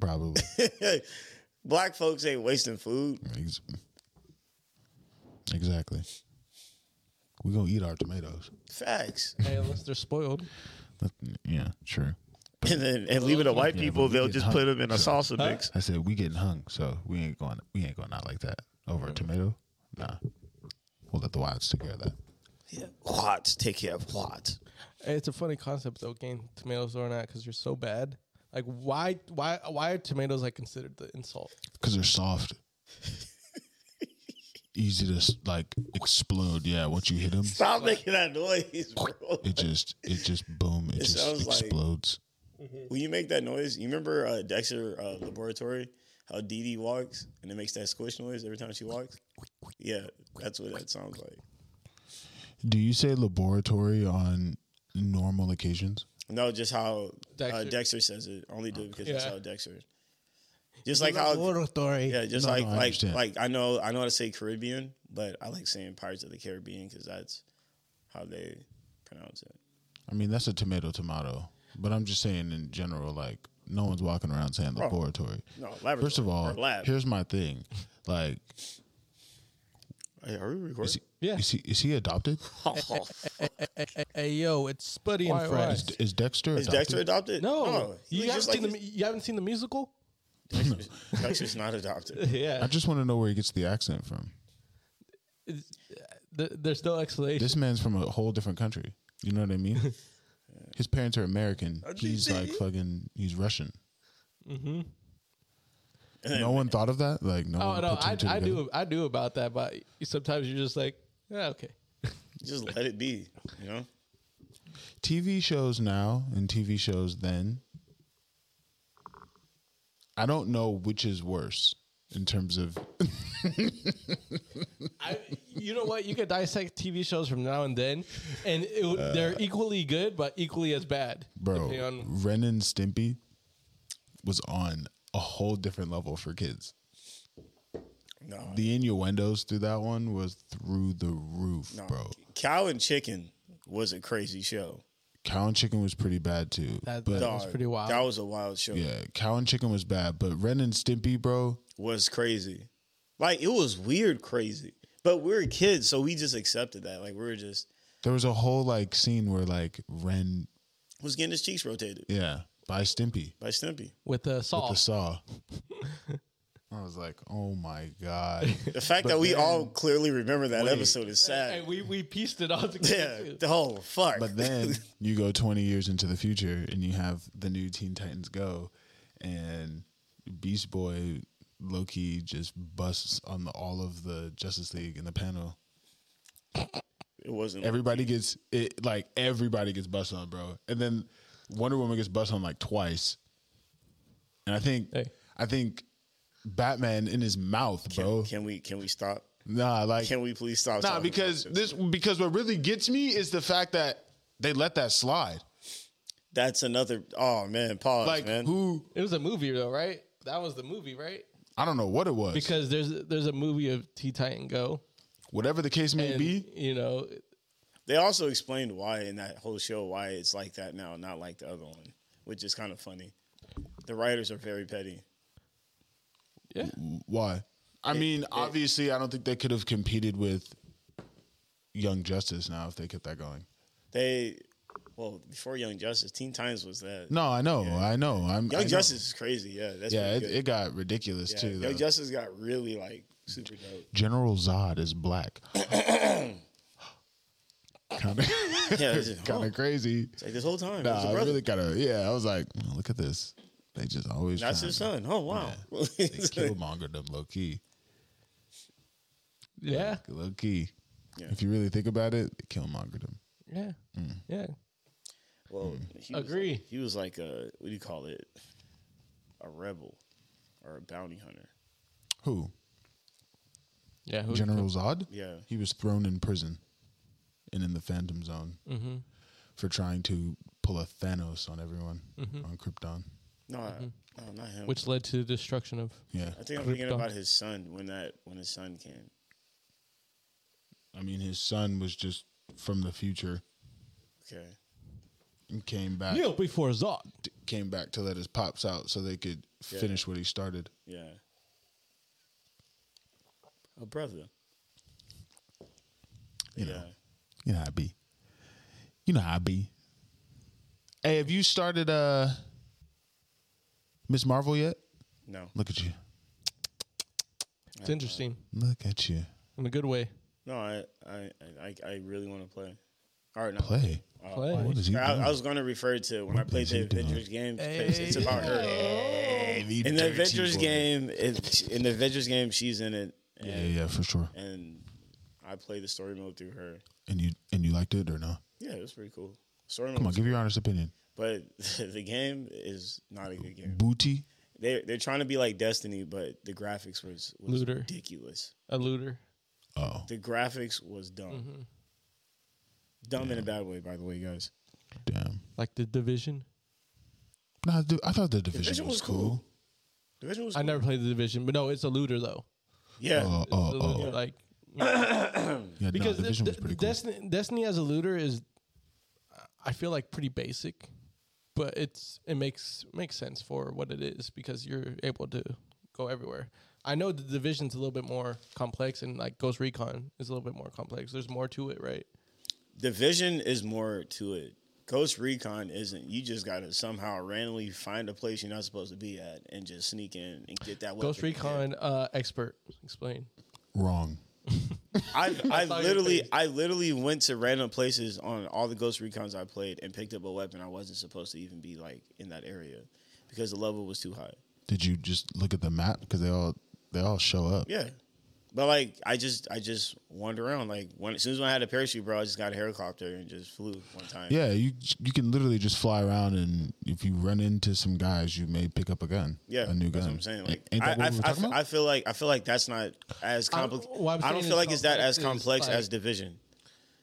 probably. Black folks ain't wasting food. Ex- Exactly. We gonna eat our tomatoes. Facts. Hey, unless they're spoiled. Let- Yeah, sure. And then and leave it to white Yeah, people, but we they'll get just hung. put them in a So- salsa mix. I said we getting hung, so we ain't going. We ain't going out like that over a tomato. Nah, we'll let the wives take care of that. Yeah. What? Take care of what? Hey, it's a funny concept though, getting tomatoes or not, because you're so bad. Like, why, why, why are tomatoes like considered the insult? Because they're soft. Easy to s- like explode. Yeah, once you hit them, Stop making that noise, bro. it just it just boom. It, just sounds like- explodes. Will you make that noise? You remember uh, Dexter uh, Laboratory? How Dee Dee walks and it makes that squish noise every time she walks? Yeah, that's what that sounds like. Do you say laboratory on normal occasions? No, just how Dexter, uh, Dexter. Dexter says it. Only do it because that's Yeah. how Dexter. Just like how, story. yeah, just No, like no, I like understand. like I know I know how to say Caribbean, but I like saying Pirates of the Caribbean because that's how they pronounce it. I mean, that's a tomato tomato. But I'm just saying in general, like no one's walking around saying laboratory. No, laboratory. First of or all, lab. here's my thing. Like, Hey, are we recording? is he, Yeah. is he is he adopted? Hey, hey, yo, it's Spuddy Why- and Fred. why? Is, is Dexter Is adopted? Dexter adopted? No, he you was haven't just seen Oh, like the you haven't seen the musical. Dexter's, Dexter's not adopted. I Yeah, just want to know where he gets the accent from. uh, Th- there's no explanation. This man's from a whole different country. You know what I mean? His parents are American. He's like fucking. He's Russian. Mm-hmm. No one thought of that. Like no. Oh one no, put two I, and two I together? do I do about that, but sometimes you're just like, yeah, okay. Just let it be, you know? TV shows now and TV shows then. I don't know which is worse in terms of I, you know what? You could dissect TV shows from now and then, and it, would they're equally good, but equally as bad. Uh, bro. depending on- Ren and Stimpy was on a whole different level for kids. No. The innuendos through that one was through the roof, bro. Cow and Chicken was a crazy show. Cow and Chicken was pretty bad too. That- but that was Dog, pretty wild. That was a wild show. yeah, Cow and Chicken was bad. But Ren and Stimpy, bro, Was crazy. Like it was weird crazy. But we were kids, so we just accepted that. Like we were just there was a whole like scene where like Ren, was getting his cheeks rotated yeah, by Stimpy by Stimpy. with a saw. with the saw. I was like, oh my god. The fact that we all clearly remember that episode is sad. and we we pieced it all yeah. together. The whole fuck. But then you go 20 years into the future and you have the new Teen Titans Go and Beast Boy Loki just busts on the, all of the Justice League in the panel. it wasn't Everybody gets it like everybody gets busted on, bro. And then Wonder Woman gets busted on like twice. And I think Hey. I think Batman in his mouth, bro. Can we can we stop? nah, like Can we please stop? nah, talking because about this? this because what really gets me is the fact that they let that slide. that's another. Oh man, pause, Like man. who It was a movie though, right? That was the movie, right? I don't know what it was. Because there's there's a movie of T Titan Go. whatever the case may And, be, you know, They also explained why in that whole show why it's like that now, not like the other one, which is kind of funny. The writers are very petty. yeah. why? I mean, obviously, I don't think they could have competed with Young Justice now if they kept that going. They, well, before Young Justice, Teen Titans was that. No, I know, I know. I'm I Young know. Justice is crazy. Yeah, that's Yeah, pretty it, good. it got ridiculous Yeah, too. Young though. Justice got really like super dope. General Zod is black. kind of, Yeah, it's just, kind huh. of crazy. It's like this whole time. it Oh. was Nah, a I brother. really kind of. Yeah, I was like, "Oh, look at this. They just always. that's trying his to- son. Oh wow. They killmonger them low key. Yeah. Low key. Yeah. If you really think about it, they killmongered him. Yeah. Yeah. well, Mm. he Agree. Was like, he was like a what do you call it? A rebel or a bounty hunter. Who? Yeah. Who, General Zod? Yeah. He was thrown in prison and in the Phantom Zone Mm. Mm-hmm. for trying to pull a Thanos on everyone on Krypton. No, I, no, not him. Mm-hmm. which led to the destruction of Yeah. I think I'm thinking Krypton. about his son when that when his son came. I mean, his son was just from the future. Okay. and came back Kneel before Zod. came back to let his pops out so they could Yeah. finish what he started. Yeah. Oh, brother. You yeah. know, you know how I be. You know how I be. Hey, have you started uh Miss Marvel yet? No. Look at you. It's interesting Look at you. in a good way. No, I I I, I really want to play. All right, no. Play. Oh, Play. What is he I, I doing? was going to refer to when I played is the he doing? Avengers game. because It's about her. In the Avengers game, it, in the Avengers game, she's in it, and, Yeah, yeah, for sure. and I played the story mode through her. And you and you liked it or no? Yeah, it was pretty cool. Story mode, Come on, was- give your honest opinion. but the game is not a good game. Booty. They they're trying to be like Destiny, but the graphics was, was Looter. ridiculous. A looter. Oh, The graphics was dumb, Mm-hmm. dumb in a bad way. By the way, guys, damn. Like the division. Nah, the- I thought the division, Division was, was cool. cool. Division was I cool. never played the division, but no, it's a looter though. yeah. Oh, It's oh, a oh. looter, Like Yeah, because no, division the, was pretty cool. Destiny, Destiny as a looter is, I feel like pretty basic, but it's it makes makes sense for what it is because you're able to go everywhere. I know the division's a little bit more complex, and like Ghost Recon is a little bit more complex. There's more to it, right? Division is more to it. Ghost Recon isn't. You just gotta somehow randomly find a place you're not supposed to be at and just sneak in and get that. Ghost weapon. Recon uh, expert, explain. Wrong. I I saw your literally face. I literally went to random places on all the Ghost Recons I played and picked up a weapon I wasn't supposed to even be like in that area because the level was too high. Did you just look at the map? Because they all they all show up. Yeah. But like I just I just wandered around like when as soon as I had a parachute, bro, I just got a helicopter and just flew one time. Yeah, you you can literally just fly around, and if you run into some guys, you may pick up a gun. Yeah, a new that's gun. what I'm saying. Like, Ain't I, that I, what we were I, talking about? I feel like I feel like that's not as I'm- complex. what I'm I don't saying feel is like it's that as complex complex is, as like- division.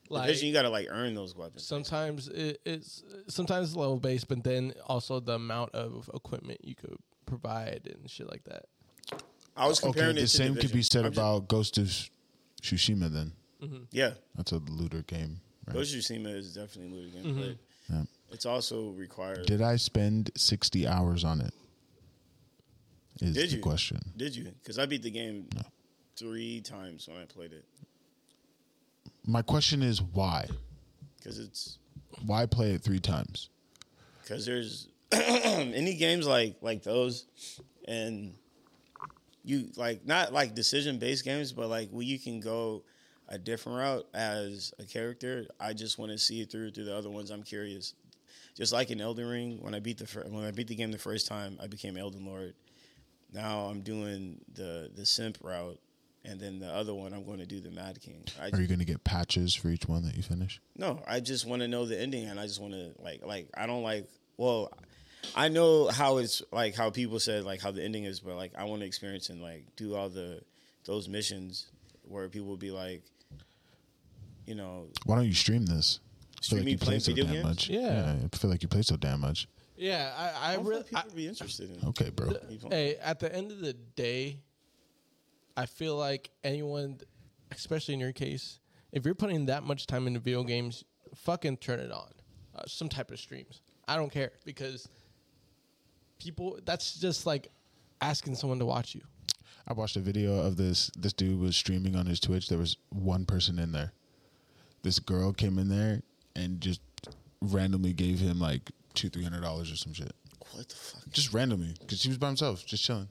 Like division, you got to like earn those weapons. sometimes it, it's sometimes level based, but then also the amount of equipment you could provide and shit like that. I was comparing okay, it the to same division. could be said I'm just- about Ghost of Tsushima. Then yeah. that's a looter game. Right? Ghost of Tsushima is definitely looted again, Mm-hmm. but Yeah. it's also required. Did, Did I spend sixty hours on it? Is Did the you? question? you? Because I beat the game three times when I played it. My question is why? Because it's Why play it three times? because there's any games like like those and you like not like decision based games but like where you can go a different route as a character i just want to see it through through the other ones i'm curious just like in elden ring when i beat the fir- when i beat the game the first time i became elden lord now i'm doing the the simp route and then the other one i'm going to do the mad king I Are you going to get patches for each one that you finish? no, I just want to know the ending, and I just want to like like I don't like. Well, I know how it's like how people said like how the ending is, but like I want to experience and like do all the those missions where people will be like, you know, Why don't you stream this? I Stream me playing video damn games? much. Yeah. I feel like you play so damn much. Yeah, I, I I don't feel really like people would be interested in. Okay, bro. People- Hey, at the end of the day, I feel like anyone, especially in your case, if you're putting that much time into video games, fucking turn it on. Uh, some type of streams. I don't care because people, that's just like asking someone to watch you. I watched a video of this. This dude was streaming on his Twitch. There was one person in there. This girl came in there and just randomly gave him like two, three hundred dollars or some shit. What the fuck? Just randomly, because he was by himself, just chilling.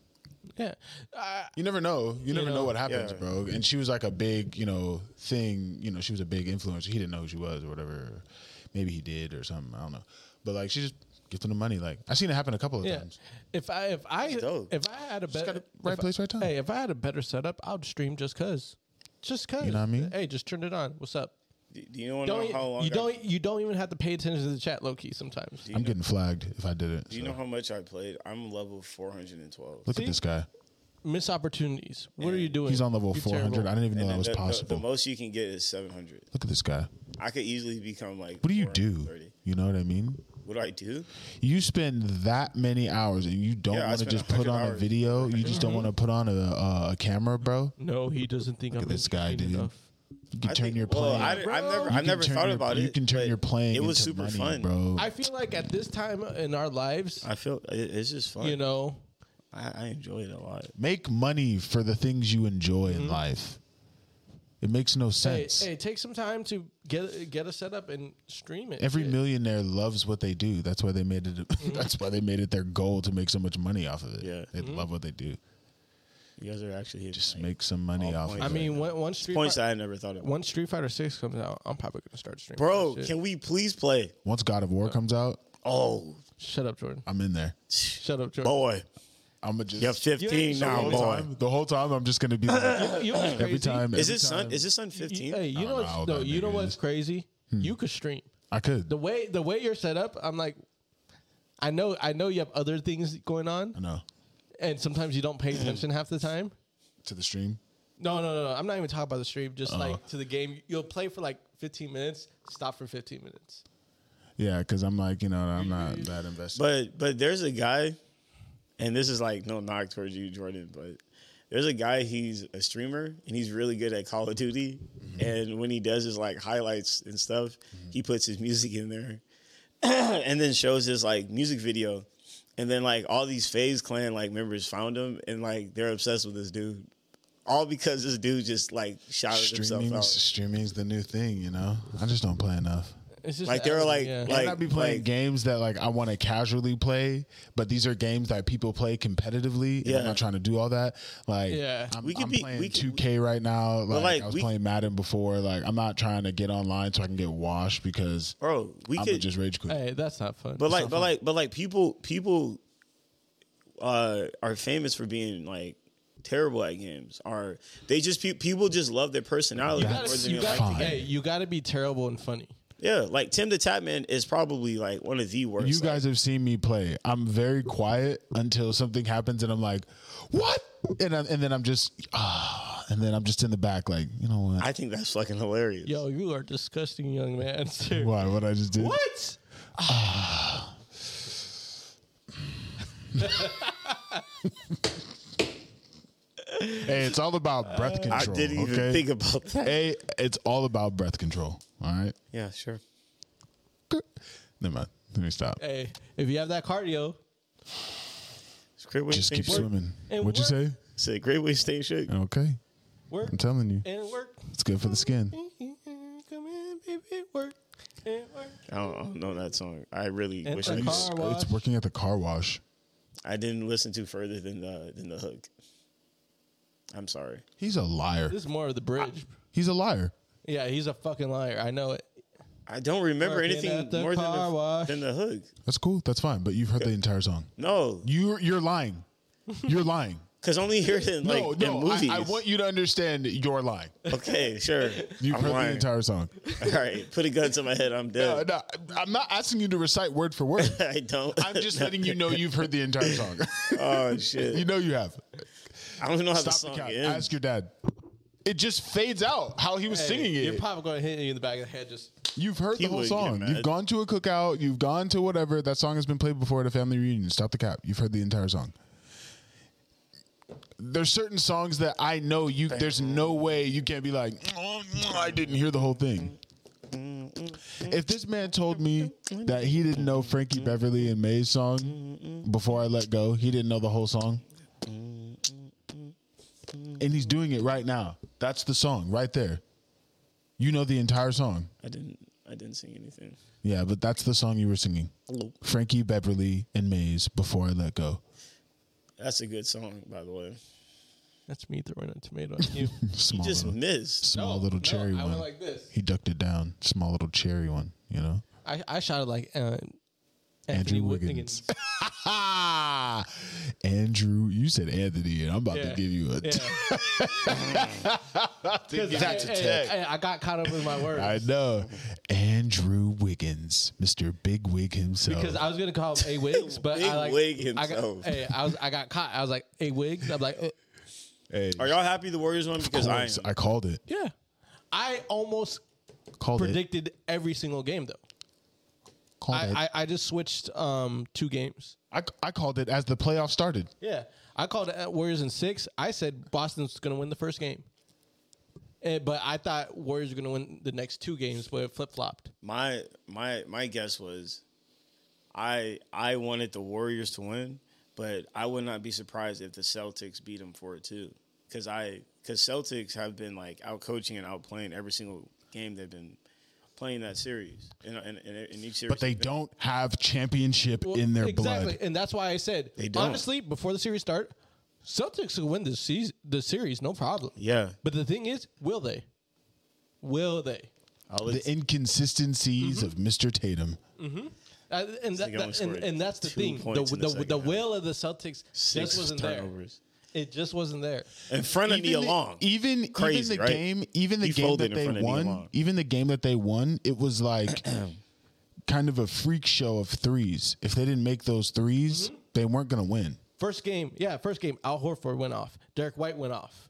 Yeah. Uh, I You never know. You never know, know, what happens, yeah. bro. And she was like a big, you know, thing. You know, she was a big influencer. He didn't know who she was or whatever. Maybe he did or something. I don't know. But like, she just gifted him money. Like, I've seen it happen a couple of yeah. times. If I if I dope. if I had a better gotta- right place, right time. Hey, if I had a better setup, I'd stream just cause. Just cause. You know what I mean? Hey, just turn it on. What's up? Do, do you want to don't know e- how long? you I- don't you don't even have to pay attention to the chat low key sometimes. I'm getting flagged if I did it. do you so. know how much I played? I'm level 412. Look See? at this guy. Miss opportunities. What are you doing? He's on level You're 400. terrible. I didn't even know And that then was the, the, possible. the most you can get is 700. Look at this guy. I could easily become like. What do you do? 430. You know what I mean? What do I do? You spend that many hours and you don't Yeah, I want to spent just put 100 on a hours. Mm-hmm. video. You just don't want to put on a, a, a camera, bro. No, he doesn't think I'm at this guy, interesting dude. enough. You can I turn think- your well, plane. I, you have never, You I've can never turn thought your- about it. You can turn but your plane. It was into super money, fun, bro. I feel like at this time in our lives, I feel it, it's just fun. you know, I, I enjoy it a lot. Make money for the things you enjoy in life. It makes no Mm-hmm. hey, sense. hey, take some time to get get a setup and stream it. Every Shit. millionaire loves what they do. That's why they made it. Mm-hmm. that's why they made it their goal to make so much money off of it. Yeah. they Mm-hmm. love what they do. You guys are actually here. Just tonight. make some money all off. of points. it. I mean, when, once Street points Fi- that I never thought of. once Street Fighter Six comes out, I'm probably gonna start streaming. Bro, that shit. can we please play? once God of War comes out, Oh, shut up, Jordan. I'm in there. Shut up, Jordan. boy, I'm gonna just you're You ain't 15 the now, whole so boy. time. The whole time, I'm just gonna be Oh. like, You know what's every crazy? time. Is every his son? time. Is his son You, 15? hey, you don't know know how what's, no, that you know nigga what's is. Hmm. crazy? You could stream I could. the way the way you're set up. I'm like, I know I know you have other things going on, I know and sometimes you don't pay attention half the time. to the stream. No, no, no, no. I'm not even talking about the stream. Just Uh-huh. like to the game, you'll play for like 15 minutes, stop for 15 minutes. Yeah, because I'm like, you know, I'm not that invested. But but there's a guy, and this is like no knock towards you, Jordan, but there's a guy. He's a streamer and he's really good at Call of Duty. Mm-hmm. And when he does his like highlights and stuff, he puts his music in there, and then shows his like music video, and then like all these Phase Clan like members found him and like they're obsessed with this dude, all because this dude just like shouted himself streaming, out. streaming's the new thing. You know, I just don't play enough. It's just Like, they were like- yeah. Like, Like- I be playing like- games that like I want to casually play, but these are games that people play competitively. Yeah, Yeah. I'm not trying to do all that. Like, Yeah. I'm, We could I'm be- playing we could- 2K right now. Like, like, I was we- playing Madden before. Like, I'm not trying to get online so I can get washed because Bro, we I'm could just rage quit. hey, that's not fun. But like, but like, but like, people people uh, are famous for being like terrible at games. Are they just pe- people just love their personality you more gotta, than you they gotta, like the Fine. hey, game? you gotta be terrible and funny. Yeah, like Tim the Tapman is probably like one of the worst. You like- guys have seen me play. I'm very quiet until something happens, and I'm like, "What?" And I'm, and then I'm just, ah, and then I'm just in the back, like, you know what? I think that's fucking hilarious. Yo, you are disgusting, young man. Sir. Why? What I just did? What? Hey, it's all about breath control. I didn't even okay? think about that. Hey, it's all about breath control. All right. Yeah, sure. Never mind. Let me stop. Hey, if you have that cardio, It's a great way Just to keep stay shook. swimming. And What'd you we're- say? It's a great way to stay shook. Okay. work I'm telling you, and work. it's good for the skin. Come in, baby, work and work. I don't, I don't know that song. I really And wish the I, car could- It's, wash. it's working at the car wash. I didn't listen to further than the than the hook. I'm sorry. He's a liar. This is more of the bridge. He's a liar. yeah, he's a fucking liar. I know it. I don't remember Working anything at the more than car the, wash. than the hook. That's cool. That's fine. But you've heard the entire song. No, You're you're lying. You're lying. because only here in like no, in no. movies. I, I want you to understand that you're lying. okay, sure. You've I'm heard the lying. entire song. All right, put a gun to my head. I'm No, dead. no, I'm not asking you to recite word for word. I don't. I'm just letting you know you've heard the entire song. oh you shit! know you have. I don't even know how the Stop the song count. ends. Ask your dad. It just fades out how he was Hey, singing You're it. probably gonna hit you in the back of the head. Just you've heard the He whole would get song. mad. You've gone to a cookout. You've gone to whatever. That song has been played before at a family reunion. Stop the cap. You've heard the entire song. There's certain songs that I know you. There's no way you can't be like, "Oh, I didn't hear the whole thing. If this man told me that he didn't know Frankie Beverly and May's song before I let go, he didn't know the whole song. And he's doing it right now. That's the song right there. You know the entire song. I didn't. I didn't sing anything. Yeah, but that's the song you were singing. Frankie Beverly and Mays before I let go. That's a good song, by the way. that's me throwing a tomato at you. Small Just little, missed. small No, little no, cherry I one. went like this. He ducked it down. Small little cherry one, you know? I, I shouted like uh, Anthony Wiggins. Wiggins. Ah, Andrew, you said Anthony, and I'm about to Yeah. give you a. Yeah, That's Hey, a hey, tech. hey, I got caught up with my words I know. Andrew Wiggins, Mr. Big Wig himself. because I was gonna call him A Wigs, but Big I like Wig I got, himself. hey, I was I got caught. I was like A Wigs. I'm like uh, Hey, Are y'all happy the Warriors won? Because I am. course, I called it. yeah. I almost Called it. predicted every single game though. Called it. I, I, I just switched um two games. I, I called it as the playoff started. Yeah, I called it at Warriors in six. I said Boston's gonna win the first game. Eh, but I thought Warriors were going to win the next two games, but it flip flopped. my my my guess was I I wanted the Warriors to win, but I would not be surprised if the Celtics beat them for it too. Cause I cause Celtics have been like out coaching and out playing every single game they've been playing that series in, in, in, in each series. But they don't have championship in their exactly. blood. and that's why I said They don't. honestly before the series start, Celtics will win the season, the series, no problem. Yeah. But the thing is, will they? Will they? Oh, The inconsistencies Mm-hmm. of Mr. Tatum. Uh, and, that, They only that- and, scored and that's the two thing. The, points in the the, the, second half. will of the Celtics Six just wasn't turnovers. there. It just wasn't there. in front of Nia the- Long. Even Crazy, even the right? game, even the He game folded that in they front of Nia won, Long. even the game that they won, it was like kind of a freak show of threes. If they didn't make those 3s Mm-hmm. they weren't going to win. First game, yeah, first game. Al Horford went off. Derek White went off.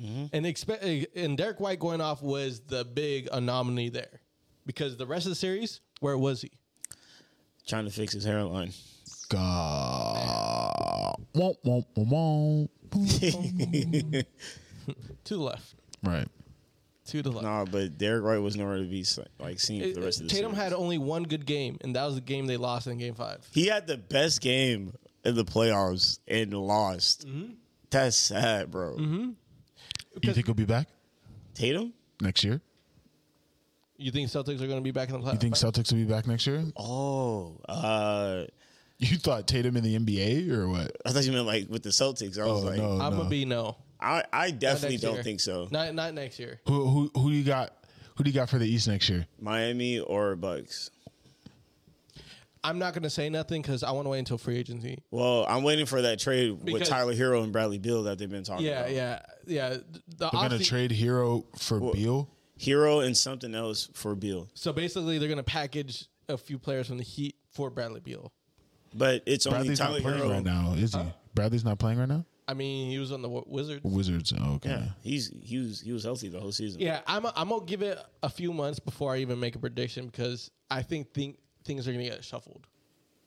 Mm-hmm. And expe- and Derek White going off was the big anomaly there, because the rest of the series, where was he? Trying to fix his hairline. God. Womp, womp, womp, womp. To the left, right. to the left. Nah, but Derrick Wright was nowhere to be like seen It- for the rest of the Tatum series. had only one good game, and that was the game they lost in Game Five. He had the best game in the playoffs and lost. That's sad, bro. You think he'll be back Tatum? next year? You think Celtics are going to be back in the playoffs? You think Celtics will be back next year? Oh, uh, You thought Tatum in the NBA or what? I thought you meant like with the Celtics. I was Oh, like, no. I'm gonna be no. I, I Not definitely next don't year. think so. Not not next year. Who who who you got? Who do you got for the East next year? Miami or Bucks. I'm not gonna say nothing because I want to wait until free agency. Well, I'm waiting for that trade with Because- Tyler Hero and Bradley Beal that they've been talking Yeah, about. yeah, yeah. th- The They're gonna offse- trade Hero for Beal. Hero and something else for Beal, so basically, they're gonna package a few players from the Heat for Bradley Beal. but it's only Bradley's Tyler not playing Hero. right now, is he? Bradley's not playing right now. I mean, he was on the Wi- Wizards. Wizards. Oh, okay. Yeah, he's he was he was healthy the whole season. Yeah, I'm I'm gonna give it a few months before I even make a prediction because I think think things are gonna get shuffled,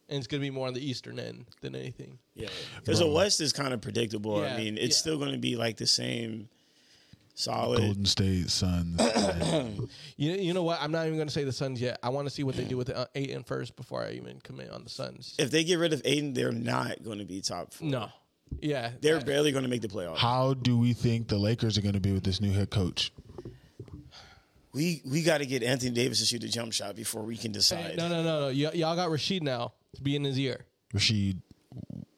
and it's gonna be more on the Eastern end than anything. Because the West is kind of predictable. Yeah, I mean, it's yeah. still going to be like the same solid. Golden State Suns. You you know what? I'm not even gonna say the Suns yet. I want to see what they do with the uh, eight and first before I even commit on the Suns. If they get rid of Aiden, they're not going to be top four. No, yeah, They're barely going to make the playoffs. How do we think the Lakers are going to be with this new head coach? We we got to get Anthony Davis to shoot a jump shot before we can Hey, decide. no, no, no, no. Y- y'all got Rashid now to be in his ear. Rashid.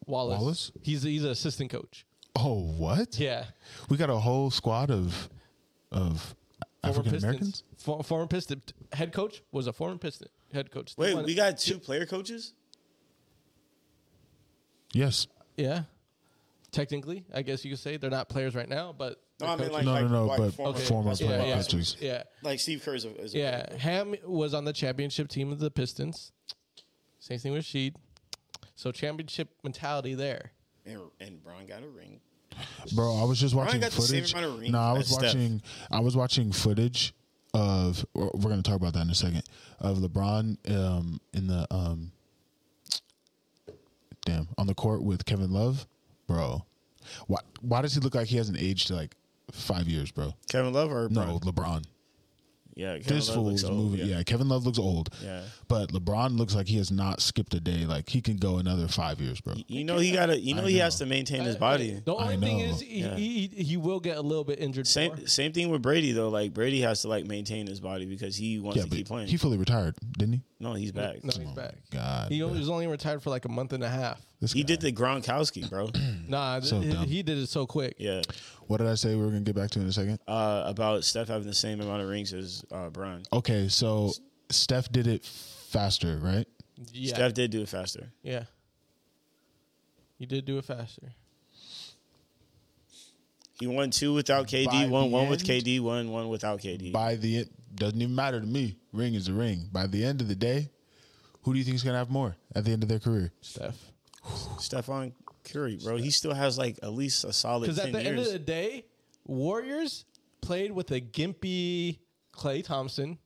Wallace. Wallace? He's he's an assistant coach. Oh, what? Yeah. We got a whole squad of of Former African Pistons. Americans. For, former Piston head coach was a former Piston head coach. They Wait, won- we got two player coaches. Yes. yeah. Technically, I guess you could say they're not players right now, but No, I they're mean like coaches. No, like, no, no, like but former, former basketball player yeah, yeah, players. coaches. yeah, Like Steve Kerr is a, is a yeah. Ham was on the championship team of the Pistons. Same thing with Sheed. So championship mentality there. and, and Bron got a ring. Bro, I was just watching got the same footage. amount of rings no, I as was Steph. watching. I was watching footage of. We're going to talk about that in a second. Of LeBron um, in the um, damn on the court with Kevin Love, bro. Why? Why does he look like he hasn't aged like five years, bro? Kevin Love or No, Bron? LeBron. Yeah, Kevin this Love fool's looks old, moving. Yeah. Kevin Love looks old. Yeah. but LeBron looks like he has not skipped a day. Like he can go another five years, bro. You know he got to. You know, he know. has to maintain his body. The only thing know. is he, he, he will get a little bit injured. more. Same same thing with Brady though. Like Brady has to like maintain his body because he wants Yeah, to keep but playing. he fully retired, didn't he? no, he's back. No, he's back. God, He bro. only, was only retired for like a month and a half. This He guy. did the Gronkowski, bro. Nah, th- he- dumb. he did it so quick. yeah, What did I say? We were gonna get back to in a second. uh, about Steph having the same amount of rings as uh, Bron. Okay, so Steph did it faster, right? Yeah, Steph did do it faster. yeah. He did do it faster. He won two without KD, By won the one with end? KD, won one without KD. By the end, doesn't even matter to me. Ring is a ring. By the end of the day, who do you think is gonna have more at the end of their career? Steph. Stephon Curry, bro, he still has like at least a solid Because ten at the end years. of the day, Warriors played with a gimpy Clay Thompson,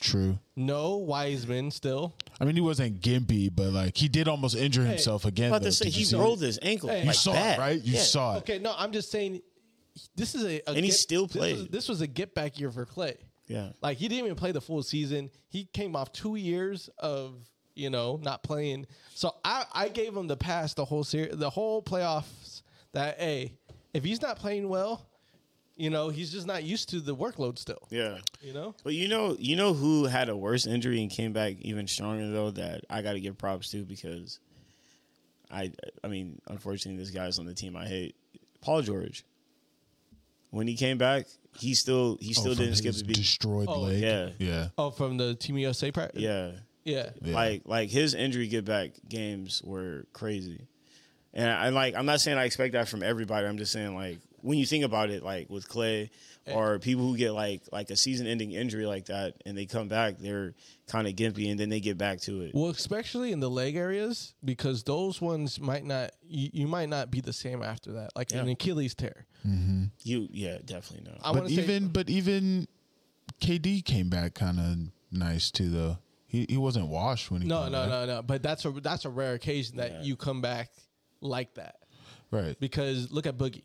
True. no Wiseman still. I mean, he wasn't gimpy, but like he did almost injure himself I'm again. about though. to say Did you he see it? rolled his ankle. Hey. You like saw that. it, right? You Yeah. saw it. Okay, no, I'm just saying this is a, a And he still this was- played. this was a get back year for Clay. Yeah. Like he didn't even play the full season. He came off two years of you know not playing. So I I gave him the pass the whole series, the whole playoffs. That hey, if he's not playing well, you know he's just not used to the workload still. Yeah. You know. But you know, you know who had a worse injury and came back even stronger though. That I got to give props to because I, I mean, unfortunately, this guy's on the team I hate. Paul George. When he came back, he still he still Oh, from didn't skip his a beat. Destroyed Oh, leg. yeah. yeah. Oh, from the Team USA practice. Yeah. Yeah. Yeah. Like like his injury get back games were crazy. And I like I'm not saying I expect that from everybody. I'm just saying like when you think about it, like with Clay or people who get like like a season ending injury like that and they come back, they're kinda gimpy and then they get back to it. Well, especially in the leg areas because those ones might not you, you might not be the same after that. Like an Yeah. Achilles tear. You yeah, definitely no. I But want to even but even KD came back kind of nice too though. He he wasn't washed when he No, came no, back. no, no. But that's a that's a rare occasion that you come back like that Right. because look at Boogie,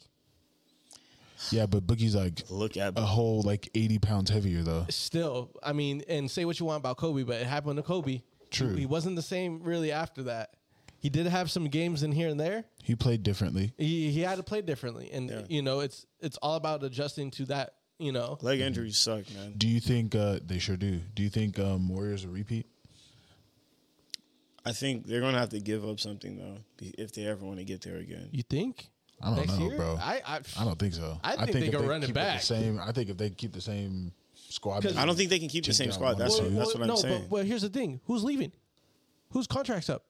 Yeah, but Boogie's like Look at Uh, a whole like 80 pounds heavier though. still. I mean, and say what you want about Kobe, but it happened to Kobe. True. he, he wasn't the same really after that. He did have some games in here and there. He played differently. He he had to play differently, and you know it's it's all about adjusting to that. You know, leg injuries suck, man. Do you think uh they sure do? Do you think um Warriors will repeat? I think they're gonna have to give up something though, be- if they ever want to get there again. you think I don't next know, year? bro. I I, I don't think so. I think they if can run it keep the back. same I think if they keep the same squad. 'Cause- I don't think they can keep the Take same down squad. one That's or what, two. that's what no, I'm saying. but well, here's the thing: who's leaving? Whose contract's up?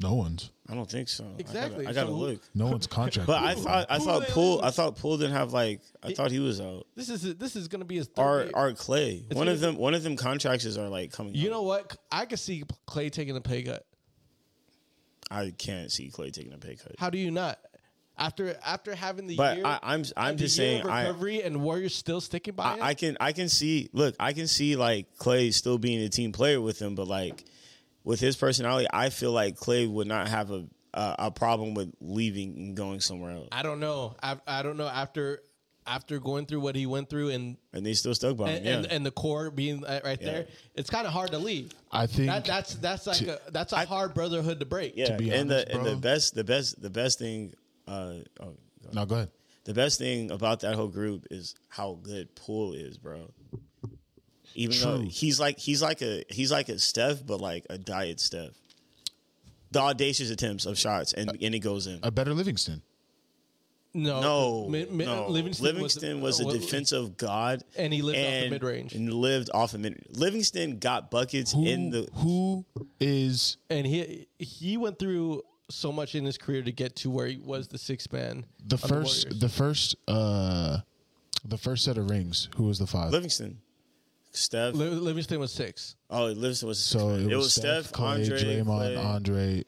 no one's. I don't think so. I gotta- Exactly. I gotta, So who- look. No one's contract. But I thought I Who thought they Poole lose? I thought Poole didn't have like I thought he was out. This is this is going to be his third Or year. or Clay. One gonna of them one of them contracts is are like coming You up. know what? I could see Clay taking a pay cut. I can't see Clay taking a pay cut. How do you not? After after having the But year, I, I'm I'm the just year of saying I, recovery and Warriors still sticking by I it. I can I can see look, I can see like Clay still being a team player with him, but like with his personality, I feel like Clay would not have a a, a problem with leaving and going somewhere else. I don't know. I, I don't know after after going through what he went through and And they still stuck by him. and, yeah. and, and the core being uh, right there, it's kind of hard to leave. I think That that's that's like a, that's a hard brotherhood to break. yeah. be and honest, the and the bro. best the best the best thing uh oh, No, go ahead. the best thing about that whole group is how good Poole is, bro. Even though True. he's like he's like a he's like a Steph, but like a diet Steph. The audacious attempts of shots and and it goes in. A better Livingston. No, no, Uh, Mi- mi- no. Livingston, Livingston was, wa- a defensive god, And he lived off the and- mid-range. and lived off the mid. Livingston got buckets Who, in the who is and he he went through so much in his career to get to where he was the sixth man. the on first Warriors. the first uh the first set of rings? Who was the five? Livingston, Steph. Liv- Livingston was six. oh, Livingston was So it, was Steph, Clay, Andre, Draymond, Clay, Andre.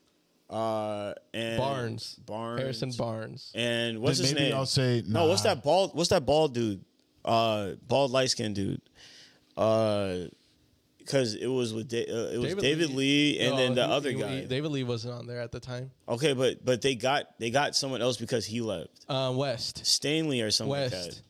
uh, and Barnes, Barnes, Harrison Barnes. And what's Then his maybe name? I'll say, no. What's nah. that bald? What's that bald dude? Uh, bald light skinned dude. Uh, because it was with da- uh, it was David, Lee, and No, then the he- other he- guy. David Lee wasn't on there at the time. okay, but but they got they got someone else because he left Uh, West. Stanley or something like West. that.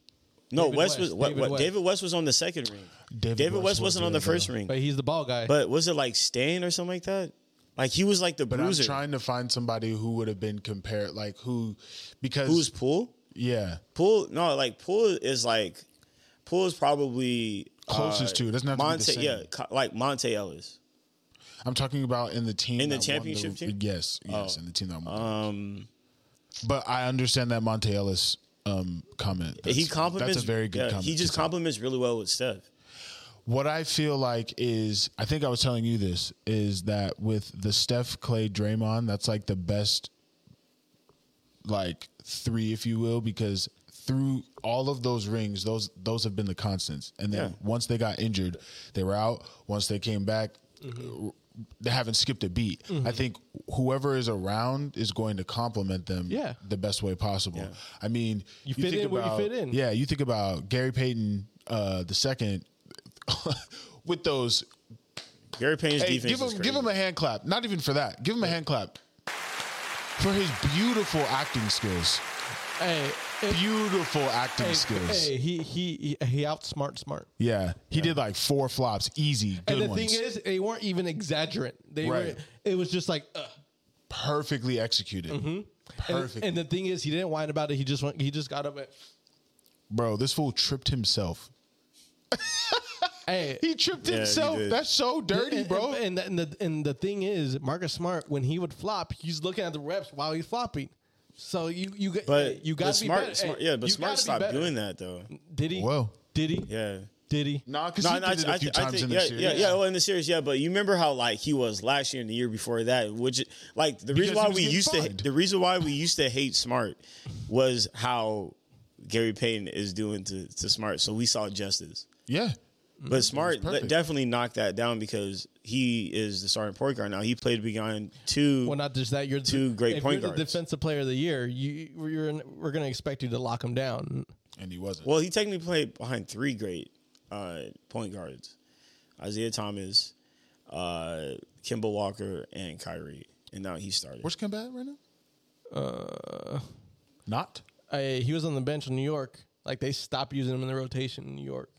No, David West, was West, what, David what West. David West was on the second ring. David David, West West, wasn't was on the there, first though. ring, But he's the ball guy. but was it like Stan or something like that? Like he was like the But bruiser. I'm trying to find somebody who would have been compared, like who, because Who's Poole? yeah Poole, no, like Poole is like Poole is probably uh, Closest to, it doesn't have to be the Monte, same. yeah, co- like Monte Ellis. I'm talking about in the team In the that won championship team? Oh. Yes, yes, in the team that won. Um, but I understand that Monte Ellis um comment. That's, he compliments. That's a very good yeah, comment. He just to say. compliments really well with Steph. what I feel like is I think I was telling you this is that with the Steph Clay Draymond, that's like the best like three, if you will, because through all of those rings, those those have been the constants. And then Yeah. once they got injured, they were out. Once they came back, they haven't skipped a beat. I think whoever is around is going to compliment them Yeah. the best way possible. I mean, You fit in where you fit in. Yeah, you think about Gary Payton uh, the second with those. Gary Payne's Hey, defense give him is crazy. give him a hand clap. Not even for that. Give him a hand clap for his beautiful acting skills. Hey, it- Beautiful acting hey, skills. hey, he he he- he outsmart smart. Yeah, he did like four flops, easy, good And the ones, thing is, they weren't even exaggerant. They Right. were. It was just like. Uh, perfectly executed, Mm-hmm. and, perfect, and the thing is, he didn't whine about it. He just went. He just got up. And, bro. This fool tripped himself. hey, He tripped he himself. did. That's so dirty, and- bro. And, and the and the thing is, Marcus Smart when he would flop, he's looking at the reps while he's flopping. So you you got But you got but to be smart, better. smart Hey, yeah, but you smart gotta be stopped better. doing that though. Did he? Whoa. Did he? Yeah. Did he? nah, because No, he no, I, did it I, a few I times think, in the yeah, series. yeah, yeah, well, in the series, yeah. But you remember how like he was last year and the year before that, which like the Because reason he why was we getting used fined. to the reason why we used to hate Smart was how Gary Payton is doing to, to Smart. So we saw justice, Yeah. but Smart le- Mm, perfect. definitely knocked that down because he is the starting point guard now. He played behind two. Well, not just that. You're Two the, great if point you're the guards. defensive player of the year. You you're in- we're gonna expect you to lock him down. and he wasn't. well, he technically played behind three great uh, point guards: Isaiah Thomas, uh, Kimball Walker, and Kyrie. And now he started. Where's Kim back right now? Uh, not. Uh, he was on the bench in New York. Like they stopped using him in the rotation in New York.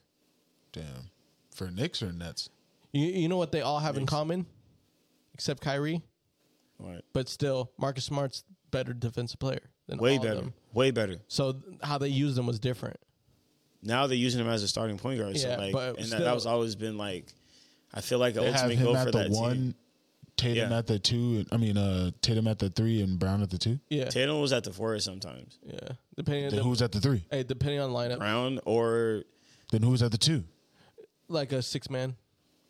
Damn. For Knicks or Nets? You you know what they all have in common, except Kyrie. Right. But still, Marcus Smart's better defensive player than Way all of better. them. Way better. So th- how they used them was different. Now they're using him as a starting point guard. so Yeah, like, but and that, that was still- always been like, I feel like an They have ultimate him goal at for the that one, team. Tatum Yeah. at the two. and- I mean, uh, Tatum at the three and Brown at the two. Yeah, Tatum was at the four sometimes. yeah. Depending Then on who's at the three? the, hey, depending on lineup, Brown or Then who's at the two? like a six man,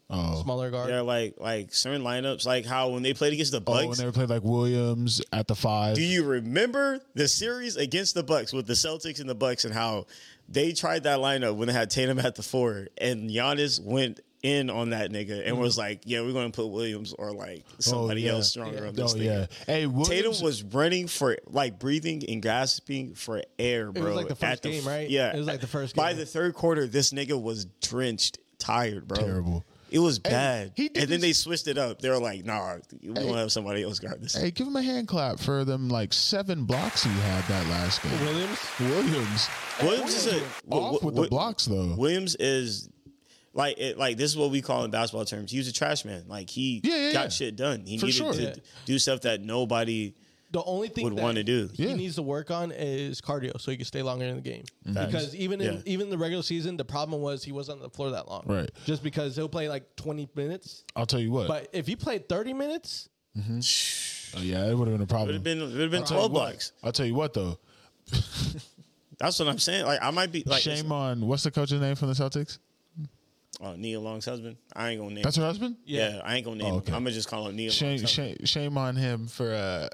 Oh, smaller guard. yeah, like like certain lineups, like how when they played against the oh, and Bucks. they were played like Williams at the five. do you remember the series against the Bucks with the Celtics and the Bucks and how they tried that lineup when they had Tatum at the four and Giannis went in on that nigga and was like, "Yeah, we're going to put Williams or like somebody Mm-hmm. Oh, yeah. else stronger Yeah. on this Oh nigga." yeah. Hey, Williams, Tatum was running for like breathing and gasping for air, bro. like the first At game, right? Yeah, It was like the first By game. the third quarter, this nigga was drenched, tired, bro. Terrible. It was bad. he did and then this- they switched it up. They were like, "Nah, we want to have somebody else guard this." Hey, give him a hand clap for them like seven blocks he had that last game. Williams. Williams Williams is a off with the Wi- blocks though. Williams is like it, like this is what we call in basketball terms. He was a trash man. Like he Yeah, yeah, got yeah. shit done. He For needed sure. to Yeah. do stuff that nobody. The only thing Would that wanna do. he Yeah. needs to work on is cardio, so he can stay longer in the game. Because even in Mm-hmm. Yeah. even the regular season, the problem was he wasn't on the floor that long. Right. Just because he'll play like twenty minutes, I'll tell you what. but if he played thirty minutes, oh, yeah, it would have been a problem. Would have been would have been I'll tell you twelve what. blocks. I'll tell you what though. That's what I'm saying. Like I might be like Shame on what's the coach's name from the Celtics? Oh, Nia Long's husband. I ain't gonna name. That's her husband. yeah. I ain't gonna name. okay. him. I'm gonna just call him Nia. Shame, Long's shame, shame on him for uh,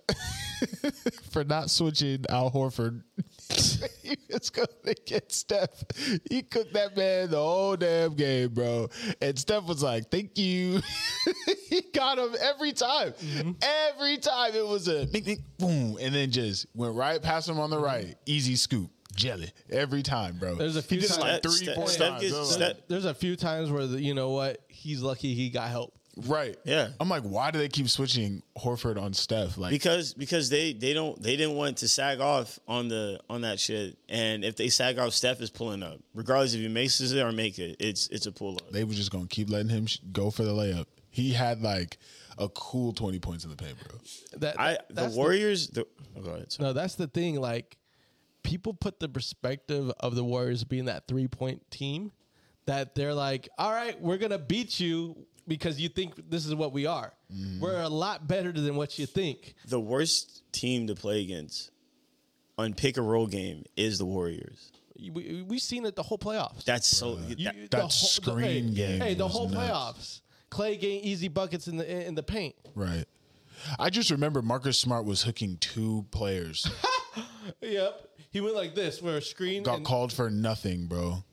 for not switching Al Horford. he was going to get Steph. He cooked that man the whole damn game, bro. And Steph was like, "Thank you." he got him every time. Mm-hmm. Every time it was a nick, nick, boom, and then just went right past him on the right, easy scoop, jelly every time, bro. There's a He few did it like times- three, Steph- four Steph times. gets- I was Steph- like, there's a few times where the, you know what he's lucky he got help. right? Yeah. I'm like, why do they keep switching Horford on Steph? Like, because because they they don't they didn't want to sag off on the on that shit. And if they sag off, Steph is pulling up, regardless if he makes it or make it. It's it's a pull up. they were just gonna keep letting him sh- go for the layup. He had like a cool twenty points in the paint, bro. That, I that- the that's Warriors. The, oh, go ahead. Sorry. No, that's the thing. Like, people put the perspective of the Warriors being that three point team that they're like, all right, we're going to beat you because you think this is what we are. Mm-hmm. We're a lot better than what you think. The worst team to play against on pick and roll game is the Warriors. We, we've seen it the whole playoffs. That's so. You- that- that the whole- the- screen hey, game Hey, the was whole nuts. playoffs. Clay getting easy buckets in the in the paint. Right. I just remember Marcus Smart was hooking two players. Yep, he went like this, where a screen got and- called for nothing, bro.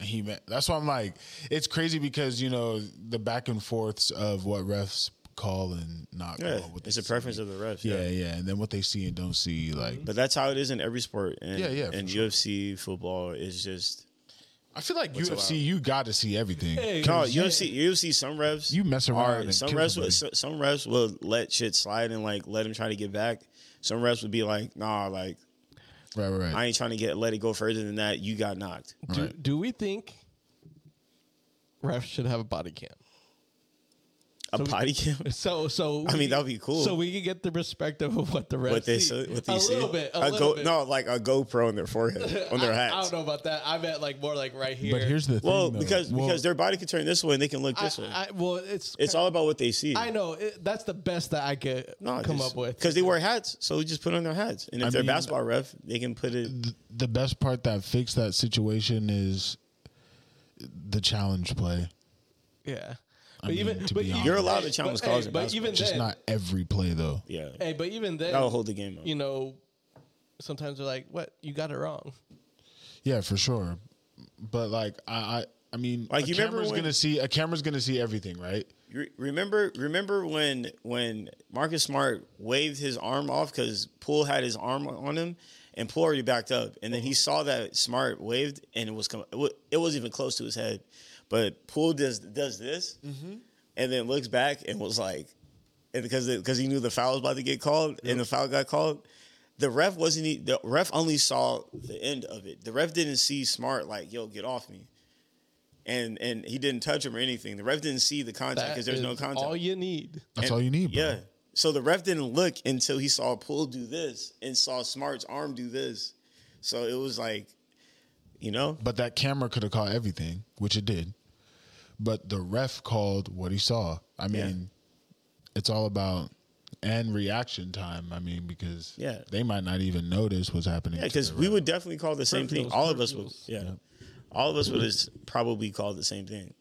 He ma- that's why I'm like, it's crazy because you know the back and forths of what refs call and not yeah, call. What it's they a preference of the refs. see. Yeah, yeah, and then what they see and don't see, like But that's how it is in every sport. And, Yeah, yeah, for And UFC football is just I feel like UFC, you got to see everything. Hey, no yeah. UFC. UFC some refs You mess around are- and some kill refs somebody. will, so- some refs will let shit slide and like let him try to get back. Some refs would be like, nah, like Right, right, right. I ain't trying to get let it go further than that. You got knocked. Do, Right. do we think refs should have a body cam? A body cam. So, so I we- mean, that'd be cool. So we can get the perspective of what the refs What they see. see, what they a see. little bit, A a, little go- bit. No, like a GoPro on their forehead, on their I, hats. I don't know about that. I meant like more like right here. But here's the thing. Well, though. because Well, because their body can turn this way and they can look I, this way. I, well, it's it's all about what they see. I know it, that's the best that I could come up with. because they wear hats, so we just put on their hats. And if they're mean- basketball ref, they can put it. th- the best part that fixed that situation is the challenge play. yeah, but mean, even to but be even, honest. You're allowed to challenge but, calls Hey, in but basketball. even Just then, not every play though. Yeah, hey, but even then, that'll hold the game up. you know, sometimes they're like, "What? You got it wrong." Yeah, for sure. But like I I, I mean Like, a you remember camera's when- gonna see a camera's gonna see everything, right? You re- remember remember when when Marcus Smart waved his arm off because Poole had his arm on him, and Poole already backed up, and then he saw that Smart waved, and it was com- it, wa- it wasn't even close to his head, but Poole does does this, and then looks back and was like, and because because he knew the foul was about to get called, and the foul got called. The ref wasn't. e- The ref only saw the end of it. The ref didn't see Smart like, "Yo, get off me," and and he didn't touch him or anything. The ref didn't see the contact That because there's no is contact. All you need. That's And- all you need, bro. Yeah. So the ref didn't look until he saw Poole do this and saw Smart's arm do this. So it was like, you know, But that camera could have caught everything, which it did. But the ref called what he saw. I mean, Yeah. it's all about and reaction time. I mean, because Yeah. they might not even notice what's happening. yeah, to because the we ref. would definitely call the same thing. Curfews, All of us would. curfews. Yeah. All of us would have probably called the same thing.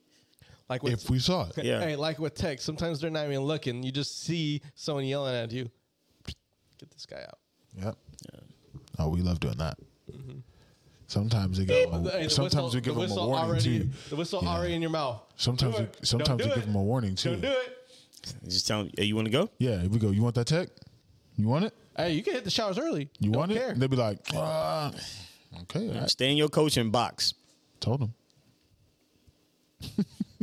Like with, if we saw it. Yeah. hey, like with tech, sometimes they're not even looking. You just see someone yelling at you. Get this guy out. Yep. Oh, we love doing that. Sometimes they give them. A, Mm-hmm. Hey, the sometimes whistle- we give the them a whistle warning already, too. The whistle Yeah. already in your mouth. Sometimes Do we, it. Don't sometimes do we it. give them a warning too. Don't do it. Just tell him, hey, you want to go? Yeah, we go. You want that tech? You want it? Hey, you can hit the showers early. You Don't want it? care. And they'd be like, ah, okay, I Stay in your coaching box. told them.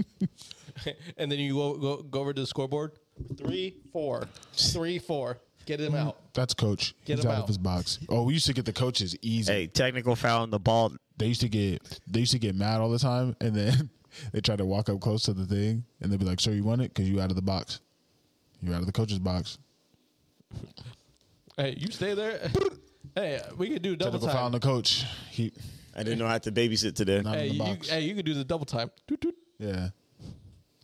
And then you go, go go over to the scoreboard. Three, four, three, four. Get him out. That's coach. Get He's him out, of out. his box. Oh, we used to get the coaches easy. Hey, technical foul on the ball. They used to get they used to get mad all the time, and then they try to walk up close to the thing, and they'd be like, "Sir, you want it? Because you out of the box. You're out of the coach's box." Hey, you stay there. hey, we could do double Typical foul on time. the coach. He I didn't know I had to babysit today. not Hey in the you, box. hey, you could do the double time. Doot, doot. yeah.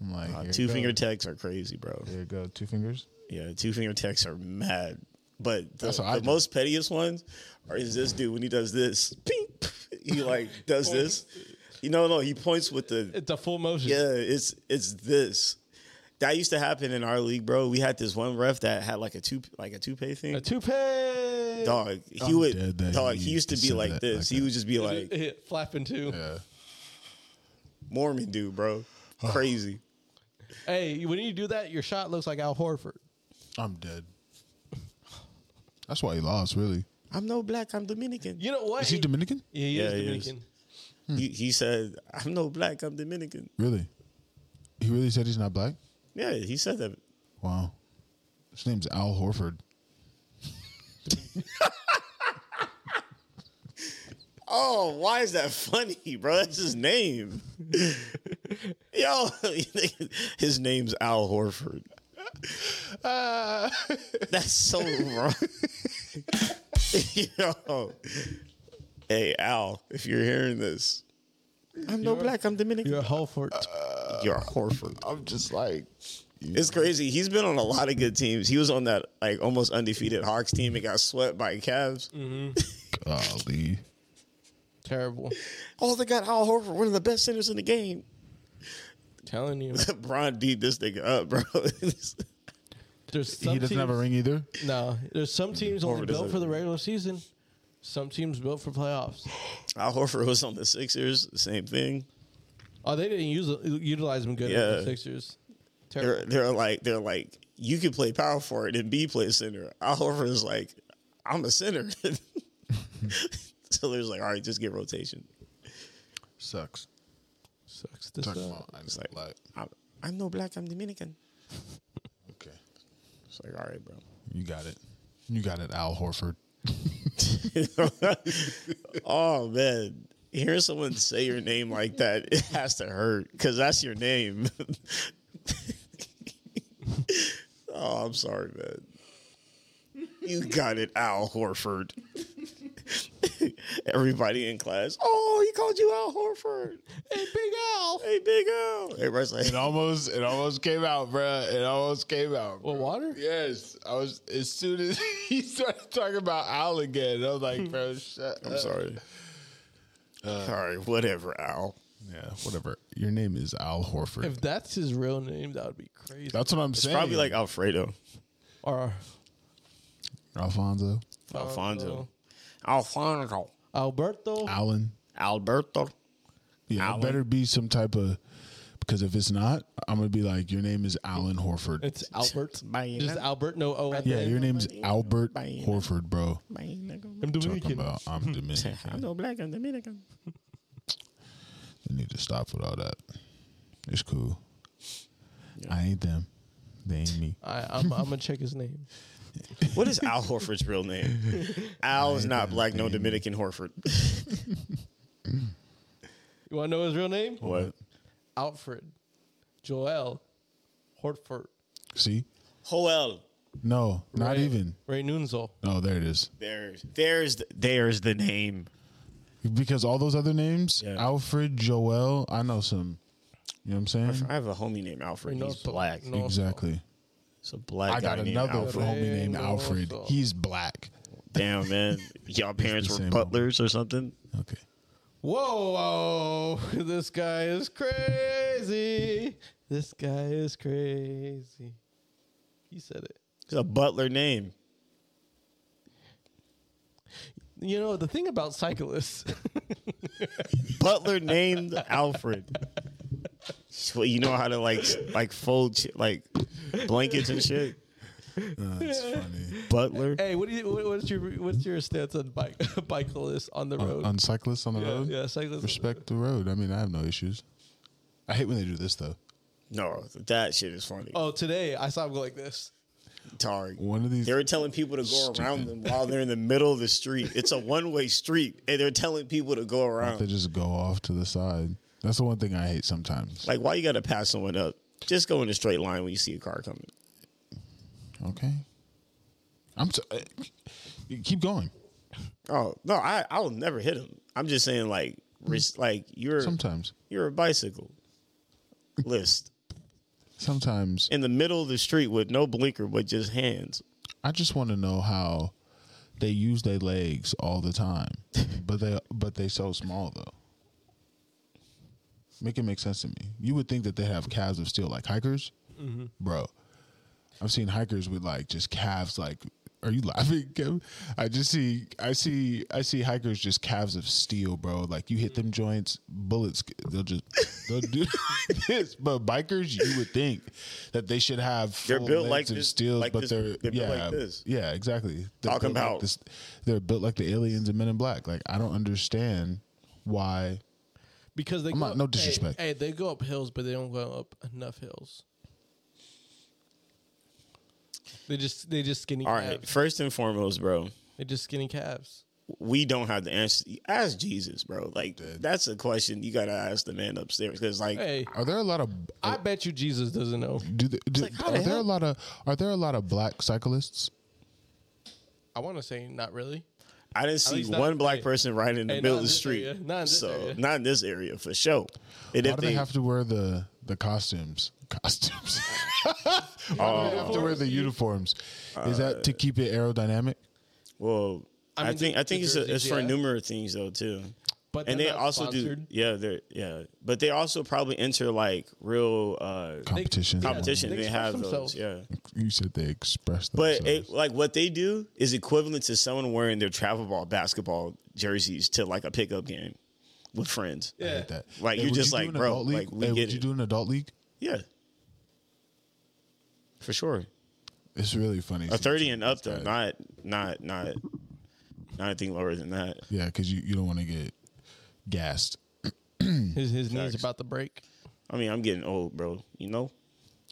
I'm like Uh, here two you go. finger techs are crazy, bro. There you go. Two fingers. Yeah, two finger techs are mad. But the, That's what I the do. most pettiest ones are is this dude when he does this. Beep, he like does this. You know, no, he points with the It's a full motion. yeah. It's it's this. That used to happen in our league, bro. We had this one ref that had like a two like a toupee thing. A toupee. dog, he I'm would dead that dog. he He used to be said like that this. like he that. would just be It- like it flapping too. Yeah. Mormon dude, bro. Crazy. Hey, when you do that, your shot looks like Al Horford. I'm dead. That's why he lost. Really. I'm no black. I'm Dominican. You know what? Is he Dominican? Yeah, he Yeah, is he is. Dominican. He, he said, "I'm no black. I'm Dominican." Really. He really said he's not black. Yeah, he said that. Wow. His name's Al Horford. Oh, why is that funny, bro? That's his name. Yo, his name's Al Horford. That's so wrong. Yo. Hey, Al, if you're hearing this, I'm no black, I'm Dominican. You're a Horford. You're Horford. I'm just like. It's crazy. He's been on a lot of good teams. He was on that like almost undefeated Hawks team and got swept by Cavs. Golly. Terrible. Oh, they got Al Horford, one of the best centers in the game. Telling you. Bron beat this nigga up, bro. There's some He doesn't have a teams- ring Mm, either. No, there's some teams only Horford built doesn't- for the regular season. Some teams built for playoffs. Al Horford was on the Sixers, same thing. Oh, they didn't use utilize them good at the Yeah. Sixers. Terrible. They're they're like they're like you can play power forward and B plays center. Al Horford is like I'm a center. so there's like all right, just get rotation. Sucks. Sucks. This Talking uh, about I'm It's like black. I'm, I'm no black, I'm Dominican. Okay. It's like all right, bro. You got it. You got it, Al Horford. oh man, hearing someone say your name like that, it has to hurt because that's your name. oh, I'm sorry, man. You got it, Al Horford. Everybody in class. Oh, he called you Al Horford. Hey, Big Al. Hey, Big Al. Everybody's like, It almost it almost came out, bruh. It almost came out. What water? Yes, I was as soon as he started talking about Al again, I was like, bro, shut I'm sorry. sorry, whatever, Al. Yeah, whatever. Your name is Al Horford. If that's his real name, that would be crazy. That's what I'm It's saying. probably like Alfredo. or Alfonso, Alfonso. Alfonso. Alberto. Alan. Alberto. Yeah, Alan. it better be some type of because if it's not, I'm gonna be like, your name is Alan Horford. It's Albert. Bye, Just nigga. Albert, no O at the yeah, end. your name's Albert Bye. Horford, bro. Bye, nigga. I'm Talking Dominican. about I'm Dominican. I'm no black, I'm Dominican. They need to stop with all that. It's cool. I ain't them. They ain't me. I, I'm, I'm gonna check his name. What is Al Horford's real name? Al is not black, no Dominican Horford. You want to know his real name? What? Alfred, Joel, Hortford, See? Joel. No, not Right. even. Ray Nunzel. Oh, there it is. There's there's the, there's the name. Because all those other names, Yeah. Alfred, Joel, I know some. You know what I'm saying? I have a homie named Alfred. Reynoso. He's black. No. Exactly. It's a black I guy got named another Alfred. homie named Reynoso. Alfred. He's black. Damn man, y'all parents the were same butlers or something. Okay. Whoa, whoa, this guy is crazy. This guy is crazy. He said it. It's a butler name. You know the thing about cyclists. Butler named Alfred. Well, you know how to like like fold shit, like blankets and shit. That's funny. Butler. hey, what do you? What, what's your what's your stance on bike bicyclists on the road? On cyclists on the yeah, road? yeah, cyclists. Respect the road. I mean, I have no issues. I hate when they do this, though. No, that shit is funny. Oh, today I saw him go like this. Targ. One of these. They were telling people to go around them while they're in the middle of the street. It's a one way street, and they're telling people to go They around. just go off to the side. That's the one thing I hate sometimes. Like, why you got to pass someone up? Just go in a straight line when you see a car coming. Okay. I'm so, uh, keep going. Oh no, I I'll never hit him. I'm just saying, like, res- like you're Sometimes, you're a bicycle list sometimes in the middle of the street with no blinker but just hands. I just want to know how they use their legs all the time, but they but they so small though. Make it make sense to me. You would think that they have calves of steel like hikers, bro. I've seen hikers with like just calves like. Are you laughing, Kevin? I just see, I see, I see hikers just calves of steel, bro. Like you hit them joints, bullets, they'll just they'll do this. But bikers, you would think that they should have They're full built legs like of this- steel, like but this- they're, they're yeah, built like this. yeah, exactly. They're Talking built like about- this, they're built like the aliens in Men in Black. Like I don't understand why. Because they go not- up- no disrespect. Hey, hey, they go up hills, but they don't go up enough hills. They just they just skinny. All calves. right, first and foremost, bro, They just skinny calves. we don't have the answer. Ask Jesus, bro. Like that's a question you gotta ask the man upstairs because, like, Hey, Are there a lot of I bet you Jesus doesn't know. do, the- do- like, how are the there hell- a lot of are there a lot of black cyclists? I want to say not really. I didn't see least not- one black hey. person riding in the Hey, middle of not in the this street. area. Not in this so area. not in this area for sure. And Why if do they they, have to wear the the costumes? Costumes. Why do they Oh. have to wear the uniforms? Is that to keep it aerodynamic? well, I, I mean, think the- I think the it's, a, jerseys, it's for yeah. numerous things though too. But and they they're not also do sponsored. yeah they're yeah, but they also probably enter like real uh, Competition. yeah. competition. They They, express have themselves. those yeah. You said they express themselves. But it, like what they do is equivalent to someone wearing their travel ball basketball jerseys to like a pickup game with friends. I Yeah. hate that. Like, you're would just do like, an bro, adult league? like, we hey, get would you it. do an adult league? Yeah. For sure. It's really funny. A thirty and up though, not not not not anything lower than that. Yeah, because you, you don't want to get gassed. His his knees about to break. I mean, I'm getting old, bro. You know.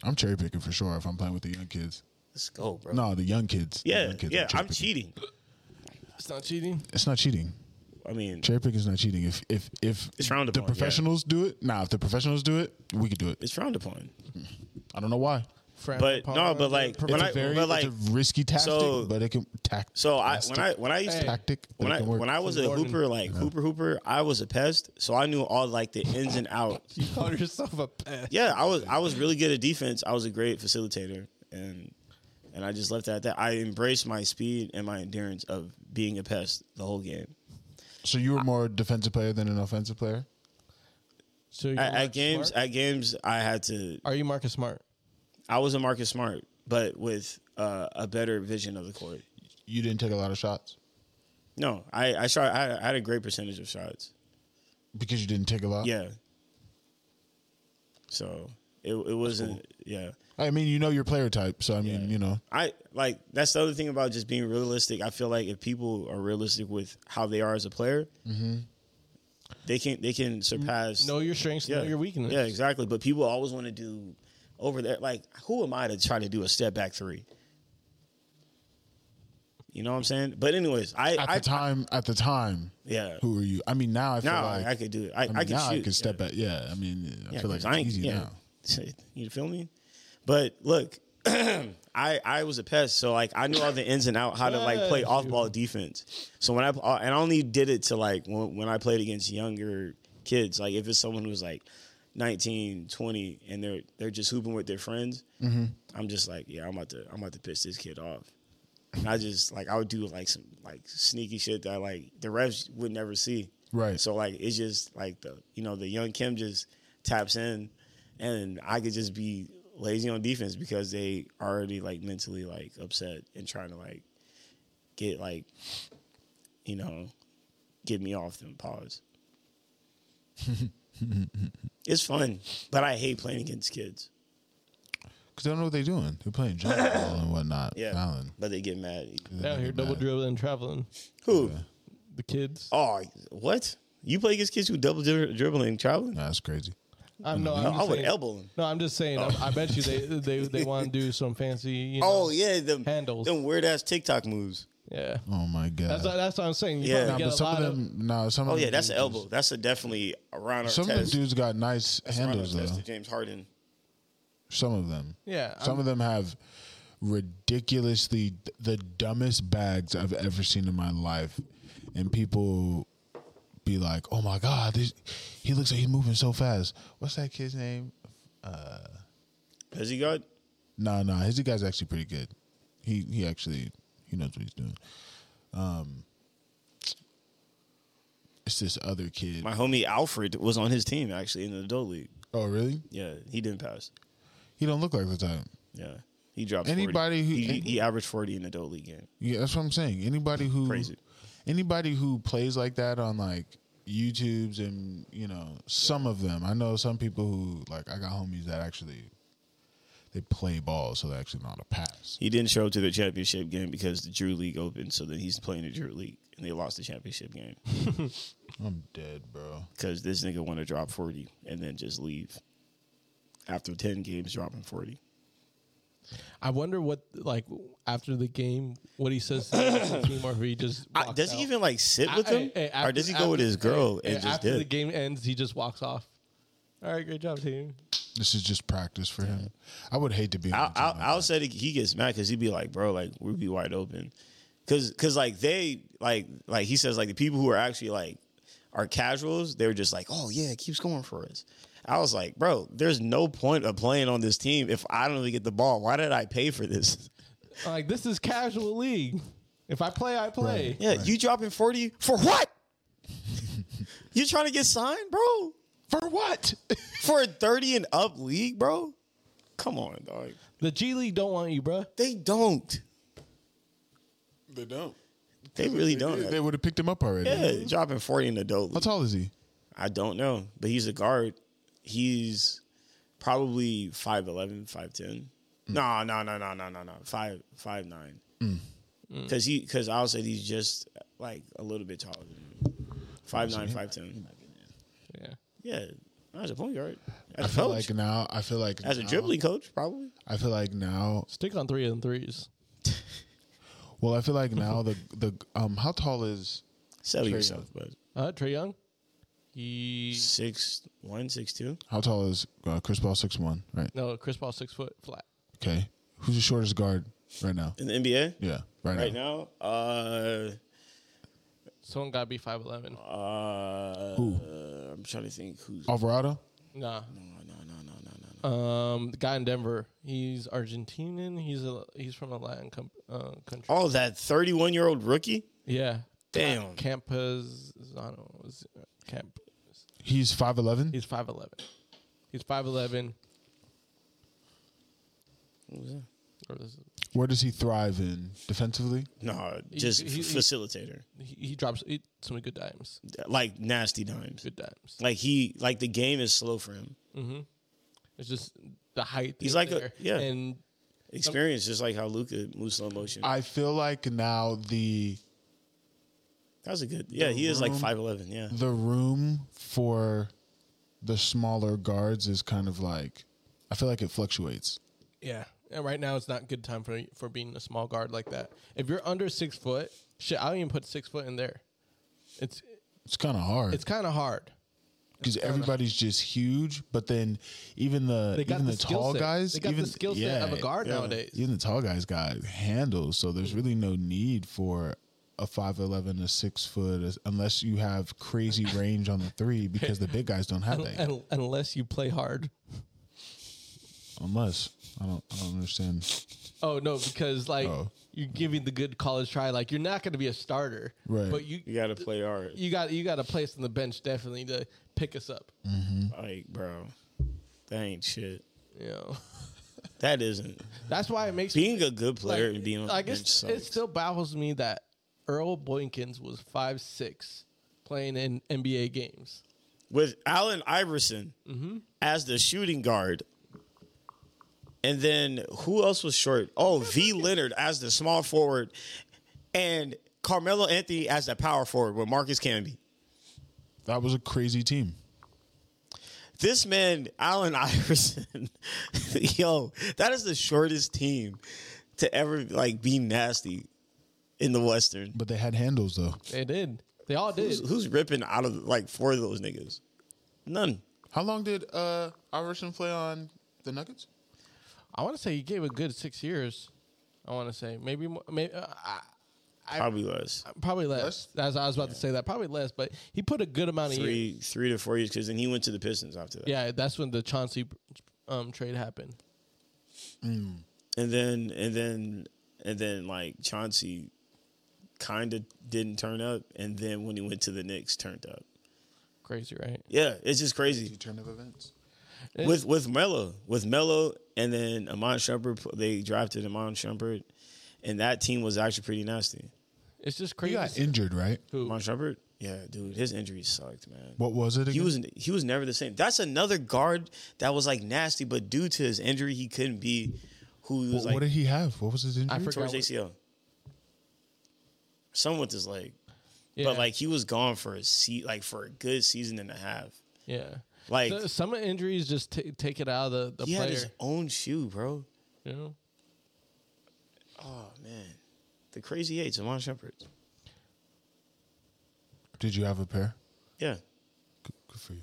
I'm cherry picking for sure if I'm playing with the young kids. Let's go, bro. No, the young kids. The Yeah, young kids, yeah. cherry I'm picking. cheating. not cheating. It's not cheating. I mean, Cherry picking is not cheating. If if if It's frowned the upon, yeah. professionals do it, nah. If the professionals do it, we could do it. it's frowned upon. I don't know why. Frown But upon no, by the but like pro- It's when a I very but like it's a risky tactic, so- but it can tac- so I tactic, when I when I used to tactic but when it I can work. when I was a Gordon. hooper like hooper hooper I was a pest so I knew all like the ins and outs. you call yourself a pest. Yeah, I was I was really good at defense. I was a great facilitator and and I just left it at that. I embraced my speed and my endurance of being a pest the whole game. so you were more a defensive player than an offensive player. So you're At, Marcus at games Smart? at games I had to are you Marcus Smart? I was a Marcus Smart but with uh, a better vision of the court. You didn't take a lot of shots No, I I shot I, I had a great percentage of shots. because you didn't take a lot. Yeah. So it it wasn't yeah. I mean, you know your player type, so I mean, you know, I like that's the other thing about just being realistic. I feel like if people are realistic with how they are as a player, they can they can surpass Know your strengths, know your weaknesses. Yeah, exactly. But people always want to do over there. Like, who am I to try to do a step back three? You know what I'm saying? But anyways, I, at I the time, at the time, yeah. who are you? I mean, now I feel Now like I could do it. I, I, mean, can now I shoot. can yeah. step back. Yeah, I mean, I Yeah, feel like it's 'cause I ain't- easy yeah. now. you feel me? But look, I I was a pest, so like I knew all the ins and out how to like play Yes, off ball defense. So when I uh, and I only did it to like when, when I played against younger kids, like if it's someone who's like 19, 20 and they're they're just hooping with their friends, I'm just like, yeah, I'm about to I'm about to piss this kid off. And I just like I would do like some like sneaky shit that like the refs would never see. Right. So like it's just like the you know the young Kim just taps in, and I could just be lazy on defense because they already like mentally like upset and trying to like get like you know get me off them. Pause. it's fun, but I hate playing against kids. Because they don't know what they're doing. They're playing jump ball and whatnot. Yeah, fouling. but they get mad. Out here double dribbling, traveling. Who? The kids. Oh, what? You play against kids who double dri- dribbling, traveling? Nah, that's crazy. I'm no. I'm I just would saying- elbow them. No, I'm just saying. I, I bet you they they, they want to do some fancy. You know, Oh yeah, them Handles. them weird ass TikTok moves. yeah. Oh my god. That's what- that's what I'm saying. You Yeah. yeah, Nah, get but a some lot of them, nah, some of Oh them yeah, that's dudes- an elbow. That's a definitely a Ron Artest. Some of them dudes got nice Ron handles Artest though. to James Harden. Some of them. Yeah, Some I'm- of them have ridiculously the dumbest bags I've ever seen in my life, and people be like, "Oh my god, this, he looks like he's moving so fast." What's that kid's name? Has he got? No, no, his guy's actually pretty good. He he actually he knows what he's doing. Um, it's this other kid. My homie Alfred was on his team actually in the adult league. oh really? Yeah, he didn't pass. He don't look like the type. Yeah, he dropped. Anybody 40. who- he, he averaged forty in the adult league game. Yeah, that's what I'm saying. Anybody who Crazy. anybody who plays like that on like YouTubes and you know some of them. I know some people who like I got homies that actually they play ball, so they're actually not a pass. He didn't show up to the championship game because the Drew League opened, so then he's playing the Drew League, and they lost the championship game I'm dead, bro. because this nigga want to drop forty and then just leave after ten games dropping forty. I wonder what like after the game what he says to the rest of the team or if he just I- walks does he out. even like sit I- with him, hey, hey, or after- does he go after- with his girl hey, and just after the dip? game ends he just walks off. All right, great job team. This is just practice for him. I would hate to be. on I'll, a team I'll, like I'll say that he gets mad because he'd be like, "Bro, like we'd be wide open," because because like they like like he says like the people who are actually like are casuals, they're just like, "Oh yeah, keep scoring for us." I was like, "Bro, there's no point of playing on this team if I don't even get the ball. Why did I pay for this?" I'm like this is casual league. If I play, I play. Yeah, you dropping forty for what? you trying to get signed, bro? for what? For a thirty and up league, bro? Come on, dog. The G League don't want you, bruh. They don't. they don't. They really don't. They would have picked him up already. Yeah, dropping forty in the adult. How league. tall is he? I don't know, but he's a guard. He's probably 5'11", 5'10". No, no, no, no, no, no, no. Five, five nine. Because he, because I'll say he's just like a little bit taller than me. Five nine, five ten. Yeah. Yeah, I was a point guard. I As a feel coach, like uh, now. I feel like as a now- dribbling coach, probably. I feel like now Stick on three and threes. Well, I feel like now the the um how tall is Sell Trey yourself, but Uh, Trey Young. He six one, six two. how tall is uh, Chris Paul six one right? no Chris Paul six foot flat. Okay, who's the shortest guard right now? in the NBA Yeah, right, right now. now. Uh, Someone got to be five eleven. uh, Who? I'm trying to think who's. oh, Alvarado. Nah. No, no, no, no, no, no, no. Um, the guy in Denver. He's Argentinian. He's a he's from a Latin com- uh, country. Oh, that 31 year old rookie. Yeah. Damn. Campazano. is- Camp. He's five eleven. He's five eleven. He's five eleven. Or this is- Where does he thrive in defensively? No, He- just he- he- facilitator. He, he drops he, some good dimes. Like nasty dimes. Good dimes. Mm-hmm. Like he, like the game is slow for him. It's just the height. He's is like a- there. yeah. And Experience, just like how Luca moves slow motion. I feel like now the That was a good. Yeah, he is like room- five eleven. Yeah, the room for the smaller guards is kind of like I feel like it fluctuates. yeah. And right now it's not good time for for being a small guard like that. If you're under six foot, shit, I don't even put six foot in there. It's It's kind of hard. it's kind of hard. because everybody's just huge. But then even the They got even the the, skill tall set. guys, They got the even skill set of a guard nowadays. Even the tall guys got handles, so there's really no need for a five eleven, a six foot, as- unless you have crazy range on the three because the big guys don't have that. Un- unless you play hard. Unless I don't, I don't understand. Oh no, because like Oh. you're giving the good college try. Like you're not going to be a starter, Right. But you you got to play hard. you got you got a place on the bench definitely to pick us up. Like, bro, that ain't shit. You know, That isn't that's why it makes being a good like, player and being on the like bench. it's, sucks. it still baffles me that Earl Boykins was five six playing in NBA games. with Allen Iverson Mm-hmm. as the shooting guard. And then who else was short? Oh, V. Leonard as the small forward, and Carmelo Anthony as the power forward with Marcus Camby. That was a crazy team. This man, Allen Iverson, yo, that is the shortest team to ever like be nasty in the Western. But they had handles though. They did. They all did. Who's, who's ripping out of like four of those niggas? None. How long did uh Iverson play on the Nuggets? I want to say he gave a good six years. I want to say maybe mo- maybe uh, I- Probably less. probably less. Less? That's I was about to say that probably less, but he put a good amount of years. Three, three to four years. Because then he went to the Pistons after that. Yeah, that's when the Chauncey um, trade happened. and then and then and then like Chauncey kind of didn't turn up, and then when he went to the Knicks, turned up. Crazy, right? Yeah, it's just crazy. Turn of events. With with Melo, with Melo, and then Amon Shumpert, they drafted Amon Shumpert, and that team was actually pretty nasty. It's just He crazy. got injured, right? Amon Shumpert, yeah, dude, his injury sucked, man. What was it? Again? He was he was never the same. That's another guard that was like nasty, but due to his injury, he couldn't be who he was What, like what did he have? What was his injury? I forgot. towards what- ACL. Some with his leg. yeah, But like he was gone for a se- like for a good season and a half. yeah, Like So some injuries just ta take it out of the, the he player. had his own shoe, bro. you know, Oh man, the crazy eights, Amon Shepard. Did you have a pair? Yeah, Good, good for you.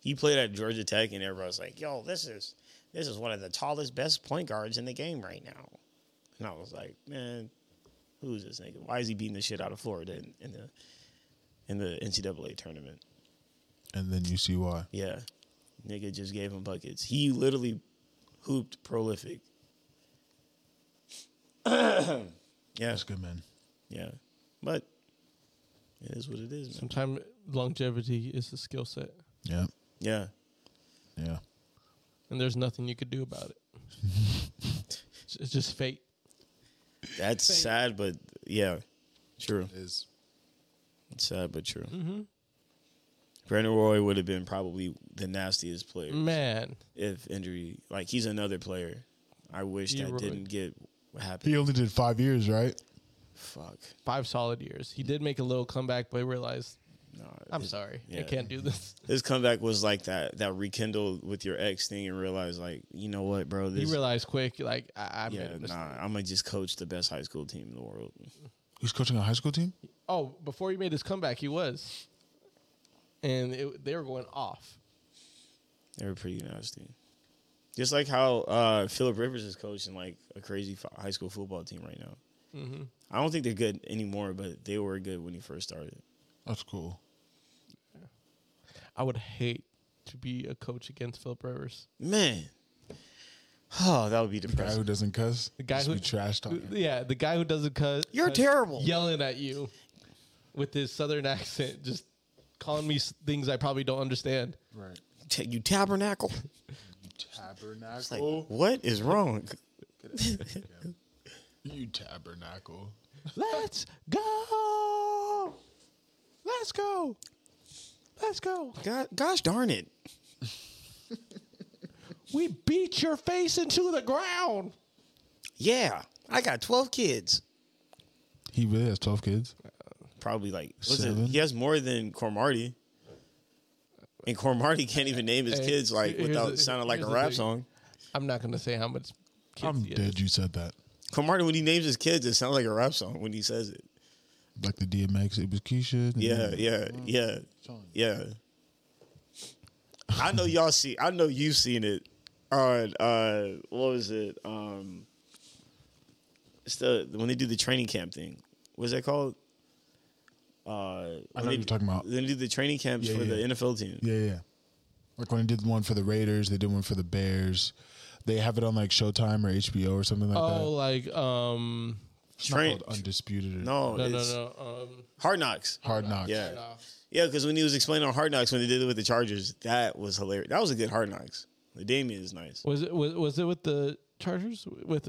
he played at Georgia Tech, and everybody's like, "Yo, this is this is one of the tallest, best point guards in the game right now." And I was like, "Man, who's this nigga? Why is he beating the shit out of Florida in, in the in the NCAA tournament?" And then you see why. Yeah. Nigga just gave him buckets. He literally hooped prolific. yeah, That's good, man. yeah. But it is what it is, man. sometimes longevity is a skill set, Yeah, Yeah. yeah. and there's nothing you could do about it. it's it's just fate. That's sad, but yeah. True. Is It's sad, but true. Mm-hmm. Brandon Roy would have been probably the nastiest player Man, if injury. Like, he's another player. I wish He that really- didn't get what happened. he only did five years, right? Fuck. five solid years. He did make a little comeback, but he realized No, I'm his, sorry, I yeah. can't do this. his comeback was like that that rekindle with your ex thing and realize like you know what, bro. This You realize quick, like I, I made yeah, a mistake. nah. I'm gonna just coach the best high school team in the world. He's coaching a high school team. Oh, before he made his comeback, he was, and it, they were going off. They were pretty nasty. Just like how uh, Philip Rivers is coaching like a crazy f- high school football team right now. hmm I don't think they're good anymore, but they were good when he first started. That's cool. I would hate to be a coach against Philip Rivers. Man, oh, that would be The guy who depressing. doesn't cuss. The guy just who- be trash talking. Yeah, the guy who doesn't cut. You're cut- terrible. Yelling at you with his southern accent, just calling me s- things I probably don't understand. Right. T- you tabernacle. It's like, Tabernacle. what is wrong? you tabernacle. Let's go. Let's go. Let's go. God, gosh darn it! We beat your face into the ground. Yeah, I got twelve kids. He really has twelve kids. Probably like what's it? Seven? He has more than Cormarty, and Cormarty can't even name his Hey, kids like here's without the- sounding like a here's the rap thing. song. I'm not gonna say how much. Kids I'm he has. dead. You said that. Cormarty, when he names his kids, it sounds like a rap song when he says it. Like the DMX, it was Keisha. and- Yeah, yeah, Mm. yeah, yeah. I know y'all see. I know you've seen it on uh, what was it? Um, it's the when they do the training camp thing. What's that called? Uh, I when know what they- you're talking about. They do the training camps Yeah, for yeah. the NFL team. Yeah, yeah. Like when they did one for the Raiders, they did one for the Bears. They have it on like Showtime or HBO or something like that. Oh, like um, It's not Train- called undisputed. Or No, no, no, it's no, um, Hard Knocks. Hard knocks. Yeah, no. yeah. Because when he was explaining on Hard Knocks when they did it with the Chargers, that was hilarious. That was a good Hard Knocks. The Damien is nice. Was it was, was it with the Chargers with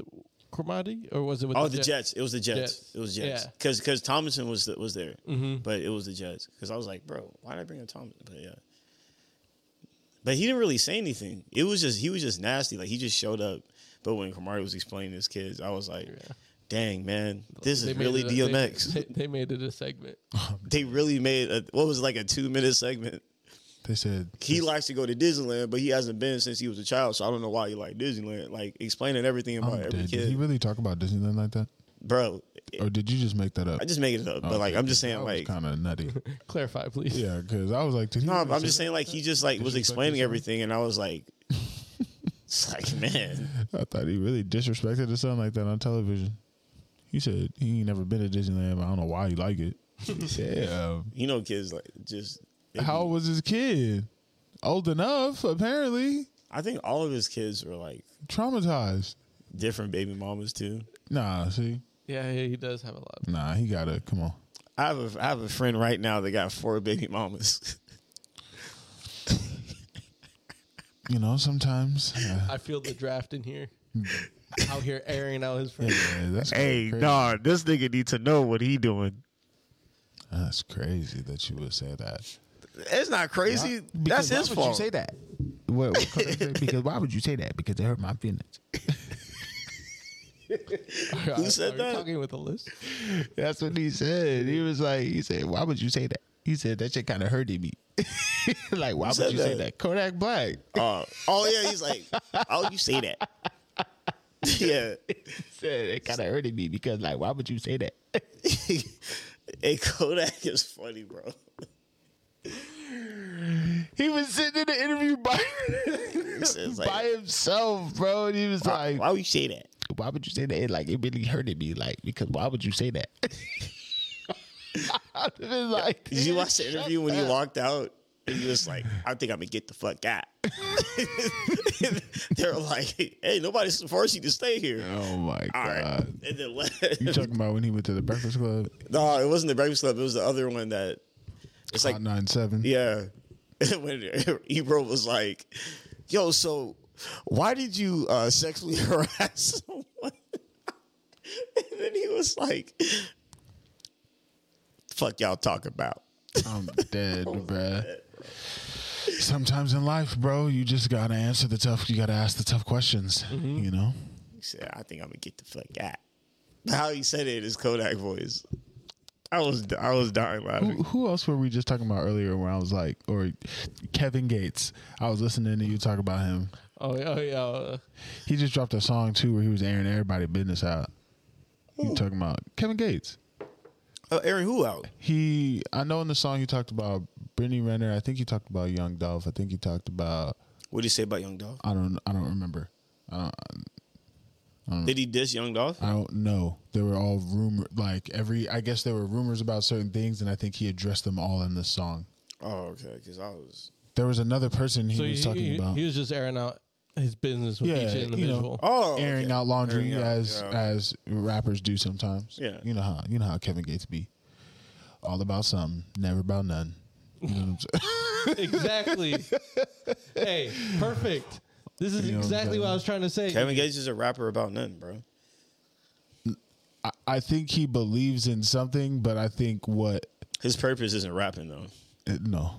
Cromartie or was it with Oh, the Jets. It was the Jets. Jets. It was Jets. Yeah. Mm-hmm. Because Thomason was the, was there, but it was the Jets. Because I was like, bro, why did I bring up Thomason? But yeah, but he didn't really say anything. It was just he was just nasty. Like he just showed up. But when Kamari was explaining his kids, I was like, dang man, this They is made really it a- DMX. They, they, they made it a segment. They, really made a, what was it, like a two minute segment. They said He likes to go to Disneyland, but he hasn't been since he was a child. So I don't know why he liked Disneyland. Like explaining everything I'm about every dead. Did he kid, really talk about Disneyland like that, bro. or did you just make that up? I just make it up, but like I'm just saying, like kind of nutty. Clarify, please. yeah, because I was like, did he No, really I'm I'm say just saying like he just like was Disrespect explaining yourself? everything, and I was like, it's like man, that? I thought he really disrespected his son like that on television. He said he ain't never been to Disneyland, but I don't know why he like it. yeah. you know, kids like just they How old was his kid? Old enough, apparently. be- I think all of his kids were like Traumatized. different baby mamas too. Nah, see, yeah, yeah, he does have a lot. nah, he gotta come on. I have a I have a friend right now that got four baby mamas. You know, sometimes. uh, I feel the draft in here. out here airing out his friends. yeah, that's crazy. this nigga need to know what he doing. That's crazy that you would say that. It's not crazy. That's his fault. that? because why would you say that? Because it hurt my feelings. Who said that? Talking with a list. That's what he said. He was like, he said, why would you say that? He said that shit kind of hurted me. like, why said that? Kodak Black. Uh, oh yeah, he's like, oh you say that? yeah. said it kind of hurted me because, like, why would you say that? hey Kodak is funny, bro. He was sitting in the interview by, says, like- by himself, bro. And he was Why, like, why would you say that? why would you say that? It, like, it really hurted me. Like, because why would you say that? I've been like, Did you watch the shut interview when he up. walked out? And he was like, I think I'm gonna get the fuck out. they were like, hey, nobody's forced you to stay here. Oh my All right. god! And then left. You talking about when he went to the Breakfast Club? no, it wasn't the Breakfast Club. It was the other one that it's like, Hot nine seven. yeah. when Ebro was like, yo, so why did you uh, sexually harass someone? and then he was like, fuck y'all talk about. I'm dead, Oh, bruh. Sometimes in life, bro, you just gotta answer the tough. You gotta ask the tough questions. Mm-hmm. You know, He said, I think I'm gonna get the fuck out. How he said it is Kodak voice. I was I was dying Who, laughing. who else were we just talking about earlier? Where I was like, or Kevin Gates. I was listening to you talk about him. Oh yeah, oh, yeah. uh, He just dropped a song too, where he was airing everybody business out. You talking about Kevin Gates? Oh, Aaron, who out? He, I know in the song you talked about Brittany Renner. I think you talked about Young Dolph. I think you talked about What did he say about Young Dolph? I don't I don't remember. Uh, I don't Mm. Did he diss Young Dolph? I don't know. They were all rumor like every I guess there were rumors about certain things, and I think he addressed them all in this song. Oh, okay, because I was. There was another person he so was he, talking he, about. he was just airing out his business with Yeah, each you know. individual. Oh, okay. airing out laundry Airing out, as yeah. as rappers do sometimes. Yeah. you know how you know how Kevin Gates be, all about something, never about none. You know what I'm saying? exactly. hey, perfect. This is You know what I'm exactly what I saying? was trying to say. Kevin Gates is a rapper about nothing, bro. I, I think he believes in something, but I think what His purpose isn't rapping though. eh, no,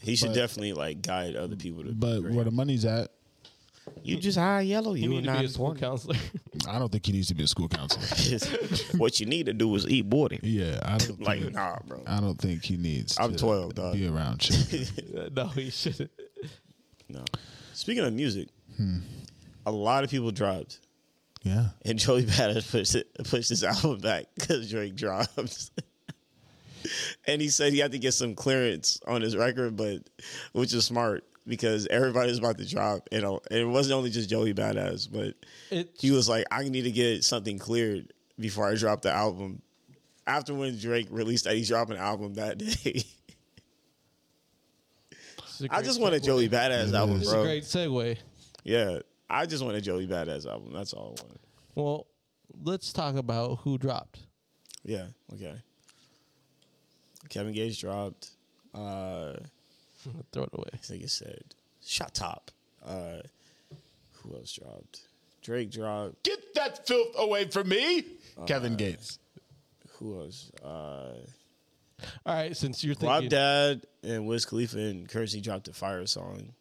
He should But- definitely like guide other people to. but great. where the money's at, you just hire yellow. you You, need and to not be a school counselor. I don't think he needs to be a school counselor. what you need to do is eat boarding. yeah, I don't Like think, nah, bro. I don't think he needs. I'm to 12, dog. Be around children. no, he shouldn't. No. Speaking of music, Hmm. a lot of people dropped, yeah. and Joey Badass pushed it, pushed his album back because Drake dropped. and he said he had to get some clearance on his record, but which is smart because everybody's about to drop. You know, and it wasn't only just Joey Badass, but It's he was like, I need to get something cleared before I drop the album. After when Drake released that he's dropping an album that day. it's a I great just want a segue. Joey Badass album, It's bro. a great segue. Yeah. I just want a Joey Badass album. That's all I want. Well, let's talk about who dropped. Yeah. Okay. Kevin Gage dropped. Uh, Throw it away. I think it said Shot Top. Uh, who else dropped? Drake dropped. Get that filth away from me, Kevin Gates. Who else? Uh, All right, since you're Rob thinking, Dad and Wiz Khalifa and Currency dropped the Fire song.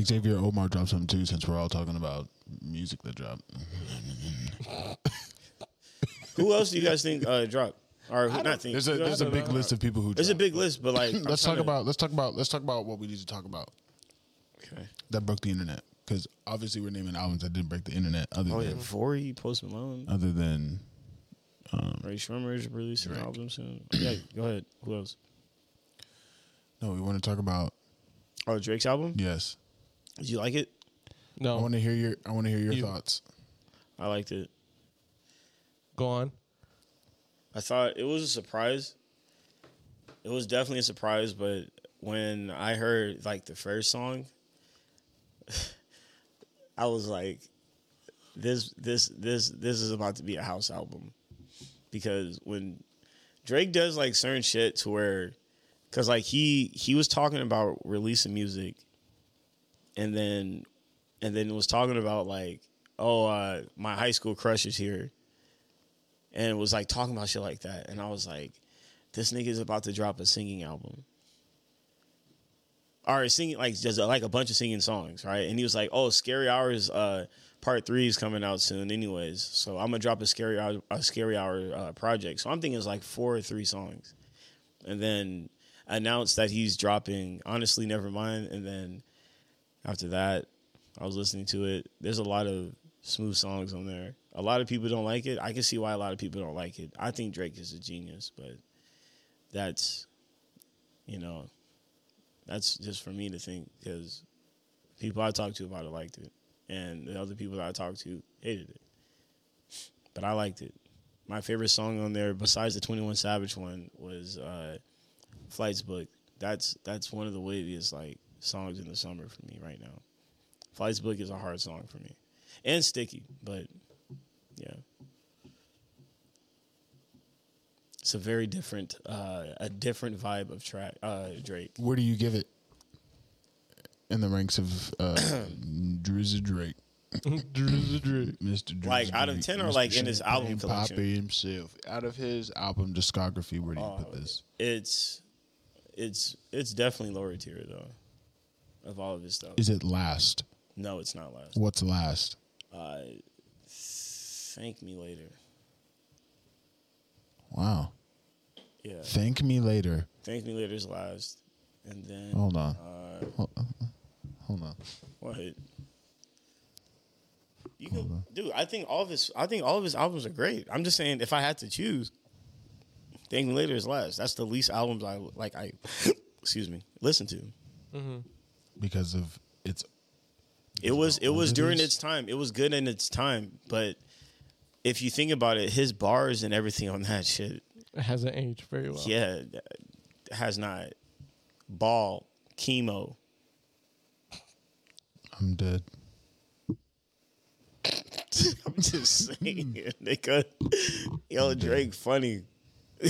Xavier Omar dropped something too, since we're all talking about music that dropped. Who else do you guys think uh, dropped? Or who, not think? There's a you know, there's a big list of people who. There's a dropped. big list, but like I'm Mm, Let's talk tryna- about let's talk about let's talk about what we need to talk about Okay. that broke the internet because obviously we're naming albums that didn't break the internet other Oh yeah, than Vory, Post Malone, other than Ray Shremmer is releasing an Um, Drake. album soon. Yeah, go ahead. Who else? no we want to talk about Oh, Drake's album. yes Did you like it? Oh. I no, want to hear your I want to hear your You- thoughts I liked it. go on. I thought it was a surprise. It was definitely a surprise, but when I heard like the first song, I was like, "This, this, this, this is about to be a house album," because when Drake does like certain shit to where, because like he he was talking about releasing music, and then and then was talking about like, "Oh, uh, my high school crush is here." and was like talking about shit like that. And I was like, this nigga is about to drop a singing album. Or singing like just like a bunch of singing songs, right? And he was like, "Oh, Scary Hours uh, Part Three is coming out soon, anyways. So I'm gonna drop a Scary Hour, a Scary Hour uh, project. So I'm thinking it's like four or three songs, and then announced that he's dropping Honestly Nevermind. And then after that, I was listening to it. There's a lot of smooth songs on there. A lot of people don't like it. I can see why a lot of people don't like it. I think Drake is a genius, but that's, you know, that's just for me to think because people I talked to about it liked it, and the other people that I talked to hated it. But I liked it. My favorite song on there, besides the Twenty One Savage one, was uh, "Flights Book." That's that's one of the waviest like songs in the summer for me right now. Flights Book is a hard song for me. And sticky, but yeah. It's a very different uh a different vibe of track uh Drake. where do you give it in the ranks of uh, Drizzy Drake Drizzy Drake Mr Drizzy Like, out of Drake, 10 or, Mr. like, in his album Champagne collection? Oh, Poppy himself out of his album discography where do you put this It's it's it's definitely lower tier though. Of all of his stuff. is it last no, it's not last. what's last Uh thank me later. wow Yeah. Thank me later. Thank Me Later's last. And then. Hold on. Uh, Hold hold on. What? You could, dude. I think all of his. I think all of his albums are great. I'm just saying, if I had to choose, "Thank Me Later" is last. That's the least albums I like. I excuse me, listen to. Because of it's It was. It was Older during days? its time. It was good in its time, but if you think about it, his bars and everything on that shit, It hasn't aged very well. yeah, that has not. Ball, chemo. I'm dead. I'm just saying, Hmm. nigga. Yo, Drake, funny.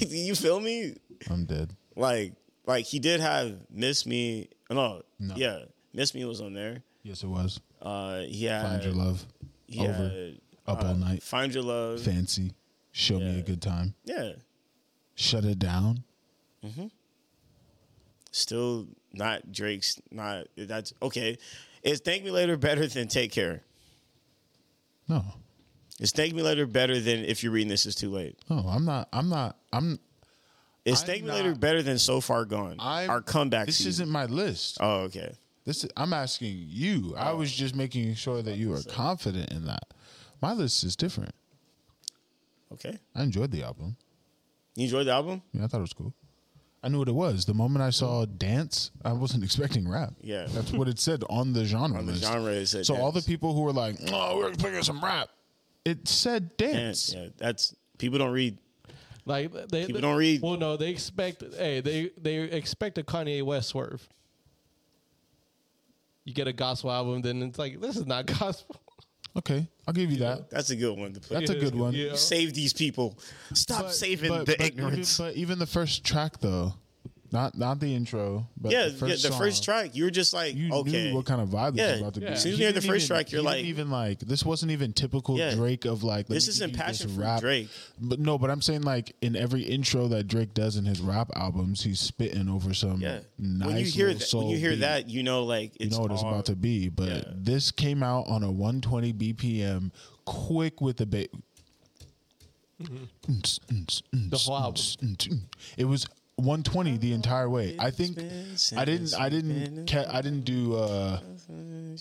you feel me? I'm dead. Like, like he did have "Miss Me." oh, No, No. yeah, "Miss Me" was on there. Yes, it was. Uh, he had, Find your love. he had, Over. Up uh, all night. Find your love. Fancy. Show me yeah. a good time. yeah, Shut it down. still not Drake's. Not that's okay. Is "Thank Me Later" better than "Take Care"? No. Is "Thank Me Later" better than "If You're Reading This Is Too Late"? No, I'm not. I'm not. I'm. Is I'm "Thank Me Later" not- better than "So Far Gone"? I. Our comeback. This season. isn't my list. Oh, okay. This is, I'm asking you. I was just making sure that you were confident in that. My list is different. Okay. I enjoyed the album. You enjoyed the album? Yeah, I thought it was cool. I knew what it was. The moment I saw dance, I wasn't expecting rap. Yeah. That's what it said on the genre the list. genre, it said so all the dance. people who were like, "Oh, we're picking some rap," it said Yeah, dance. yeah, that's people don't read. Like they People they- don't read. Well, no, they expect. Hey, they they expect a Kanye West swerve. You get a gospel album, then it's like this is not gospel. Okay, I'll give you that. That's a good one to put. That's a good one. Yeah. Save these people. Stop saving But, the but ignorance. Even, but even the first track though, not not the intro, but yeah, the first yeah, the first song. track, you were just like, you okay, knew what kind of vibe Yeah, this was about to yeah. be. As soon as He you hear the didn't first even- track, you're he didn't like- even like this wasn't even typical Yeah. Drake of like. let This me is give you impassioned this from rap. Drake. But no, but I'm saying like in every intro that Drake does in his rap albums, he's spitting over some yeah. nice when you hear little that, when soul you hear beat. that, you know, like You it's know what it's all- about to be, but Yeah. this came out on a 120 BPM, quick with the ba- The whole album. It was 120 the entire way. I think I didn't. I didn't. Ca- I didn't do uh,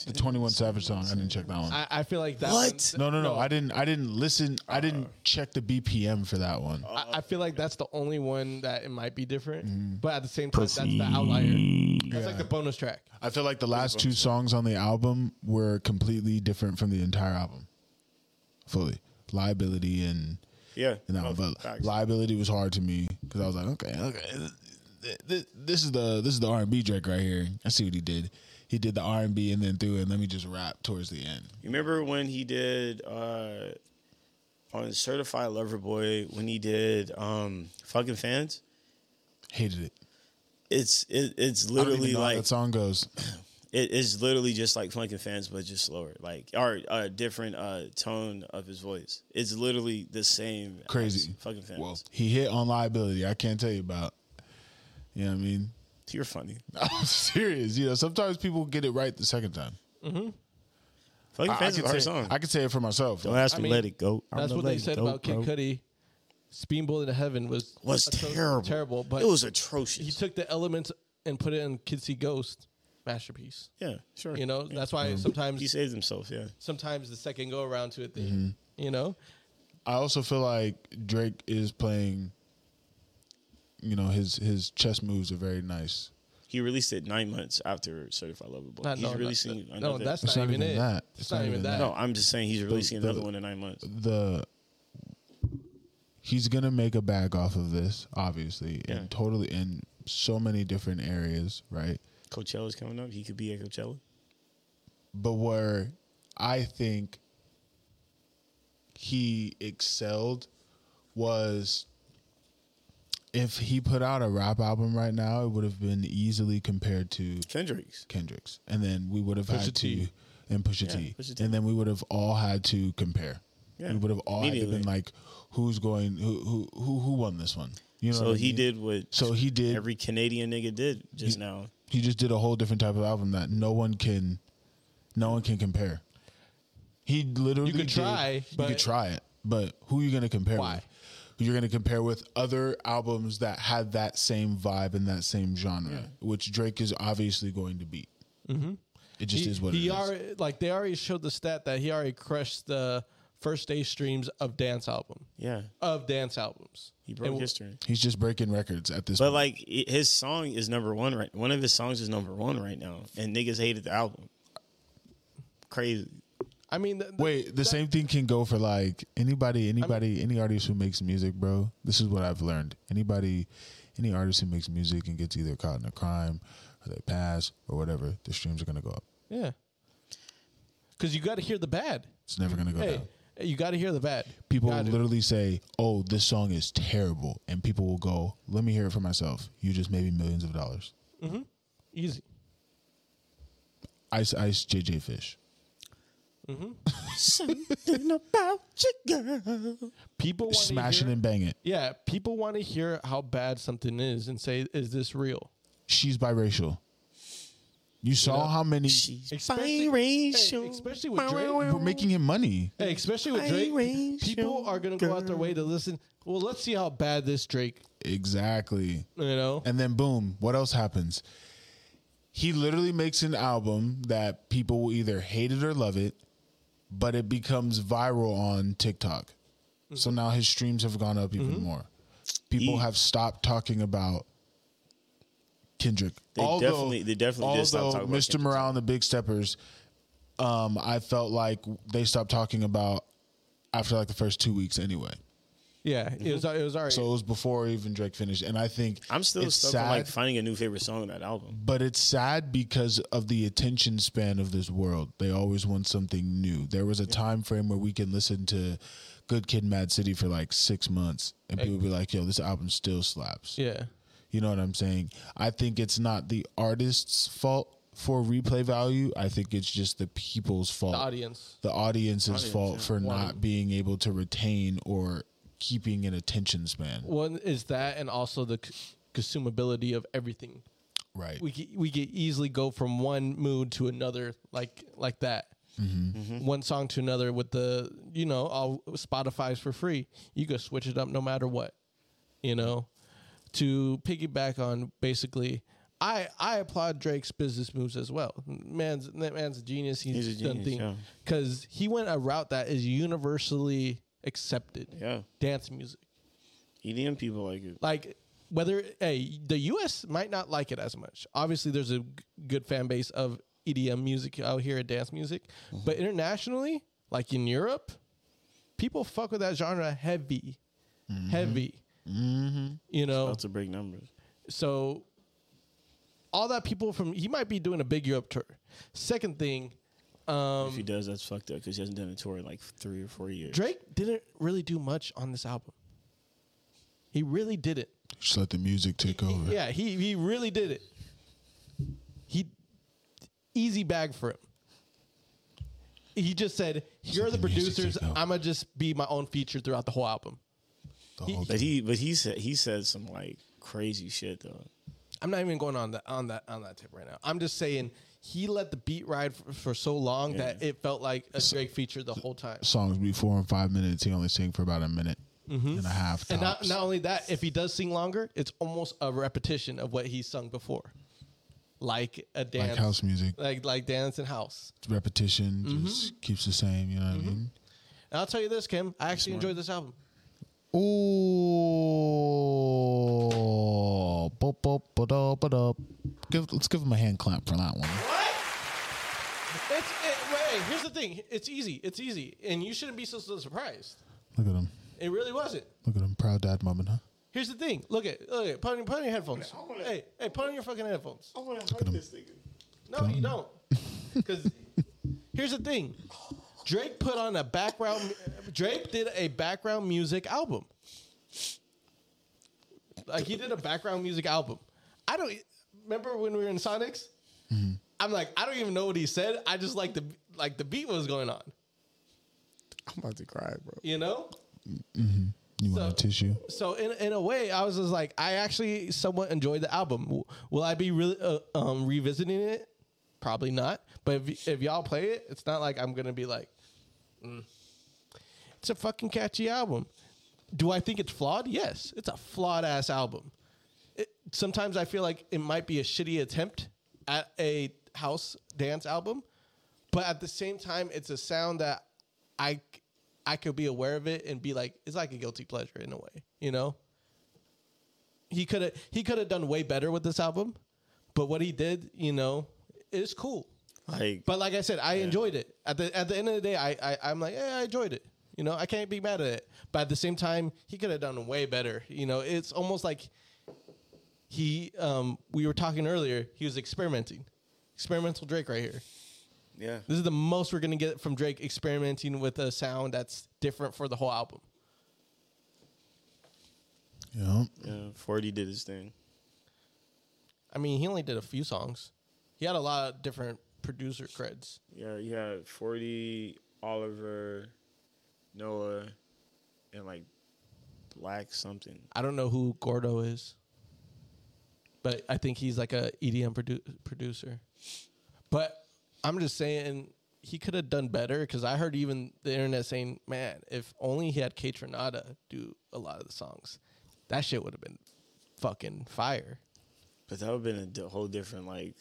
the 21 Savage song. I didn't check that one. I, I feel like that. What? one- No, no, no. I didn't. I didn't listen. I didn't check the BPM for that one. I, I feel like that's the only one that it might be different, but at the same time, that's the outlier. That's like the bonus track. I feel like the last two songs on the album were completely different from the entire album, fully. Liability and Yeah. and that no, one, but facts. liability was hard to me because I was like, okay, okay, th- th- th- this is the this is the R and B Drake right here. I see what he did. He did the R and B and then threw it. Let me just rap towards the end. You remember when he did uh, on Certified Lover Boy when he did um, fucking fans? Hated it. It's it, it's I don't even literally know how like that song goes. it is literally just like Funkin' Fans, but just slower, like or a different uh, tone of his voice. It's literally the same. Crazy. Funkin' Fans. Well, he hit on liability. I can't tell you about. You know what I mean? You're funny. I'm serious. You know, sometimes people get it right the second time. Funkin' I, I Fans can is a hard say, song. I can say it for myself. Don't ask I me. mean, let it go. I'm That's gonna what they let it said go, about Kid bro. Cudi. Speedball into Heaven was Was atro- terrible. terrible, but it was he atrocious. took the elements and put it in Kid See Ghost masterpiece. yeah, sure. You know, that's why sometimes he saved himself. Yeah, sometimes the second go around to a thing. You know, I also feel like Drake is playing. You know his his chess moves are very nice. he released it nine months after Certified Lover Boy. Not- he's no, not- releasing no, another. that's It's not, even it. that. It's, not, even that. no. I'm just saying he's releasing the- another one in nine months. The he's gonna make a bag off of this, obviously, Yeah. and totally in so many different areas, right? Coachella's coming up. He could be at Coachella. but where I think he excelled was if he put out a rap album right now, it would have been easily compared to Kendrick's. Kendrick's, and then we would have had Pusha to T. and Pusha Yeah, T, Pusha T. and then we would have all had to compare. Yeah, We would have all had to been immediately. like, who's going? Who who who who won this one? You know. So what I he mean? did what So he did. every Canadian nigga did just now. he just did a whole different type of album that no one can no one can compare. He literally You could did- try, you but- could try it, but who are you going to compare Why? with? you're going to compare with other albums that had that same vibe and that same genre, which Drake is obviously going to beat. It just Mm-hmm. he, is what it he is. already like they already showed the stat that he already crushed the first day streams of dance album Yeah, of dance albums. he broke And- history. He's just breaking records at this But point. like i- his song is number one right. One of his songs is number one right now, and niggas hated the album. Crazy. I mean, th- th- Wait, the same thing can go for like anybody, anybody, any artist who makes music, bro. This is what I've learned. Anybody, any artist who makes music and gets either caught in a crime or they pass or whatever, the streams are gonna go up. yeah, because you got to hear the bad. It's never gonna go Hey, down. you got to hear the bad. People Gotta. literally say, "Oh, this song is terrible," and people will go, "Let me hear it for myself." You just made me millions of dollars. easy. Ice, ice, JJ Fish. Something about you, girl. People want Smash it and bang it. Yeah, people want to hear how bad something is and say, "Is this real?" She's biracial. You saw how many She's Especially- biracial. Hey, especially with Drake. we're making him money. Hey, especially with Biracial Drake, people are gonna go out their way to listen. Well, let's see how bad this Drake. Exactly. You know, And then boom, what else happens? He literally makes an album that people will either hate it or love it, but it becomes viral on TikTok. So now his streams have gone up even more. People Mm-hmm. He- have stopped talking about Kendrick. They definitely- they definitely did stop although talking about Mr. Kendrick. Morale and the Big Steppers, um, I felt like they stopped talking about after like the first two weeks anyway. yeah, it was it was already. So it was before even Drake finished, and I think I'm still it's stuck on like finding a new favorite song on that album. but it's sad because of the attention span of this world. They always want something new. There was a time frame where we can listen to Good Kid, Mad City for like six months, and people be like, "Yo, this album still slaps." yeah, You know what I'm saying? I think it's not the artist's fault for replay value. I think it's just the people's fault, the audience. the audience's Audience, fault yeah. for not being able to retain or keeping an attention span. One is that, and also the c- consumability of everything. right. We could, we could easily go from one mood to another, like like that. Mm-hmm. One song to another with the you know all Spotify's for free. You could switch it up no matter what. You know, to piggyback on basically. I, I applaud Drake's business moves as well. Man's that man's a genius. He's, He's a done genius, yeah. thing because he went a route that is universally accepted. Yeah, Dance music. EDM people like it. like whether hey the U.S. might not like it as much. Obviously, there's a g- good fan base of EDM music out here, dance music, but internationally, like in Europe, people fuck with that genre heavy, heavy. You know, About to break numbers. so all that people from he might be doing a big Europe tour. Second thing, um, if he does, that's fucked up because he hasn't done a tour in like three or four years. Drake didn't really do much on this album. He really didn't. Just let the music take over. Yeah, he he really did it. He easy bag for him. He just said, "You're the let the music producers. take over." I'm gonna just be my own feature throughout the whole album. The whole But he, but he said he said some like crazy shit though. I'm not even going on that on that on that tip right now. I'm just saying he let the beat ride for, for so long that it felt like a Drake feature the whole time. songs be four and five minutes. He only sing for about a minute and a half. Mm-hmm. And not, tops. not only that, if he does sing longer, it's almost a repetition of what he's sung before, like a dance, like house music, like like dance and house. it's repetition Mm-hmm. just keeps the same. You know what And I'll tell you this, Kim, I actually enjoyed this album. I mean? Ooh, Bop, bop, ba-da, ba-da. Give, let's give him a hand clap for that one. It's it, wait, here's the thing. It's easy. It's easy, and you shouldn't be so, so surprised. Look at him. It really wasn't. Look at him. Proud dad moment, huh? Here's the thing. Look at look at put on, put on your headphones. Hey hey, put on your fucking headphones. I want to hug this nigga. No, you don't. Because here's the thing. Drake put on a background. Drake did a background music album. Like he did a background music album. I don't e, remember when we were in Sonics. Mm-hmm. I'm like, I don't even know what he said. I just like the like the beat was going on. I'm about to cry, bro. You know. You want a So- tissue? So in in a way, I was just like, I actually somewhat enjoyed the album. W- Will I be really uh, um, revisiting it? Probably not. But if, y- if y'all play it, it's not like I'm gonna be like, mm. it's a fucking catchy album. do I think it's flawed? Yes, it's a flawed ass album. It, sometimes I feel like it might be a shitty attempt at a house dance album, but at the same time, it's a sound that I c- I could be aware of it and be like, it's like a guilty pleasure in a way, you know. He could have he could have done way better with this album, but what he did, you know, is cool. Like, But like I said, I enjoyed it. At the at the end of the day, I, I I'm like, yeah, I enjoyed it. You know, I can't be mad at it. But at the same time, he could have done way better. You know, it's almost like he um we were talking earlier, he was experimenting. Experimental Drake right here. yeah, This is the most we're gonna get from Drake experimenting with a sound that's different for the whole album. Yeah. yeah, Forty did his thing. I mean, he only did a few songs. He had a lot of different producer creds. Yeah, you had Forty, Oliver, Noah, and like Black something. I don't know who Gordo is, but I think he's like a EDM produ- producer. But I'm just saying he could have done better because I heard even the internet saying, "Man, if only he had K Tronada do a lot of the songs, that shit would have been fucking fire." But that would have been a di- whole different like.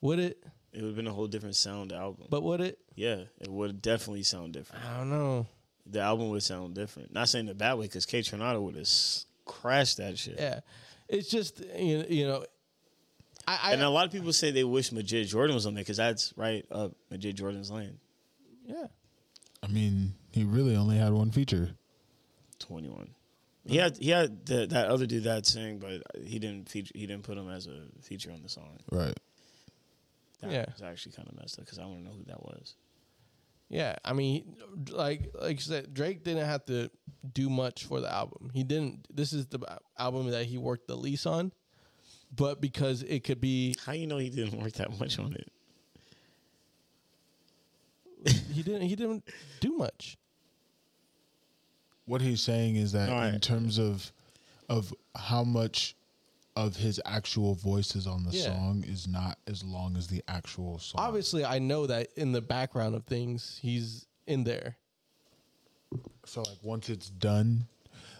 Would it? It would have been a whole different sound album. But would it? yeah, it would definitely sound different. I don't know. The album would sound different. Not saying the bad way, because K. Tronado would have s- crashed that shit. Yeah, it's just you you know, I, I And uh, a lot of people say they wish Majid Jordan was on there because that's right up Majid Jordan's lane. yeah. I mean, he really only had one feature. Twenty one. He had he had the, that other dude that sang, but he didn't feature, he didn't put him as a feature on the song. Right. That Yeah. was actually kind of messed up because I want to know who that was. Yeah, I mean, like like you said, Drake didn't have to do much for the album. He didn't. This is the album that he worked the least on, but because it could be, How you know he didn't work that much on it? he didn't. He didn't do much. What he's saying is that All right. in terms of of how much of his actual voice is on the Yeah. song is not as long as the actual song. Obviously, I know that in the background of things, he's in there. So like once it's done,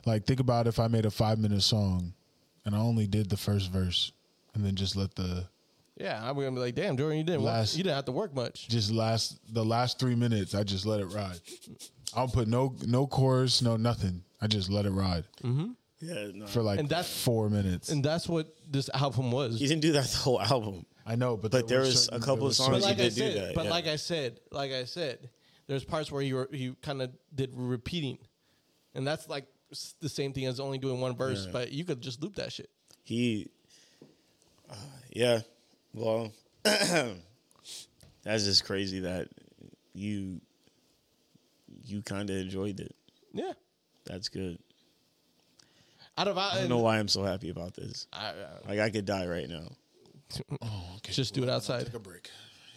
like think about if I made a five minute song and I only did the first verse and then just let the Yeah, I'm gonna be like, damn, Jordan, you didn't. work- Last- you didn't have to work much. just last the last three minutes I just let it ride. I don't put no no chorus, no nothing. I just let it ride Yeah, no. for like Mm. And that's- four minutes. And that's what this album was. he didn't do that the whole album. I know, but But there were was a couple there of were songs certain- but he like I did do said, that, but yeah. like I said, like I said, there's parts where you were, you kind of did repeating, and that's like s- the same thing as only doing one verse. But you could just loop that shit. He, uh, yeah, well, that's just crazy that you you kind of enjoyed it. Yeah. That's good. Out of I don't know why I'm so happy about this. I, Like I could die right now. Okay, Just do it I'm gonna outside. Take a break.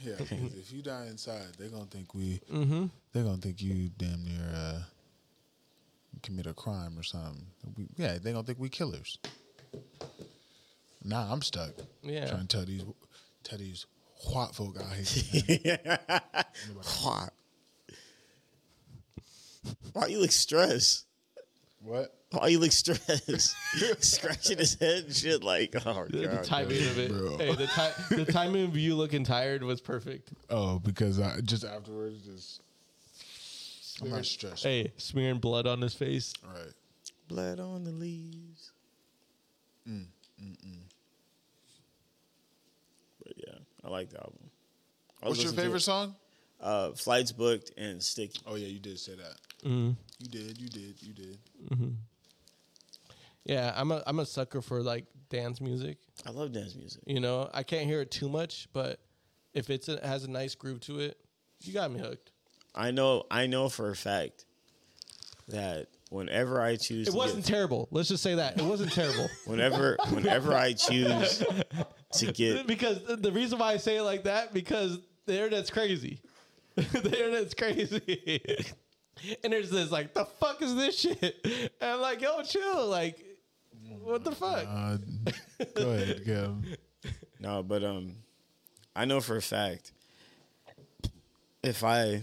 Yeah, 'cause if you die inside, they're gonna think we. Mm-hmm. They're gonna think you damn near uh, commit a crime or something. We, yeah, they're gonna think we killers. Nah, I'm stuck. Yeah. trying to tell these, tell these white folk out here. Why? Why you look stressed? what? Why you look stressed? Scratching his head and shit like, oh the, the God. timing of it. Bro. Hey, the, ti- the timing of you looking tired was perfect. Oh, because I just afterwards just. I'm not stressed. Hey, smearing blood on his face. All right. Blood on the leaves. Mm, But yeah, I like the album. I was What's your listening to favorite it. song? Uh, Flights booked and sticky. Oh yeah, you did say that. Mm-hmm. You did. You did. You did. Yeah, I'm a I'm a sucker for like dance music. I love dance music. You know, I can't hear it too much, but if it's a, has a nice groove to it, you got me hooked. I know. I know for a fact that whenever I choose, It to wasn't Get, terrible. Let's just say that it wasn't terrible whenever, whenever I choose to get, because the- the reason why I say it like that because the internet's crazy. the internet's crazy, and there's this like the fuck is this shit? And I'm like, yo, chill, like, what the fuck? Uh, go ahead, Kev. no, but um, I know for a fact if I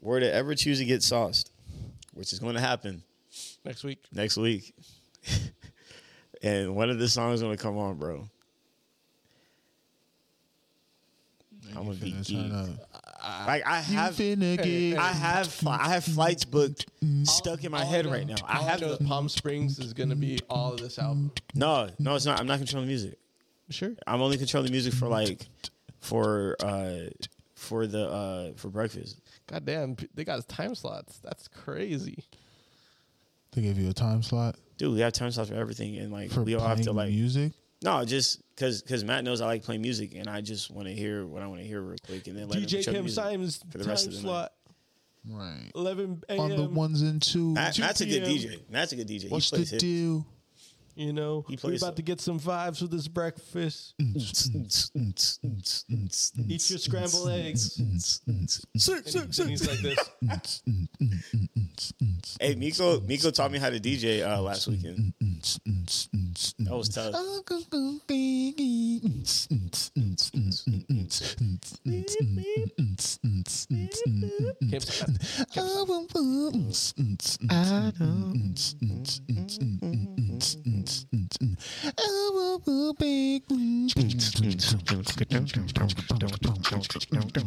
were to ever choose to get sauced, which is going to happen, next week. next week. and one of the songs gonna come on, bro. I'm gonna be Finna geeked. turn up. Like I You have, finna get I have, fl- I have flights booked stuck in my All head know- right now. I all have know the- that Palm Springs is going to be all of this album. no, no, it's not. I'm not controlling music. Sure. I'm only controlling music for like, for uh, for the uh, for breakfast. Goddamn, p- they got time slots. That's crazy. They gave you a time slot Dude, we have time slots for everything, and like for we all playing have to like. music. No, just because because Matt knows I like playing music, and I just want to hear what I want to hear real quick, and then let him DJ control Kim music Simons for the time rest of the slot, Right. 11 a.m. On the ones and twos. Matt, 2 Matt's a good PM. DJ. Matt's a good DJ. What's the he plays hits. deal? You know, He we're plays about it. to get some vibes with this breakfast. Eat your scrambled eggs. Sick, sick, sick. Things like this. Hey, Miko, Miko taught me how to DJ uh, last weekend. That was tough. Kim Simons.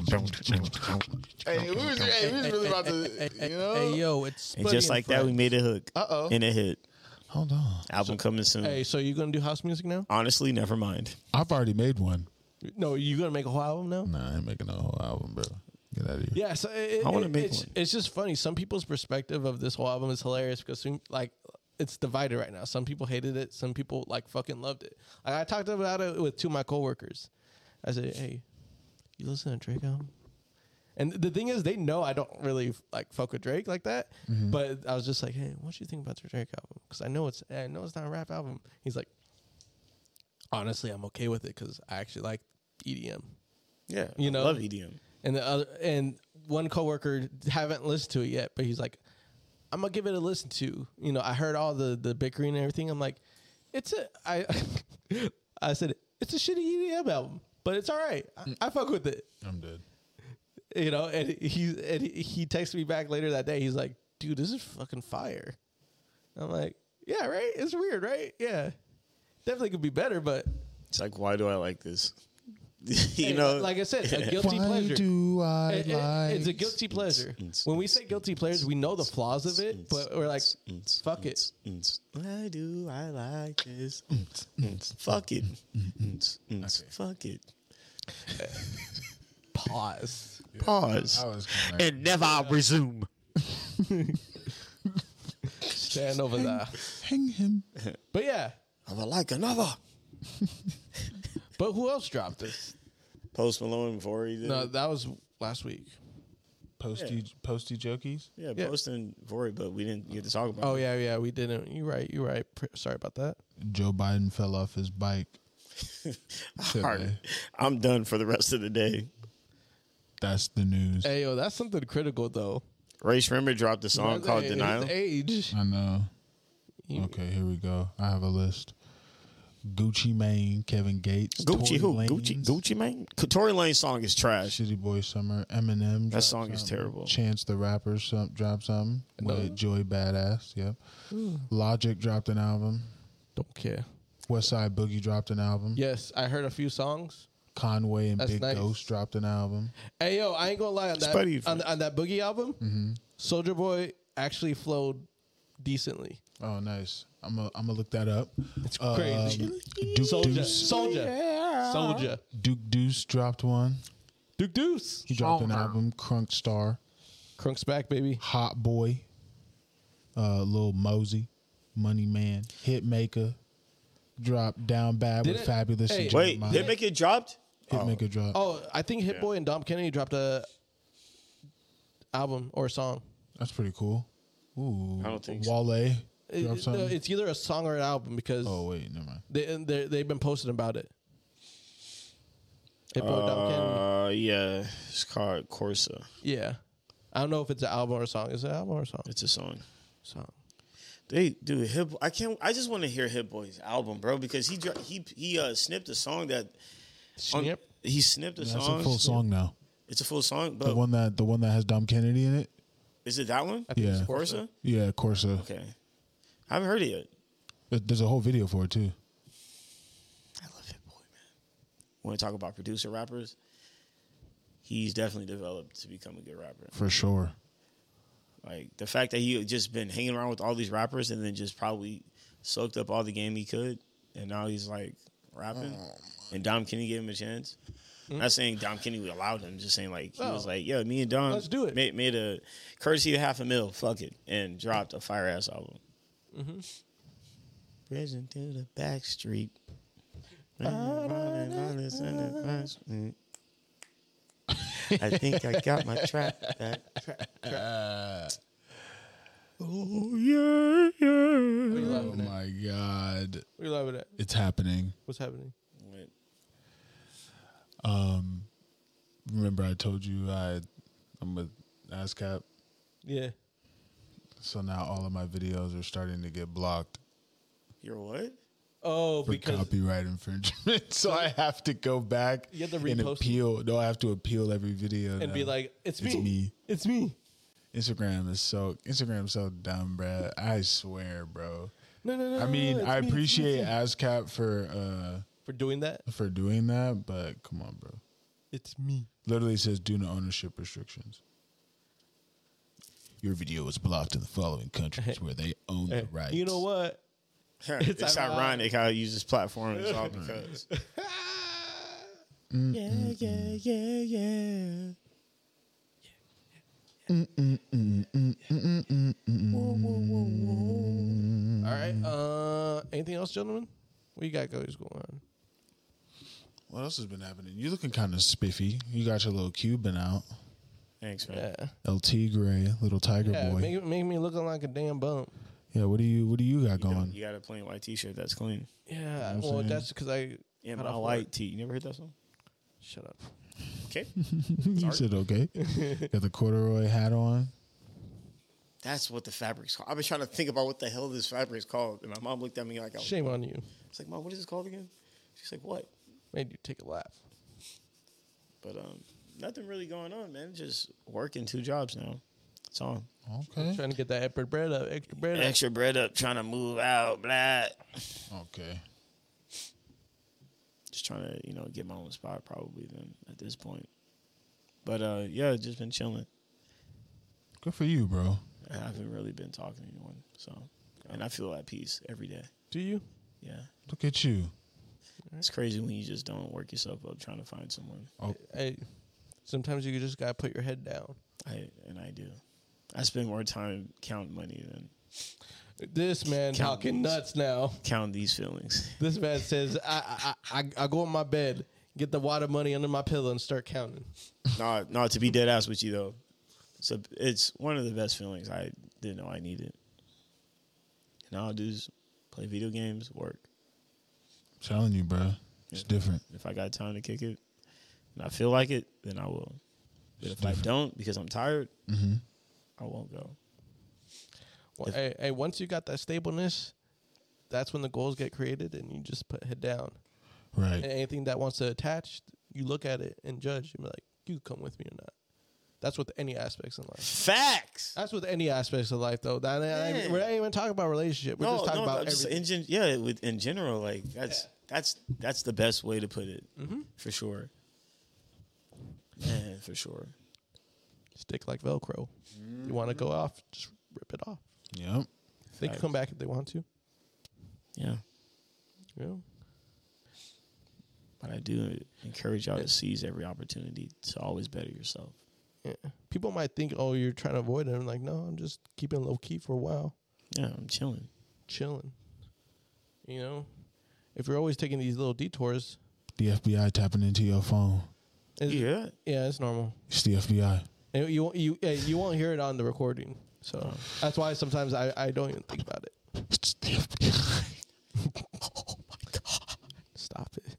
Hey, we was, hey, we was really about to, you Hey, know. yo, it's And just like that, we made a hook. Uh Uh-oh. And it hit. Hold on. Album coming soon. Hey, so you gonna do house music now? Honestly, never mind. I've already made one. No, you gonna make a whole album now? Nah, I ain't making a whole album, bro. Get out of here. Yeah, so it, I wanna it- make it's, one. it's just funny. Some people's perspective of this whole album is hilarious because some- like it's divided right now. Some people hated it. Some people like fucking loved it. Like, I talked about it with two of my coworkers. I said, "Hey, you listen to Drake album?" And the thing is, they know I don't really like fuck with Drake like that. Mm-hmm. But I was just like, "Hey, what do you think about the Drake album?" Because I know it's I know it's not a rap album. He's like, "Honestly, I'm okay with it because I actually like E EDM." Yeah. You I know. love EDM. and the other and one coworker haven't listened to it yet, but he's like, "I'm gonna give it a listen to." You know, I heard all the the bickering and everything. I'm like, "It's a I," I said, "It's a shitty EDM album, but it's all right. I, I fuck with it." I'm dead. You know, and he and he texted me back later that day. He's like, "Dude, this is fucking fire." I'm like, "Yeah, right. It's weird, right? Yeah, definitely could be better, but." It's like, why do I like this? you hey, know, like I said, a guilty Why pleasure. do I It- it- like? it's a guilty pleasure. When we say guilty pleasures, we know the flaws of it, but we're like, fuck it. why do I like this? Fuck it. Fuck it. Pause. Pause. I was kinda like, And never resume. Stand over there. hang him. But yeah. I would like another. But who else dropped this? Post Malone before he did. No, it. that was last week. Posty, posty jokies. yeah, yeah. Post and Vori, but we didn't get to talk about. Oh it. yeah, yeah, we didn't. You're right. You're right. Pr- Sorry about that. Joe Biden fell off his bike. Hard. I'm done for the rest of the day. That's the news. Hey, yo, that's something critical though. Ray Shrimmer dropped a song called Hey, his Denial. Age. I know. You- Okay, here we go. I have a list. Gucci Mane, Kevin Gates, Tory Gucci who? Lanez, Gucci Gucci man. Tory Lane's song is trash. Shitty Boy Summer, Eminem. dropped song is something. terrible. Chance the Rapper some, dropped something. With Joy Badass, yep. Logic dropped an album. Don't care. West Side Boogie dropped an album. Yes, I heard a few songs. Conway and That's Big nice. Ghost dropped an album. Hey yo, I ain't gonna lie on that Spuddy- on, on that boogie album. Soldier Boy actually flowed decently. Oh, nice. I'm gonna I'm gonna look that up. It's crazy. Duke Soldier, Deuce, Soldier, Soldier, Duke Deuce dropped one. Duke Deuce, He dropped an album, Crunk Star, Crunk's back, baby. Hot Boy, uh, Lil Mosey, Money Man, Hitmaker, dropped Down Bad Did with it- Fabulous. hey. and Wait, Jeremiah. did make it dropped? Hitmaker dropped. Oh, I think Hit Boy and Dom Kennedy dropped a album or a song. That's pretty cool. Ooh, I don't think so. Wale It- dropped no, something. it's either a song or an album because oh wait, never mind. they they they've been posting about it. Hit Boy and Dom Kennedy. Uh, yeah, it's called Corsa. Yeah, I don't know if it's an album or a song. Is it an album or a song? It's a song. Song. They do hip. I can't. I just want to hear Hip Boy's album, bro, because he dro- he he uh, snipped a song that on- Snip. he snipped a That's song. a full song now. It's a full song, The but one that the one that has Dom Kennedy in it. is it that one? I think Yeah. it's Corsa. Corsa. Yeah, Corsa. Okay. I haven't heard it yet. There- There's a whole video for it too. I love Hit Boy, man. When we talk about producer rappers, he's definitely developed to become a good rapper. For sure. Like the fact that he had just been hanging around with all these rappers and then just probably soaked up all the game he could, and now he's like rapping. and Dom Kinney gave him a chance. Hmm? Not saying Dom Kinney would allow him, just saying like he was No. like, "Yo, me and Dom, Oh. Let's do it." Made, made a courtesy of half a mil, fuck it, and dropped a fire ass album. Mm-hmm. Prison through the back street. I think I got my trap back. Oh yeah, What are you yeah. laughing Oh at? my god, What are you laughing at? it's happening. What's happening? Um, remember I told you I I'm with ASCAP, Yeah. so now all of my videos are starting to get blocked You're what? Oh, for because copyright infringement. so I have to go back You have to and repost it. appeal. No, I have to appeal every video and be now. like, it's, It's me. me. It's me. Instagram is so Instagram's so dumb, bruh. I swear, bro. No, no, no. I no, mean, no, I it's me, it's me, it's appreciate me. ASCAP for for doing that. uh for doing that, but come on, bro. It's me. Literally says due to ownership restrictions. Your video was blocked in the following countries where they own the Hey, rights. You know what? it's, ironic. ironic how I use this platform. It's all because. yeah, yeah, yeah, yeah. All right. Mm. Uh, anything else, gentlemen? What you got guys going on? What else has been happening? You're looking kind of spiffy. You got your little Cuban out. Thanks, man. Yeah. LT Gray, little tiger Yeah. boy. Make, make me looking like a damn bump. yeah, what do you what do you got You, know, going? you got a plain white T-shirt that's clean. Yeah. I'm well, saying? that's because I Yeah, cut my off white work. tee. You never heard that song? Shut up. Okay, you said okay. got the corduroy hat on. that's what the fabric's called. I've been trying to think about what the hell this fabric's called, and my mom looked at me like I was. Shame on you. It's like, mom, what is this called again? She's like, what? Made you take a lap. But um, nothing really going on, man. Just working two jobs now. It's on. Okay. Trying to get that extra bread up. Extra bread up. Hmm? Extra bread up, trying to move out, blah. Okay. Just trying to, you know, get my own spot probably then at this point. But uh, yeah, just been chilling. Good for you, bro. I haven't really been talking to anyone, so and I feel at peace every day. Do you? Yeah, Look at you. it's crazy when you just don't work yourself up trying to find someone. Hey, sometimes you just gotta put your head down. I and I do. I spend more time counting money than This man Count talking these. nuts now. counting these feelings. This man says, I, I, I, I go in my bed, get the wad of money under my pillow, and start counting. nah, nah. To be dead ass with you though, so it's one of the best feelings. I didn't know I needed. And all I do is play video games, work. telling you, bro. It's different. If I got time to kick it, and I feel like it, then I will. But if I don't, because I'm tired, Mm-hmm. I won't go. Well, If- hey, hey, once you got that stableness, that's when the goals get created, and you just put head down. And Right. anything that wants to attach, you look at it and judge. You're like, you come with me or not. That's with any aspects in life. Facts. That's with any aspects of life, though. That, I- Yeah. we're not even talking about relationship. We're just talking about just everything. in gen- yeah, with, in general, like that's that's that's the best way to put it, Mm-hmm. for sure. Man, for sure. Stick like Velcro. You want to go off, just rip it off. Yep. They can come back if they want to. Yeah, You know? but I do encourage y'all to seize every opportunity to always better yourself. Yeah. People might think, oh, you're trying to avoid it. I'm like, no, I'm just keeping low key for a while, Yeah, I'm chilling. chilling. You know, if you're always taking these little detours, The FBI tapping into your phone. it's, yeah. Yeah, it's normal. It's the FBI. And you won't- you eh, you won't hear it on the recording, so that's why sometimes I, I don't even think about it. It's the FBI. Stop it.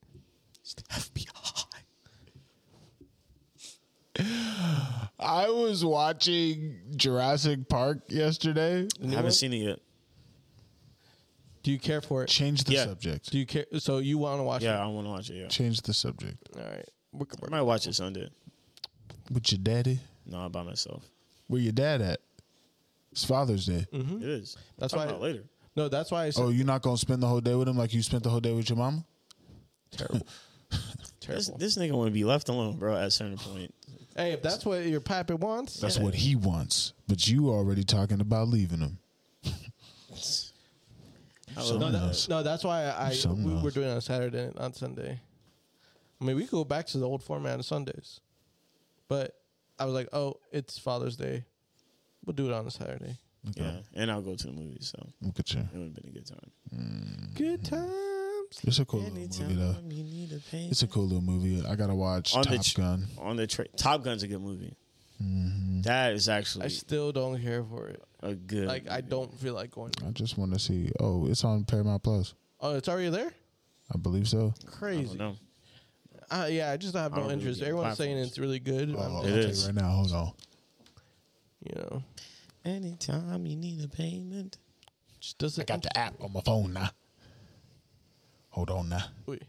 I was watching Jurassic Park yesterday. I haven't seen it yet. Do you care for it? Change the Yeah. subject. Do you care? So you want to watch Yeah, I want to watch it. Yeah, Change the subject. it? All right. We can I work- might watch it Sunday. With your daddy? No, by myself. Where your dad at? It's Father's Day. It is. Mm-hmm. That's Talk why- about it later. No, that's why I said Oh, you're not gonna spend the whole day with him like you spent the whole day with your mama? terrible. This, terrible. this nigga want to be left alone, bro. At a certain point, hey, if that's what your pappy wants, That's what he wants. But you already talking about leaving him. I So- love no, Someone that. else. that, no, that's why I Someone we were else. doing it on Saturday, not on Sunday. I mean, we could go back to the old format on Sundays, but I was like, oh, it's Father's Day, we'll do it on a Saturday. yeah. And I'll go to the movies, so Look at you. it would have been a good time. Good Mm-hmm. times. It's a cool little movie though. you need a pain. It's a cool little movie. I gotta watch On the Top ch- Gun. on the tra- Top Gun's a good movie. That is I actually still don't care for it. a good. Like, I don't feel like going. I just want to see. Oh, it's on Paramount Plus. Oh, it's already there. I believe so. I Crazy. don't know. Uh, yeah, I just have I no don't really interest. get Everyone's saying platforms. it's really good. Oh, I'm I'll It tell just, you is. right now. Hold on. You know, Anytime you need a payment. just doesn't. I got the app on my phone now. Hold on now. Wait,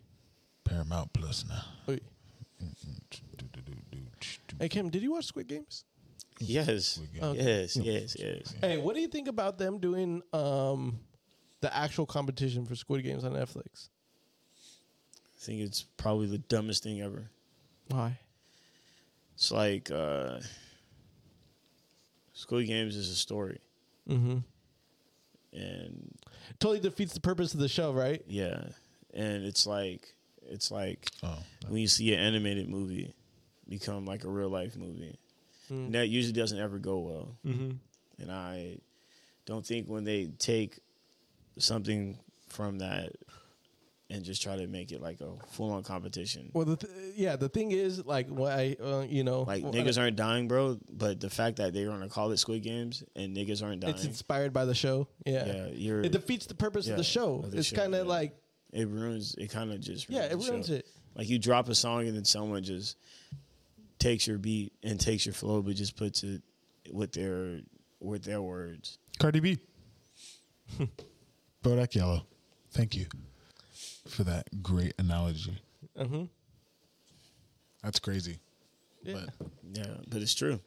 Paramount Plus now. wait. Hey Kim, did you watch Squid Games? Yes. Yes, yes, yes. Hey, what do you think about them doing um, the actual competition for Squid Games on Netflix? I think it's probably the dumbest thing ever. Why? It's like uh Squid Games is a story. Mm-hmm. And Totally defeats the purpose of the show, right? yeah. And it's like it's like Oh, when you see an animated movie become like a real life movie. Mm. And that usually doesn't ever go well. Mm-hmm. And I don't think when they take something from that and just try to make it like a full on competition. Well, the th- yeah, the thing is, like, what I, uh, you know, Like well, niggas aren't dying, bro. But the fact that they're gonna call it Squid Games and niggas aren't dying, it's inspired by the show. Yeah, yeah, you're it defeats the purpose Yeah, of the show. of the It's show, kind of yeah. like, it ruins. It kind of just yeah, it the show. ruins it. Like you drop a song and then someone just takes your beat and takes your flow, but just puts it with their with their words. Cardi B. Bodak Yellow. Thank you for that great analogy. Mhm. That's crazy. Yeah. But Yeah, but it's true.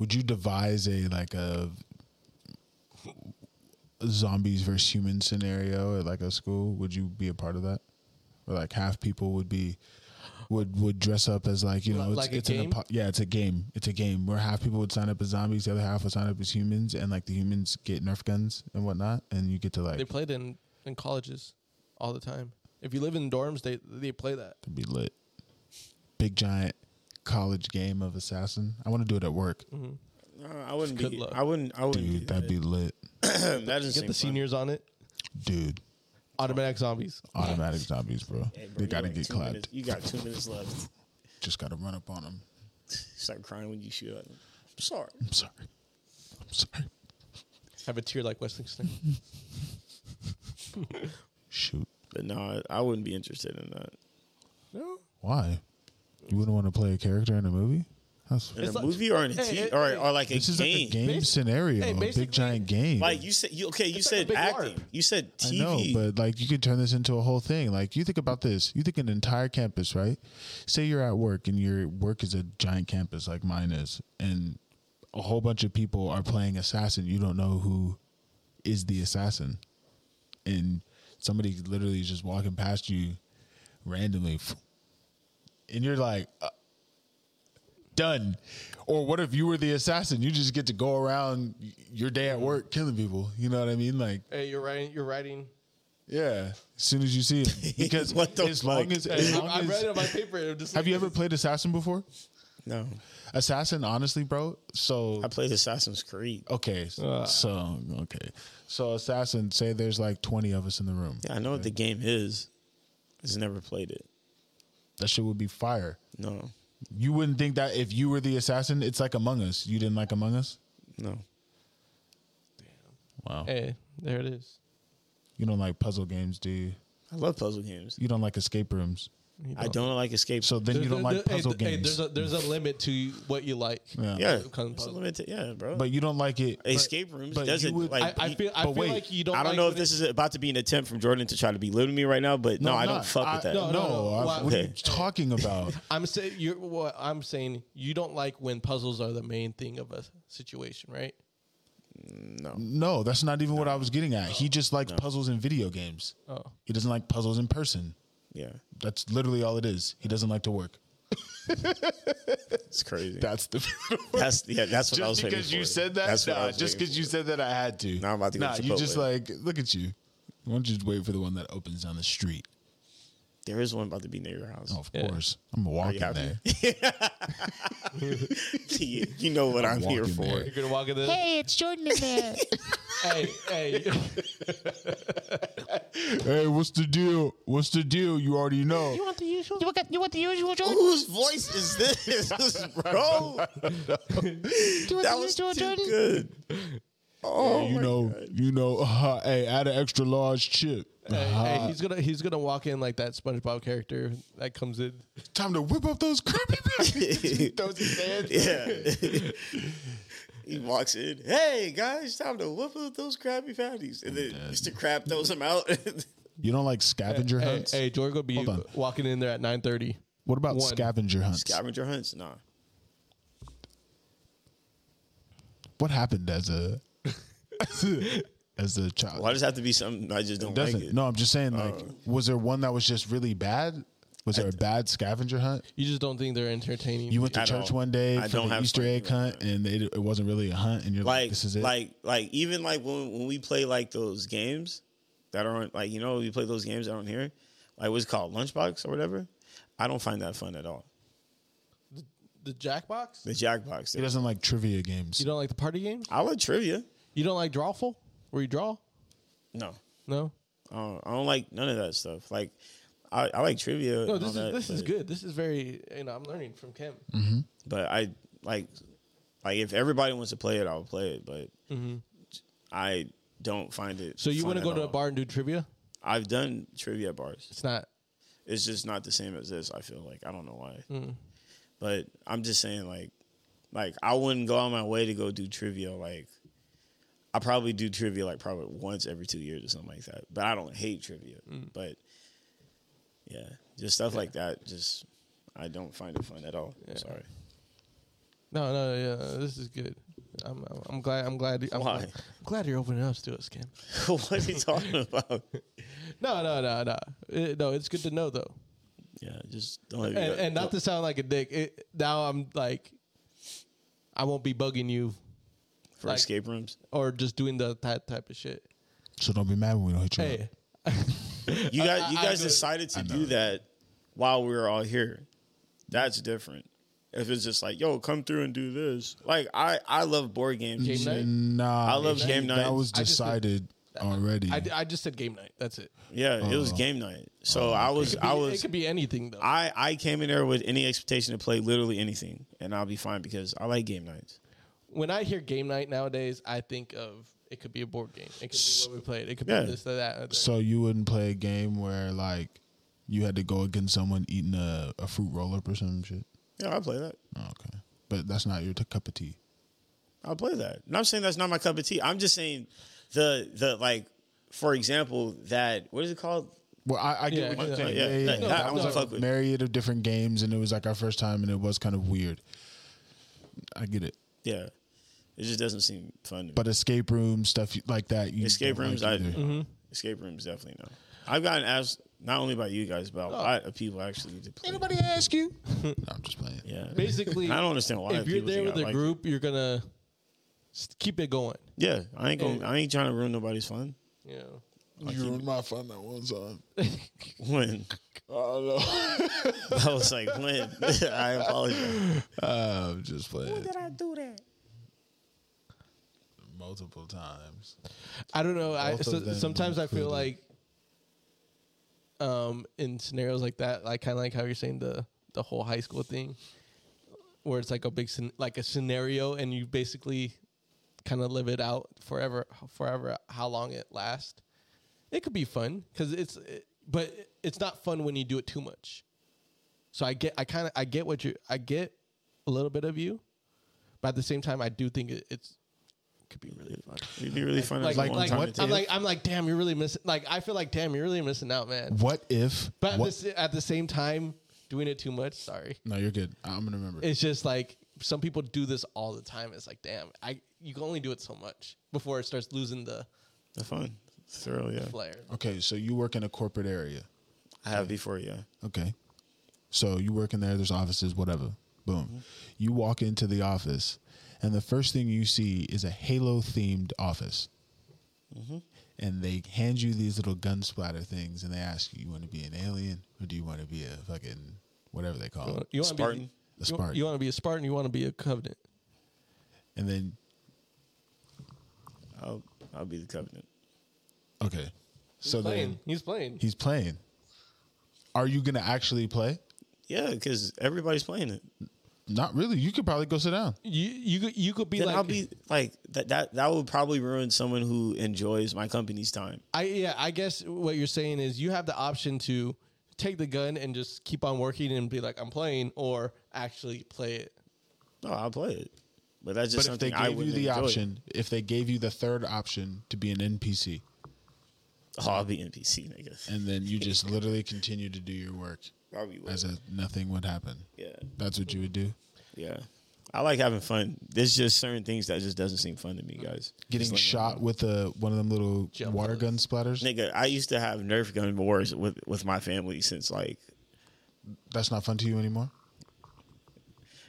would you devise a like a zombies versus humans scenario at like a school? Would you be a part of that? Or like half people would be would would dress up as like you know Li- it's, like a it's game? an apo- yeah it's a game it's a game where half people would sign up as zombies the other half would sign up as humans and like the humans get Nerf guns and whatnot and you get to like They played in in colleges all the time. If you live in dorms, they they play that. It'd be lit. Big giant college game of assassin. I want to do it at work, No, Uh, I wouldn't Good be. luck. I wouldn't. I wouldn't. dude. do That'd be lit, that doesn't Get seem the fun. seniors on it. dude. Automatic zombies. Automatic zombies, bro. Hey, bro, they you gotta got get two clapped. minutes- you got two minutes left. Just gotta run up on them. Start crying when you shoot at them. I'm sorry. I'm sorry. I'm sorry. Have a tear like Wesley Snipes. Shoot. But no, I, I wouldn't be interested in that. no. Why? You wouldn't want to play a character in a movie? That's In It's a like- movie or in a Hey, t- hey, or, hey. or like a this is game. like a game scenario, hey, a basically- big giant game. Like you said, you okay? You It's like a said big acting. LARP. You said I TV. know, but like you could turn this into a whole thing. Like you think about this. You think an entire campus, right? Say you're at work and your work is a giant campus like mine is, and a whole bunch of people are playing assassin. You don't know who is the assassin. And somebody literally is just walking past you randomly. And you're like, uh, done. Or what if you were the assassin? You just get to go around y- your day at work killing people. You know what I mean? Like, Hey, you're writing. You're writing. yeah, as soon as you see him, because What the as fuck? long as, as Hey, I, long I as- read it on my paper. and I'm just have like- you ever played Assassin before? no, Assassin, honestly, bro. So I played Assassin's Creed. okay, Uh. so okay, so Assassin. Say there's like twenty of us in the room. Yeah, I know what the game is. I just never played it. That shit would be fire. No, You wouldn't think that if you were the assassin, it's like Among Us. You didn't like Among Us? no. Wow. Hey, there it is. You don't like puzzle games, do you? I love puzzle games. You don't like escape rooms. You I don't like escape. So then you don't like hey, puzzle th- hey, games. there's a there's a limit to what you like. yeah. yeah, Kind of it's a puzzle. limited- yeah, bro. But you don't like it. escape rooms but you doesn't would- like. I, I you- feel I but feel wait, like you don't. I don't like know when if this is about to be an attempt from Jordan to try to belittle me right now, but no, I'm I don't not. fuck I- with that. No, No, no. no, no. I- Why- what are you Okay. talking about? I'm saying you're what I'm saying. You don't like when puzzles are the main thing of a situation, right? No. No, that's not even what I was getting at. He just likes puzzles in video games. Oh. He doesn't like puzzles in person. Yeah. That's literally all it is. He doesn't like to work. It's crazy. That's the. that's yeah. That's what I was just waiting because for. you said that, That's what I nah, was just waiting because you said that, I had to. Now I'm about to go Nah, to you just Chipotle. like look at you. Why don't you just wait for the one that opens down the street? Oh, for. There is one about to be near your house. Of Yeah. course, I'm Are walking you happy? there. you, you know what I'm, here walking for. there. You're gonna walk in this. Hey, it's Jordan in there. hey, hey. Hey, what's the deal? What's the deal? You already know. want the usual? You want, you want the usual, Jordan? Whose voice is this, bro? Do you want That the was usual, too Jordan? good. Oh, you know, you know. hey, add an extra large chip. Hey, hey, he's gonna he's gonna walk in like that SpongeBob character that comes in. Time to whip up those Krabby Patties. yeah. he walks in. Hey guys, time to whip up those Krabby Patties, and then Mr. Crab throws him out. you don't like scavenger Hey, hunts? hey, Jordan gonna be Hold on. walking in there at nine thirty. what about one. scavenger hunts? Scavenger hunts, nah. what happened as a as a child? Why does it have to be something I just don't like Doesn't it? Uh. no. I'm just saying. Like, was there one that was just really bad? Was there a bad scavenger hunt? You just don't think they're entertaining. You went to I church don't- one day I for don't the have Easter fun egg doing hunt, and they, it wasn't really a hunt, and you're like, like "This is it." like like even like when when we play like those games that aren't like you know we play those games that aren't here like what's it called lunchbox or whatever i don't find that fun at all the Jackbox. the jackbox he doesn't like trivia games. You don't like the party games. i like trivia You don't like drawful, where you draw. no No, I don't, I don't like none of that stuff like i, I like trivia no. and all This that, is this is but- good. This is very. You know, I'm learning from Kim. but i like like if everybody wants to play it i'll play it but i don't find it Mm-hmm. So you fun want to at go to a all. bar and do trivia? i've done trivia bars It's not. it's just not the same as this. I feel like I don't know why, Hmm. but I'm just saying like, like I wouldn't go on my way to go do trivia. Like, I probably do trivia like probably once every two years or something like that. But I don't hate trivia. Hmm. But yeah, just stuff like that. Just I don't find it fun at all. I'm sorry. No, no, yeah. This is good. I'm, I'm, I'm glad. I'm glad. I'm Why? Glad, I'm glad you're opening up to us, Kim. what are you talking about? No, no, no, no. Uh, no, it's good to know though. yeah, just don't. Have and, your- and not to sound like a dick. It, now I'm like, I won't be bugging you for like- escape rooms. or just doing the that type of shit. So don't be mad when we don't hit you. up. Hey, You guys, you I guys could- decided to do that while we were all here. That's different. If it's just like, yo, come through and do this. Like I, I love board games. Game night? Nah, I love that- game nights. That was I just- decided already. I, d- I just said game night. That's it. Yeah, it was game night. So I was, I it was, could be anything though. I, I came in there with any expectation to play literally anything, and I'll be fine because I like game nights. when I hear game night nowadays, I think of it could be a board game. It could be what we played. It could Yeah. be this or that. or that. so you wouldn't play a game where like you had to go against someone eating a, a fruit roll up or some shit. Yeah, I play that. Oh, okay, but that's not your t- cup of tea. I'll play that. And I'm saying that's not my cup of tea. I'm just saying the the like, for example, that what is it called? Uh, Well, I, I get Yeah, what you're yeah, saying. yeah. Yeah, yeah, That- yeah. that That I was don't a fuck with. myriad of different games, and it was like our first time, and it was kind of weird. I get it, Yeah, it just doesn't seem fun. To me. but escape room stuff like that. You Escape don't rooms, like I either. Mm-hmm. escape rooms definitely no. I've gotten asked not only by you guys, Oh. but a lot of people actually to play. Anybody ask you? no, I'm just playing. Yeah, Basically, I don't understand why if you're people there think with I a like it. group, you're gonna s- keep it going. Yeah, I ain't going. I ain't trying to ruin nobody's fun. You know. You ruined my fun that one time. When Oh I was like, when I apologize. no, I'm just playing I do that? multiple times. I don't know. I Both of so, them sometimes I feel like, included. um, in scenarios like that, like kind of like how you're saying the the whole high school thing, where it's like a big scen- like a scenario, and you basically kind of live it out forever, forever. How long it lasts? It could be fun because it's, it, but it's not fun when you do it too much. So I get, I kind of, I get what you, I get a little bit of you, but at the same time, I do think it, it's could be really fun It'd be really fun. like, if like, one time what- it I'm did. like, I'm like, damn, you're really missing. Like, I feel like, damn, you're really missing out, man. What if? But at, what- this, at the same time, doing it too much, sorry, no, you're good. I'm gonna remember. it's just like some people do this all the time. It's like, damn, I you can only do it so much before it starts losing the The fun, thrill, yeah. flair. Okay, so you work in a corporate area. I have before, yeah. Okay. So you work in there, there's offices, whatever. Boom. Mm-hmm. You walk into the office, and the first thing you see is a Halo themed office. Mm-hmm. And they hand you these little gun splatter things, and they ask you, you want to be an alien or do you want to be a fucking whatever they call it? You want to Spartan. be A you- Spartan. You want to be a Spartan. You want to be a Covenant. And then, I'll I'll be the covenant. okay. So playing. then He's playing. he's playing. Are you going to actually play? Yeah, because everybody's playing it. Not really. You could probably go sit down. You you could- you could be Then like I'll be like that. That that would probably ruin someone who enjoys my company's time. I yeah, I guess what you're saying is you have the option to take the gun and just keep on working and be like, I'm playing, or actually play it. No, I'll play it. But that's But just if something they I gave would you the enjoy. option, if they gave you the third option to be an NPC, Oh, I'll be NPC, nigga. and then you just literally continue to do your work I'll be as if nothing would happen. yeah, That's what you would do. yeah. I like having fun. There's just certain things that just doesn't seem fun to me, guys. Getting shot with a one of them little Jump water bullets. gun splatters. Nigga, I used to have Nerf gun wars with with my family since like That's not fun to you anymore.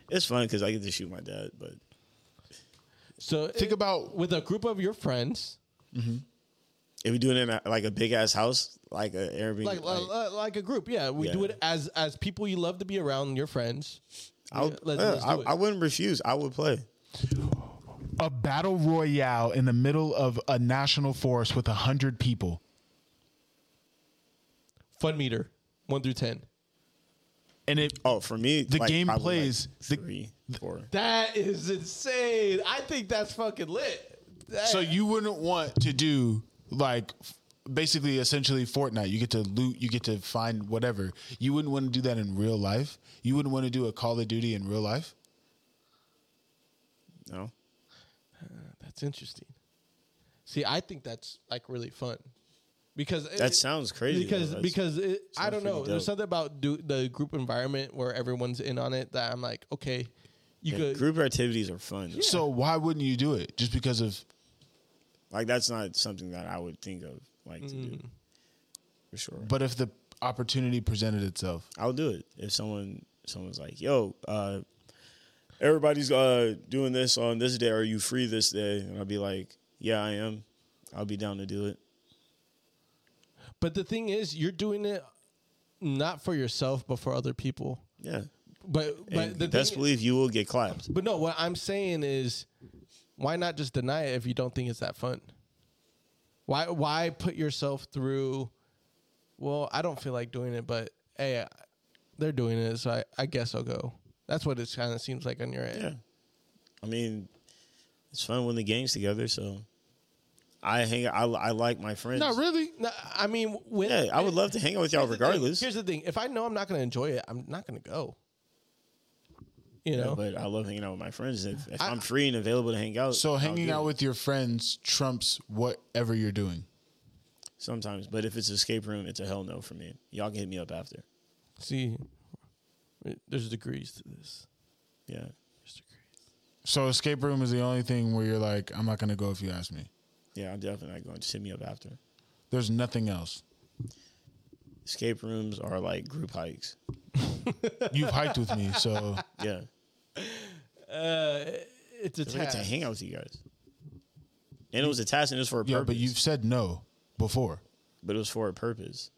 it's fun because I get to shoot my dad, but So Think it- about with a group of your friends, if we do it in a, like a big ass house, like a Airbnb, like uh, like, like, a group. Yeah, we do Yeah. it as as people you love to be around, your friends. I, would, Yeah, let's- yeah, let's do I, it. I wouldn't refuse. I would play. a battle royale in the middle of a national forest with a hundred people. Fun meter one through ten. And it Oh, for me, The like, game probably, like, plays- the- three, four. That is insane. I think that's fucking lit. That- so you wouldn't want to do like f- basically essentially Fortnite. You get to loot, you get to find whatever. You wouldn't want to do that in real life. You wouldn't want to do a Call of Duty in real life. No, that's interesting. See, I think that's like really fun because it- that sounds crazy. though. because That's- because it, I sounds don't know. pretty There's dope. something about do, the group environment where everyone's in on it that I'm like, okay, you yeah, could. group activities are fun. So why wouldn't you do it? Just because of Like that's not something that I would think of like to Mm. do for sure. but if the opportunity presented itself, I'll do it if someone someone's like, "Yo, uh, everybody's uh, doing this on this day. Are you free this day?" And I'll be like, "Yeah, I am. I'll be down to do it." But the thing is, you're doing it not for yourself, but for other people. Yeah, But but and the best thing, believe you will get clapped. but no, what I'm saying is, why not just deny it if you don't think it's that fun? Why why put yourself through? Well, I don't feel like doing it, but hey, I- they're doing it, so I, I guess I'll go. That's what it kind of seems like on your end. Yeah, I mean, it's fun when the game's together. So I hang. I I like my friends. not really. No, I mean, when, Yeah, I would love to hang out with y'all Here's the thing- regardless. Here's the thing: if I know I'm not going to enjoy it, I'm not going to go. You know, But I love hanging out with my friends. If, if I- I, am free and available to hang out, So I'll hanging do out it with your friends trumps whatever you're doing. sometimes. But if it's escape room, it's a hell no for me. Y'all can hit me up after. see, there's degrees to this. Yeah. There's degrees. So escape room is the only thing where you're like, I'm not gonna go if you ask me. Yeah, I'm definitely not going. Just hit me up after. There's nothing else. Escape rooms are like group hikes. You've hiked with me, so Yeah. It's a It's like task. to hang out with you guys. And it was a task and it was for a yeah. purpose. But But, you've said no before. it was for a purpose.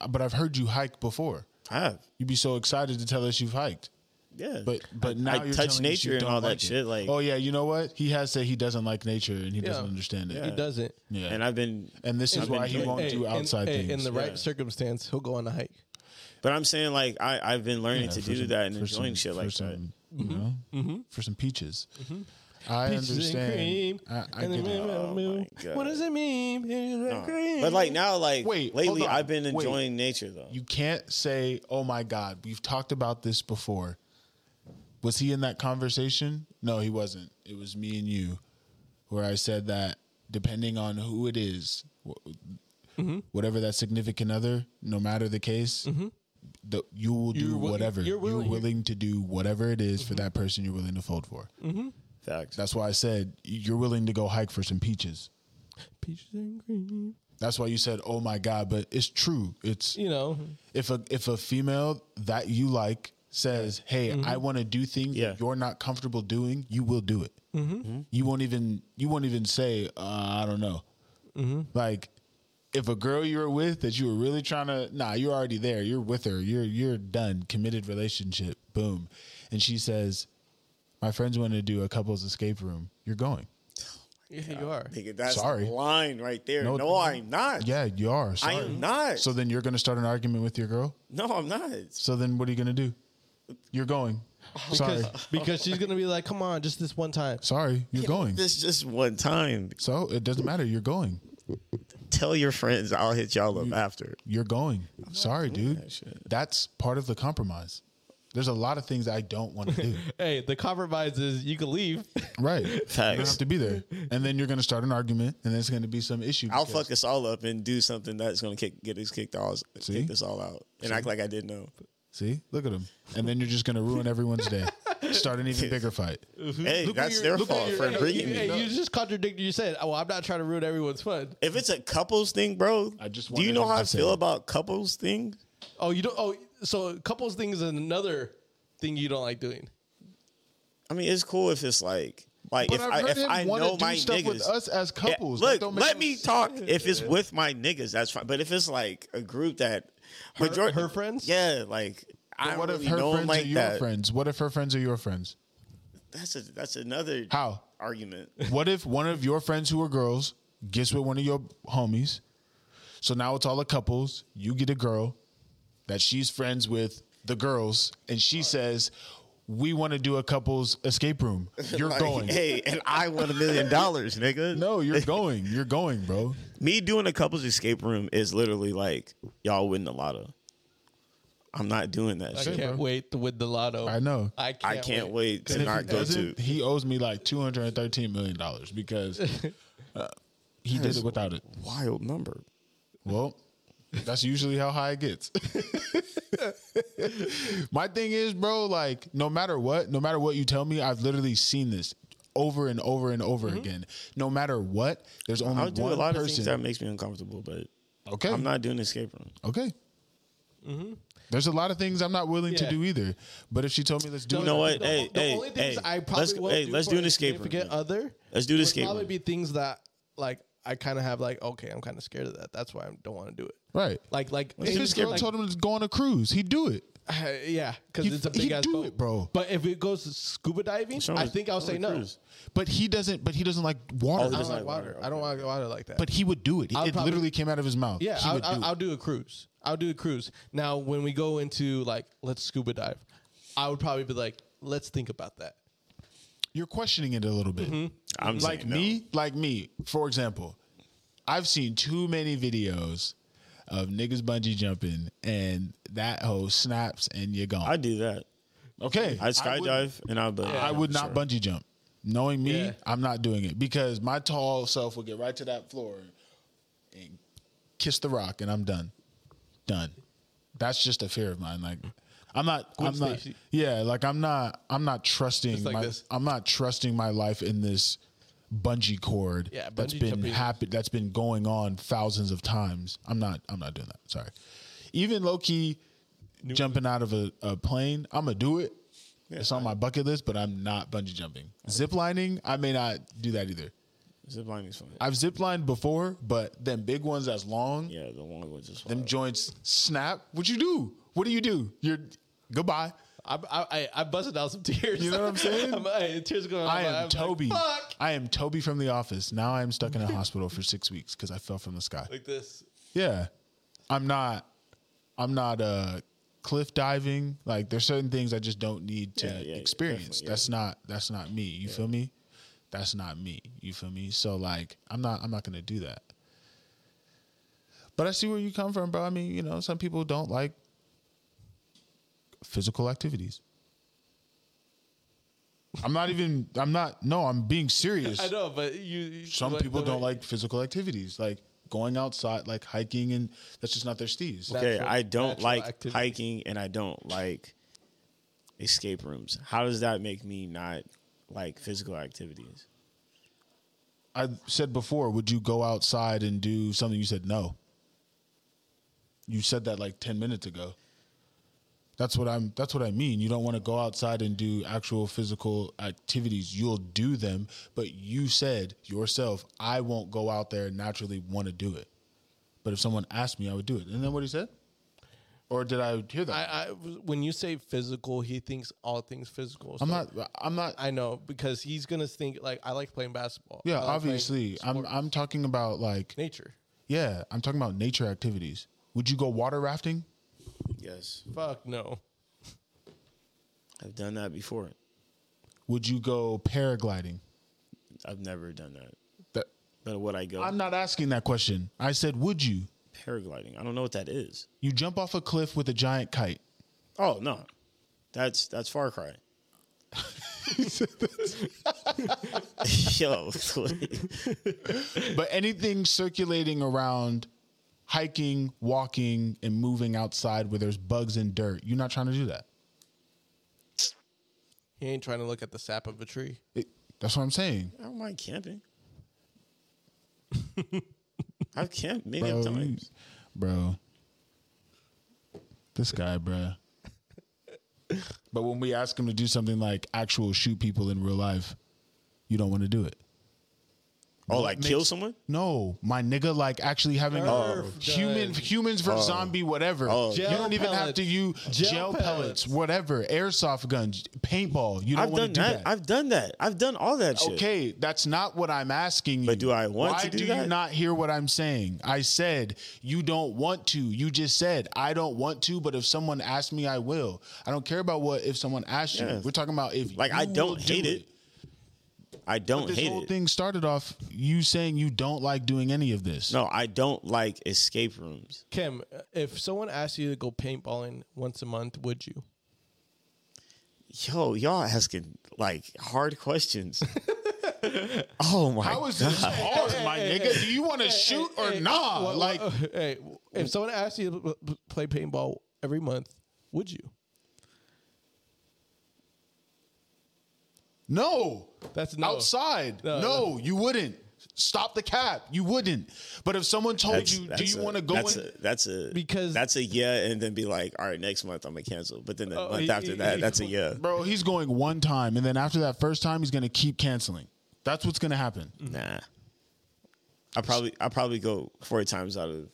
Uh, But I've heard you hike before. I have. You'd be so excited to tell us you've hiked. Yeah. But but now I you're touch telling us you nature and don't all that like it. shit. Like oh yeah, you know what? He has said he doesn't like nature and he doesn't Yeah. understand it. He Yeah, doesn't. and I've been And this is I've been why he doing- won't Hey, do in- outside hey, things. In the Yeah. right circumstance, he'll go on a hike. but I'm saying like I, I've been learning Yeah, to for do some- that and for enjoying some- shit for like that. some, You know, for some peaches. I Mm-hmm. Peaches and understand. cream. I, I And get then- it. Oh God. What does it mean? Peaches and cream. But like now, like Wait, hold lately, on. I've been Wait. enjoying nature though. You can't say, "Oh my God, we've talked about this before." Was he in that conversation? No, he wasn't. It was me and you, where I said that depending on who it Mm-hmm. is, wh- whatever that significant other, no matter the case, the, you will do You're wi- whatever. you're You're willing. willing. Mm-hmm. to do whatever it is for that person you're willing to fold for. Facts. That's why I said you're willing to go hike for some peaches. Peaches and cream. That's why you said, "Oh my god," but it's true. It's You know, if a if a female that you like says, "Hey, I want to do things Yeah. that you're not comfortable doing," you will do it. You won't even you won't even say, uh, "I don't know." Like if a girl you were with that you were really trying to, nah, you're already there. You're with her. You're you're done. Committed relationship. Boom, and she says, "My friends want to do a couples escape room." You're going. yeah, you are. Nigga, that's Sorry. the line right there. No, No- I'm not. Yeah, you are. I Sorry. am not. So then you're going to start an argument with your girl. no, I'm not. So then what are you going to do? You're going. Sorry. Because, because she's gonna be like, come on, just this one time. Sorry, you're going. This just one time. So it doesn't matter. You're going. Tell your friends I'll hit y'all up after. You're going. Sorry, dude. that shit. That's part of the compromise. There's a lot of things I don't want to do. Hey, the compromise is you can leave. right. You don't Facts. have to be there. And then you're going to start an argument, and there's going to be some issue. I'll because- fuck us all up and do something that's gonna kick get us kicked all See? kick us all out and act like I didn't know. See, look at him. And then you're just going to ruin everyone's day. Start an even bigger fight. Hey, Look what that's you're- their look what fault you're- for hey, bringing you, me. hey, you just contradicted. You said, "Oh, I'm not trying to ruin everyone's fun." If it's a couples thing, bro, I just do you wanted know him how to I say feel it. about couples thing? Oh, you don't. Oh, so couples thing is another thing you don't like doing. I mean, it's cool if it's like like But if I've I heard if him I wanna know do my stuff niggas with us as Yeah, couples. That Look, don't make let no me sense. talk. If it's with my niggas, that's fine. But if it's like a group that majority her friends? yeah, like I What don't if really her know 'em friends like are your that. friends? What if her friends are your friends? That's a that's another How? argument. What if one of your friends who are girls gets with one of your homies? So now it's all the couples. You get a girl that she's friends with the girls, and she says, "We want to do a couples escape room. You're Like, going." hey, and I want a million dollars, nigga. No, you're going. You're going, bro. me doing a couples escape room is literally like y'all win the lotto. I'm not doing that I shit. can't wait to win the lotto. I know. I can't. I can't wait to And if he not go to. doesn't, he owes me like two hundred and thirteen million dollars because uh, he did it without it. Wild number. Well, that's usually how high it gets. My thing is, bro, like no matter what, no matter what you tell me, I've literally seen this over and over and over again. No matter what, there's only Mm-hmm. I'll do one a lot of person. things that makes me uncomfortable, but okay. I'm not Mm-hmm. doing escape room. okay. There's a lot of things I'm not willing to Yeah. do either. But if she told me let's do You it, know I'd what? be like, Hey, the hey, only things hey, I probably let's- won't hey, do let's for do an escape room, significant man. Other, Let's do an would escape Probably room. be things that like I kind of have like okay, I'm kind of scared of that. That's why I don't want to do it. Right. Like like if this girl like, told him to go on a cruise, he'd do it. uh, yeah, because He- it's a he big ass do boat, it, bro. But if it goes to scuba diving, Sean I was- think I'll Sean say was no. cruise. But he doesn't but he doesn't like water. Oh, he I doesn't don't like like water. water, I don't like water like that. but he would do it. I'll It probably- literally came out of his mouth. Yeah, He I'll, would I'll, do it. I'll do a cruise. I'll do a cruise. Now, when we go into like, let's scuba dive, I would probably be like, let's think about that. You're questioning it a little bit. Mm-hmm. I'm like saying no. me, like me, for example, I've seen too many videos of niggas bungee jumping and that hoe snaps and you're gone. I do that. okay. I I would- skydive and I but I would not bungee jump. Knowing me, Yeah. I'm not doing it because my tall self will get right to that floor and kiss the rock and I'm done. Done. That's just a fear of mine. Like I'm not Gwen I'm not Stacy. Yeah, like I'm not I'm not trusting Just like my this. I'm not trusting my life in this bungee cord Yeah, that's bungee been jumping. happen that's been going on thousands of times. I'm not I'm not doing that. Sorry. Even low key jumping out of a, a plane, I'm gonna do it. it's on my bucket list, but I'm not bungee jumping. Zip lining, I may not do that either. zip lining is fun. I've zip lined before, but them big ones that's long, Yeah, the long ones is them fun. joints snap. What you do? What do you do? You're goodbye. I, I, I, I busted out some tears. You know what I'm saying? I'm, I, tears going. I am I'm like, Toby. Fuck. I am Toby from the office. Now I am stuck in a hospital for six weeks because I fell from the sky. Like this. Yeah. I'm not I'm not uh cliff diving. Like there's certain things I just don't need to Yeah, yeah, yeah, experience. definitely, yeah. That's not that's not me. You feel me? That's not me. You feel me? So like I'm not I'm not gonna do that. But I see where you come from, bro. I mean, you know, some people don't like physical activities. I'm not even I'm not no, I'm being serious I know, but you. you some like, people the don't way- like physical activities. Like going outside, like hiking, and that's just not their steez. That- Okay, Natural- I don't natural like activities. hiking and I don't like escape rooms. How does that make me not like physical activities? I said before, would you go outside and do something? You said no. You said that like ten minutes ago. That's what I'm. That's what I mean. You don't want to go outside and do actual physical activities. You'll do them, but you said yourself, I won't go out there and naturally want to do it. But if someone asked me, I would do it. And then what he said, or did I hear that? I, I when you say physical, he thinks all things physical. I'm so- not. I'm not. I know because he's gonna think like I like playing basketball. I yeah, like playing obviously. I'm. I'm talking about like. nature. Yeah, I'm talking about nature activities. Would you go water rafting? Yes, Fuck no. I've done that before. Would you go paragliding? I've never done that. That, But what I go I'm not asking that question. I said, would you? paragliding. I don't know what that is. You jump off a cliff with a giant kite. Oh no, that's that's Far Cry. Yo, But anything circulating around hiking, walking, and moving outside where there's bugs and dirt, you're not trying to do that. He ain't trying to look at the sap of a tree. It, that's what I'm saying. I don't mind camping. I've camped many Bro, you- times. bro. This guy, bro. but when we ask him to do something like actual shoot people in real life, you don't want to do it. Oh, like makes- kill someone? No, my nigga, like actually having a- Nerf human guns. humans versus zombie, whatever. Oh. You Gel don't even have pellets. to use Gel gel, pellets. pellets. whatever, airsoft guns, paintball. You don't I've want to done do that. that. I've done that. I've done all that shit. Okay, that's not what I'm asking you. But do I want Why to do do you that? not hear what I'm saying? I said you don't want to. You just said I don't want to, but if someone asks me, I will. I don't care about what if someone asks you. Yeah. We're talking about if Like, you I don't will do hate it. I don't This hate whole it. thing started off you saying you don't like doing any of this. No, I don't like escape rooms. Kim, if someone asked you to go paintballing once a month, would you? Yo, y'all asking like hard questions. oh my How is this hard, my nigga? Do you want to shoot or nah? What- what- like, hey, if someone asked you to p- p- play paintball every month, would you? no. That's no. Outside. No, No, no. you wouldn't. Stop the cap. You wouldn't. But if someone told That's- you, do that's you a- want to go That's in? a, that's a Because- that's a yeah, and then be like, all right, next month I'm gonna cancel. But then the Oh, month he- after he- that, he- that's a yeah. Bro, he's going one time, and then after that first time, he's gonna keep canceling. That's what's gonna happen. Nah, I probably I probably go four times out of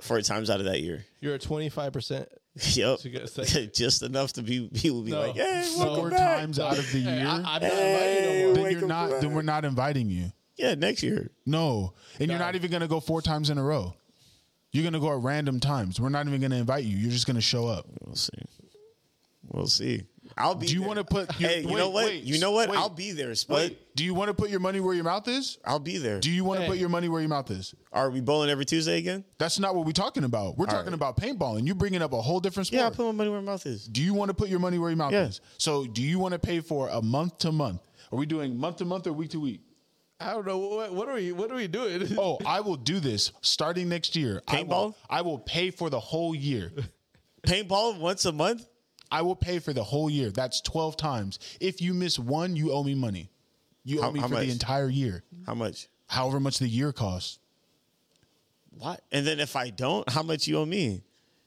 four times out of that year. You're at 25%. Yep, So you gotta say- just enough to be people be No. like, hey, No. welcome Four back. times out of the year, Hey, I, am not Hey, inviting no then wake you're up not. Then we're not inviting you. Yeah, next year. No, and you're No. not even gonna go four times in a row. You're gonna go at random times. We're not even gonna invite you. You're just gonna show up. We'll see. We'll see. I'll be. Do you there. want to put? Your, Hey, you wait, know what? wait, you know what? wait, I'll be there, Spud. Wait, do you want to put your money where your mouth is? I'll be there. Do you want to Hey. put your money where your mouth is? Are we bowling every Tuesday again? That's not what we're talking about. We're talking right. about paintballing. You're bringing up a whole different sport. Yeah, I put my money where my mouth is. do you want to put your money where your mouth Yeah. is? So, do you want to pay for a month to month? Are we doing month to month or week to week? I don't know. What, what are we What are we doing? Oh, I will do this starting next year. I will- Paintball? I will pay for the whole year. Paintball once a month. I will pay for the whole year. That's 12 times. If you miss one, you owe me money. You owe How- me how for much? the entire year, How much? however much the year costs. What? And then if I don't, how much you owe me?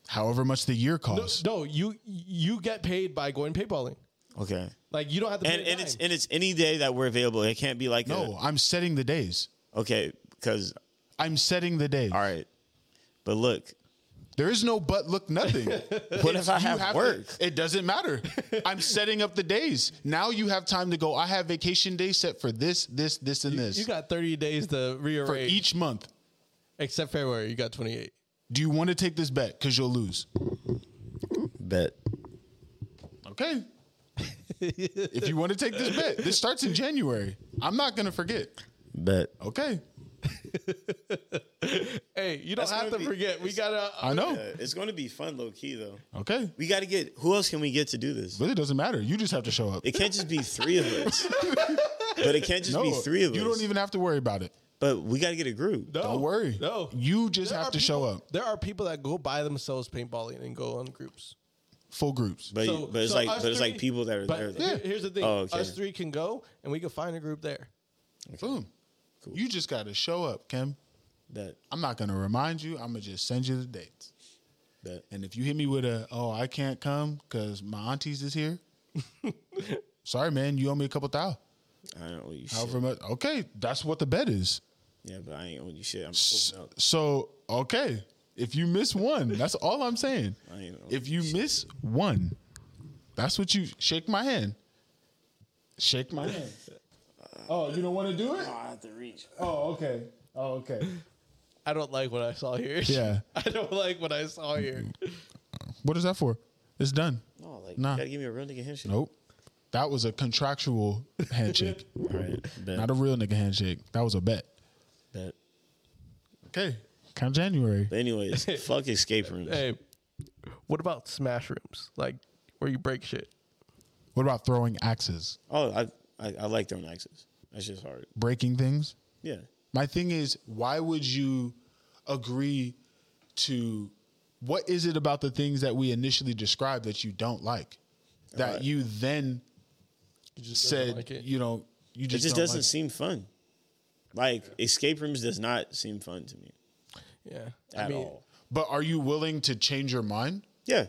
However much the year No, costs. no, you you get paid by going paintballing. Okay. Like you don't have to. And pay a and it's dime. and it's any day that we're available. It can't be like No, I'm setting the days. a, okay because I'm setting the days. all right. But look, There is no but look nothing. what if I You have, have to- work? it doesn't matter. I'm setting up the days. Now you have time to go. I have vacation days set for this, this, this, and this you got 30 days to for rearrange. each month. except February, you got 28. Do you want to take this bet? Because you'll lose. Bet. Okay. if you want to take this bet, this starts in January. I'm not gonna forget. Bet. Okay. Hey, you don't That's gonna have to be- forget. We got to. I know. it's going to be fun, low key though. Okay. We got to get. Who else can we get to do this? But it doesn't matter. You just have to show up. It can't just be three of us. but it can't just No, be three of you us. don't even have to worry about it. But we got to get a group. No, Don't worry. No. You just There have are to show people- up. There are people that go by themselves paintballing and go on groups. Full groups. But So- but it's so like us but it's like three- people that are But there. here- here's the thing: Oh, okay. us three can go, and we can find a group there. Boom. You just got to show up, Kim. That I'm not going to remind you. I'm going to just send you the dates. that And if you hit me with a, oh, I can't come because my auntie's is here. Sorry, man. You owe me a couple thousand. I don't owe you shit. However much. Okay. That's what the bet is. Yeah, but I ain't owe you shit. I'm S- pulling out. So, okay. If you miss one, that's all I'm saying. I ain't owe If you miss one, that's what you shake my hand. Shake my hand. Oh, you don't want to do it? I have to reach. Oh, okay. Oh, okay. I don't like what I saw here. Yeah. I don't like what I saw here. What is that for? It's done. No, Oh, like Nah. you gotta give me a real nigga handshake. Nope. That was a contractual handshake, All right, bet, not a real nigga handshake. That was a bet. bet. Okay. Come January. But anyways, fuck escape rooms. Hey, what about smash rooms? Like where you break shit? What about throwing axes, Oh, I, I I like throwing axes. That's just hard. breaking things? Yeah, My thing is, why would you agree to what is it about the things that we initially described that you don't like that Right. you then just said, doesn't like it. you know, you it just, just don't doesn't like seem fun. Like escape rooms does not seem fun to me Yeah. at all. it. But are you willing to change your mind? Yeah,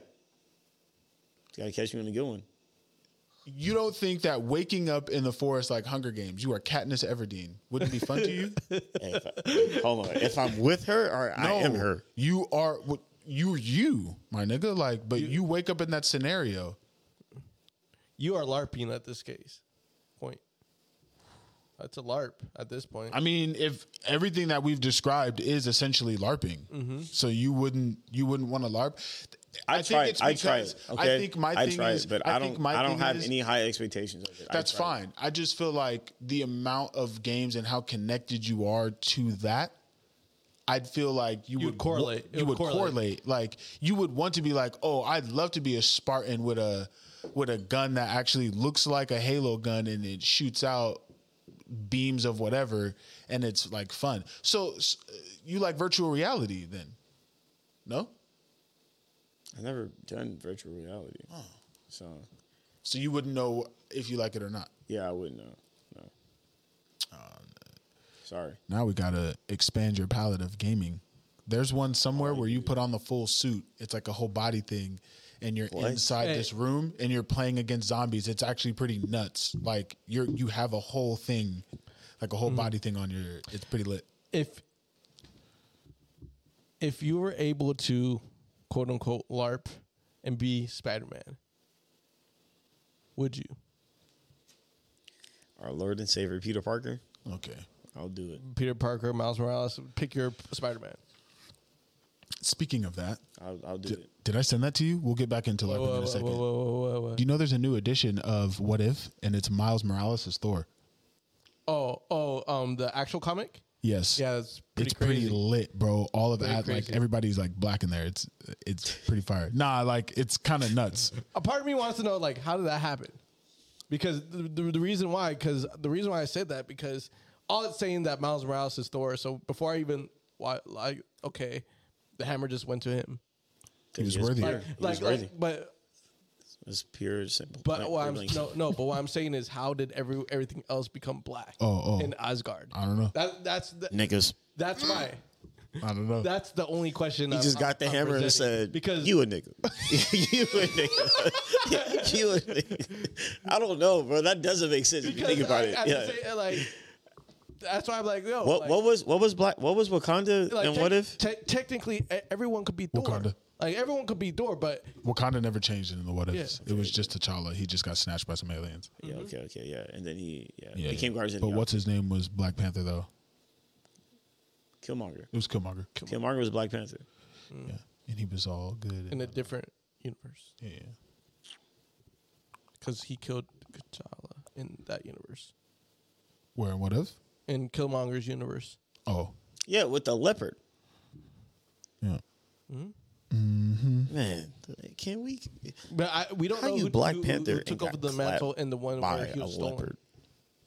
gotta catch me on a good one. You don't think that waking up in the forest like Hunger Games, you are Katniss Everdeen, wouldn't be fun to you? Hey, if I, hold on, if I'm with her or I am her, You are what- you you, my nigga. Like, but you wake up in that scenario. You are LARPing at this case point. That's a LARP at this point. I mean, if everything that we've described is essentially LARPing, so you wouldn't you wouldn't want to LARP. Mm-hmm. I, try. it. I try. because- It, okay, I think my I thing try is, it, but I, think don't. my I don't thing have is- any high expectations. Of it. I That's try it. fine. I just feel like the amount of games and how connected you are to that, I'd feel like you, would correlate. It you would would correlate. correlate. Like you would want to be like, oh, I'd love to be a Spartan with a with a gun that actually looks like a Halo gun and it shoots out beams of whatever, and it's like fun. So s- you like virtual reality then? No. I've never done virtual reality, so So you wouldn't know if you like it or not. yeah, I wouldn't know. No. Oh, Sorry. Now we gotta expand your palette of gaming. There's one somewhere where you put on the full suit. It's like a whole body thing, and you're inside Hey. this room and you're playing against zombies. It's actually pretty nuts. Like you're you have a whole thing, like a whole Mm-hmm. body thing on your. It's pretty lit. if if you were able to quote unquote LARP and be Spider Man, would you? Our Lord and Savior Peter Parker. Okay. I'll do it. Peter Parker, Miles Morales, pick your Spider Man. Speaking of that, I'll, I'll do did, it. did I send that to you? We'll get back into LARPing in a second. Oh, uh, Do you know there's a new edition of What If, and it's Miles Morales as Thor. Oh, oh, um, the actual comic? Yes. Yeah, that's pretty it's crazy. pretty lit, bro. All of that, like crazy. everybody's like black in there. It's it's pretty fire. Nah, like it's kind of nuts. a part of me wants to know like how did that happen because the, the, the reason why because the reason why i said that because all it's saying that miles morales is thor so before i even why like okay the hammer just went to him He was Yes, worthy. Peter. like He was like, worthy. like but It's pure and simple. but Blank- what i'm blank- no no but what i'm saying is how did every everything else become black Oh, oh. in asgard I don't know. that that's the, Niggas. that's why I don't know. that's the only question He just got the hammer and said, because you a nigga. you a nigga. you a nigga. I don't know, bro. That doesn't make sense if you because think about I- it. I yeah. just say, like that's why i'm like yo what, like- what was what was black? What was Wakanda Like, and tec- what if? te- technically e- everyone could be Thor? Wakanda. Like everyone could be Thor, but Wakanda never changed in the what ifs. Yeah. It was just T'Challa. He just got snatched by some aliens. Mm-hmm. Yeah, okay, okay, yeah. And then he yeah, Yeah, became Guardians of But the what's his name was Black Panther though. Galaxy. Killmonger. It was Killmonger. Killmonger was Black Panther. Yeah, and he was all good. in And, a different universe yeah, yeah. because he killed T'Challa in that universe, Where and what if? in Killmonger's universe. Oh, Yeah, with the leopard. yeah. Man, can we? But I, we don't How know you who, Black who- who Panther and took over got the clapped mantle in the one by where he a was stolen. leopard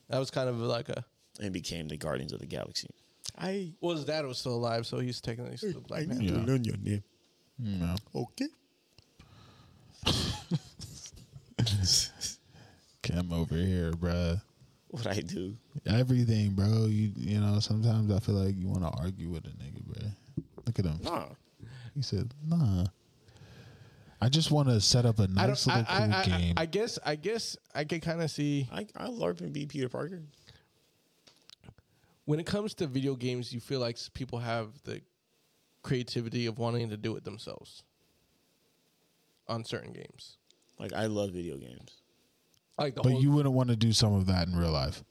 That was kind of like a and became the Guardians of the Galaxy. I Well, his dad was still alive, so he's technically still Black Panther. Yeah. learn your name. No. Okay. Come over here, bruh. What I do? Everything, bro. You you know, sometimes I feel like you want to argue with a nigga, bruh. Look at him. Nah. He said, "Nah, I just want to set up a I nice don't. I, little I, cool I- I- game." I guess. I guess I can kind of see I I LARP and be Peter Parker. when it comes to video games, you feel like s- people have the creativity of wanting to do it themselves on certain games. Like I love video games. Like the but whole, you wouldn't want to do some of that in real life.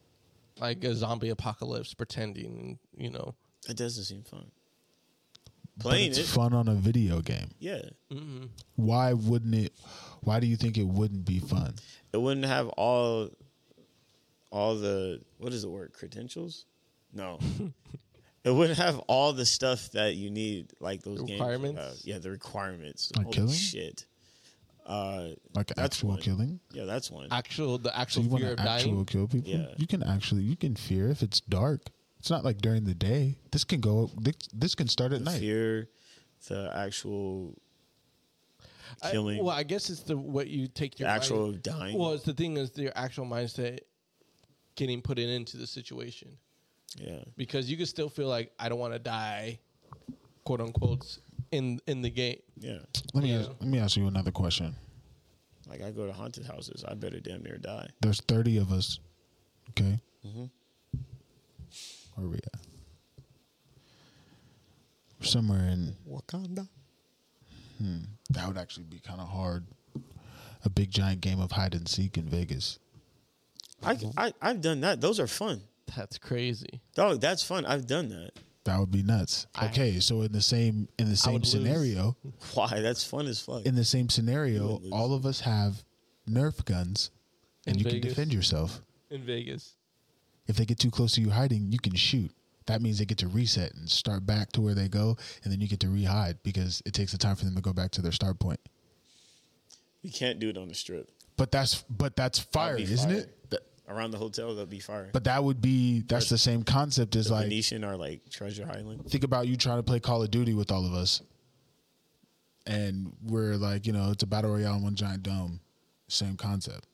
like a zombie apocalypse, pretending, you know. It doesn't seem fun. But Playing it's it, fun on a video game. yeah. Why wouldn't it? Why do you think it wouldn't be fun? It wouldn't have all, all the what is the word credentials? No. It wouldn't have all the stuff that you need, like those The games requirements? have. yeah, the requirements. Like Holy killing? shit! Uh, Like That's actual one. killing? yeah, that's one. Actual, the So actual you want fear to of actual dying. kill people? Yeah. You can actually you can fear if it's dark. It's not like during the day. This can go. This, this can start at the night. fear, the actual I- killing. well, I guess it's the what you take your mind- actual dying. Well, it's the thing is your actual mindset getting put in into the situation yeah, because you can still feel like I don't want to die, quote unquote, in in the game. yeah. Let me Yeah. ask, let me ask you another question. Like I go to haunted houses, I better damn near die. There's 30 of us. Okay. Where are we at? We're somewhere in Wakanda. that would actually be kind of hard. A big giant game of hide and seek in Vegas. I, I I've done that. Those are fun, That's crazy. dog. That's fun. I've done that. That would be nuts. okay, so in the same in the same would lose. scenario, Why? That's fun as fuck. in the same scenario, would lose. all of us have Nerf guns, and In you can Vegas. defend yourself. in Vegas. If they get too close to you hiding, you can shoot. That means they get to reset and start back to where they go, and then you get to rehide because it takes the time for them to go back to their start point. you can't do it on the strip. But that's but that's fire, be isn't fire. it? That- Around the hotel, that'd be fire. but that would be that's the same concept as the like Venetian are like Treasure Island. think about you trying to play Call of Duty with all of us, and we're like, you know, it's a battle royale in one giant dome. Same concept.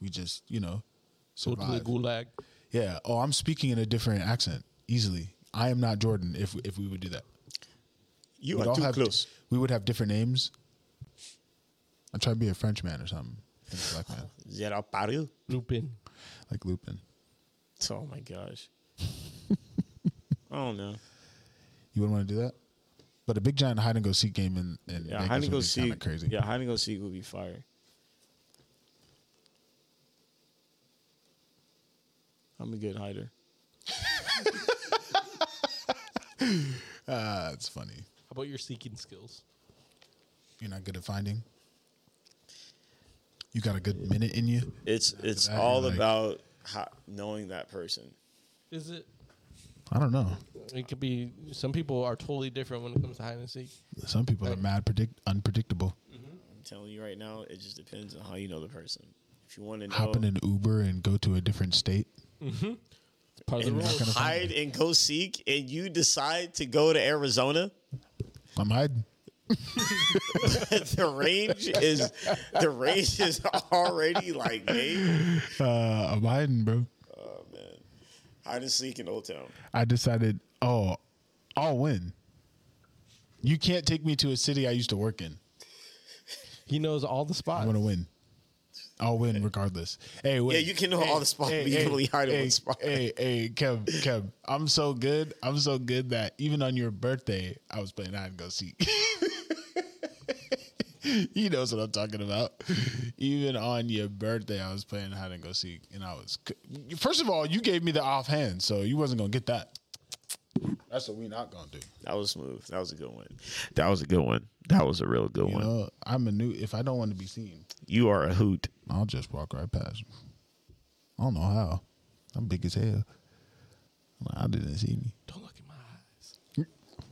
We just, you know, Go to the survive. gulag. Yeah. Oh, I'm speaking in a different accent easily. I am not Jordan. If if we would do that, You We'd are all too have- close. We would have different names. I'd try to be a French man or something, and a black man, Zera Paru. Lupin. like Lupin. Oh my gosh. I don't know. You wouldn't want to do that. But a big giant hide and go seek game in, in Yeah, Vegas hide and go would be kind seek. of crazy. Yeah, hide and go seek would be fire. I'm a good hider. Ah, it's funny. How about your seeking skills? You're not good at finding. You got a good minute in you. It's it's that, all you're like- about how, knowing that person. Is it? I don't know. It could be. Some people are totally different when it comes to hide and seek. Some people are Right. mad predict unpredictable. I'm telling you right now, it just depends on how you know the person. If you want to know, Hop in an Uber and go to a different state. It's part of the and rules. gonna find hide and go seek, and you decide to go to Arizona, I'm hiding. the range is the range is already like made. Uh, I'm hiding, bro. Hide and seek in Old Town. I decided, oh, I'll win. You can't take me to a city I used to work in. He knows all the I'm spots. gonna win. I'll win regardless. Hey, wait. Yeah, you can know all the spots, but you can only hide in hey, one spot. Hey, hey, Kev, Kev, I'm so good. I'm so good that even on your birthday, I was playing hide and go seek. he knows what I'm talking about. Even on your birthday, I was playing hide and go seek, and I was. c- First of all, you gave me the offhand, so you wasn't gonna get that. That's what we not gonna do. That was smooth. That was a good one. That was a good one. That was a real good You know, I'm a new. If I don't want to be seen, You are a hoot. I'll just walk right past. him. I don't know how. I'm big as hell. I didn't see me. Don't look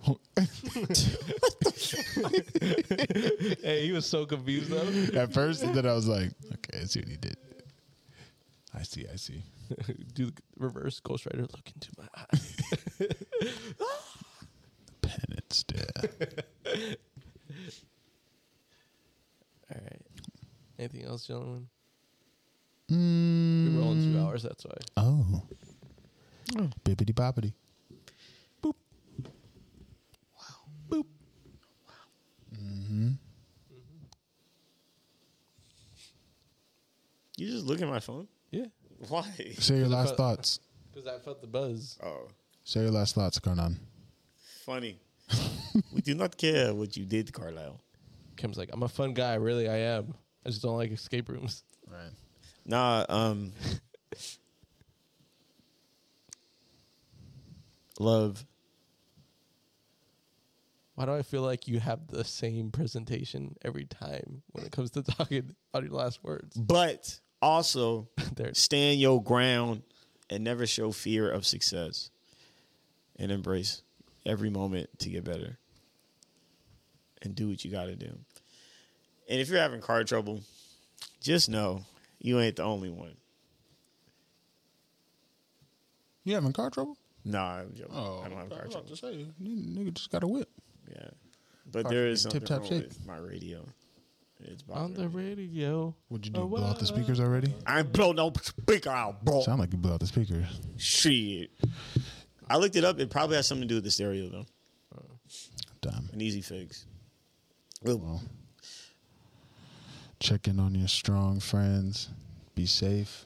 in my eyes. hey, he was so confused though. At first, and then I was like, okay, I see what he did. I see, I see. Do the reverse Ghost Rider. Look into my eyes. Penance death. All right. Anything else, gentlemen? Mm. We were only two hours. That's why. Oh. Bibbity boppity. You just look at my phone. Yeah. Why? Share your last felt- thoughts. Because I felt the buzz. Oh, Share your last thoughts, Karnan. funny. we do not care what you did, Carlisle. Kim's like, I'm a fun guy. Really, I am. I just don't like escape rooms. Right. Nah, um, love. Why do I feel like you have the same presentation every time when it comes to talking about your last words? but also There it is. stand your ground and never show fear of success and embrace every moment to get better and do what you got to do and if you're having car trouble just know you ain't the only one You having car trouble? nah i'm joking Oh, i don't have car trouble Just say, nigga just got a whip. yeah but Car there is trouble. something Tip-top wrong shape. with my radio it's On the bothering me. radio. What'd you do? Oh, blow out the wow. speakers already? i ain't blow no speaker out bro Sound like you blew out the speakers. shit i looked it up it probably has something to do with the stereo though Damn. an easy fix Well, check in on your strong friends. Be safe.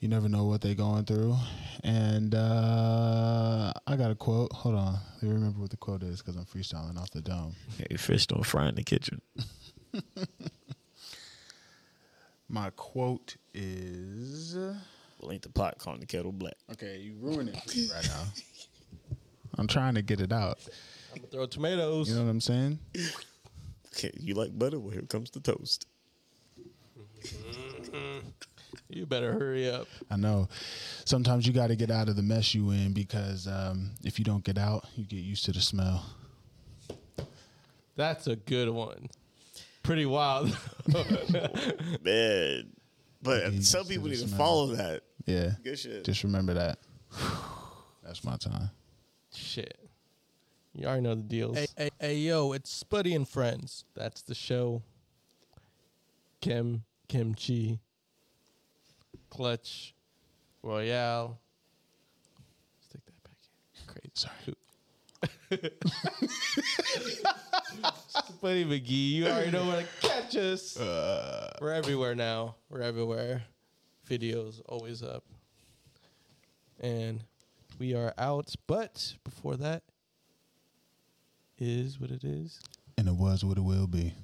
You never know what they're going through. And uh, I got a quote. Hold on. Let me remember what the quote is because I'm freestyling off the dome. Hey, fish don't fry in the kitchen. My quote is. Well, ain't the pot calling the kettle black? Okay, you ruin it for me right now. I'm trying to get it out. I'm gonna throw tomatoes. You know what I'm saying? Okay, you like butter? Well, here comes the toast. You better hurry up. I know. Sometimes you got to get out of the mess you in because um, if you don't get out, you get used to the smell. That's a good one. Pretty wild. Man, but you some just people gotta need to smell. follow that. Yeah. Good shit. Just remember that. That's my time. Shit. You already know the deals. Hey, hey, hey, yo, it's Spuddy and Friends. That's the show. Kim, Kimchi, Clutch, Royale. Stick that back Sorry. in. Crazy. Spuddy McGee, you already know where to catch us. We're everywhere now. We're everywhere. Videos always up. And we are out. But before that is what it is. And it was what it will be.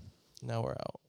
Now we're out.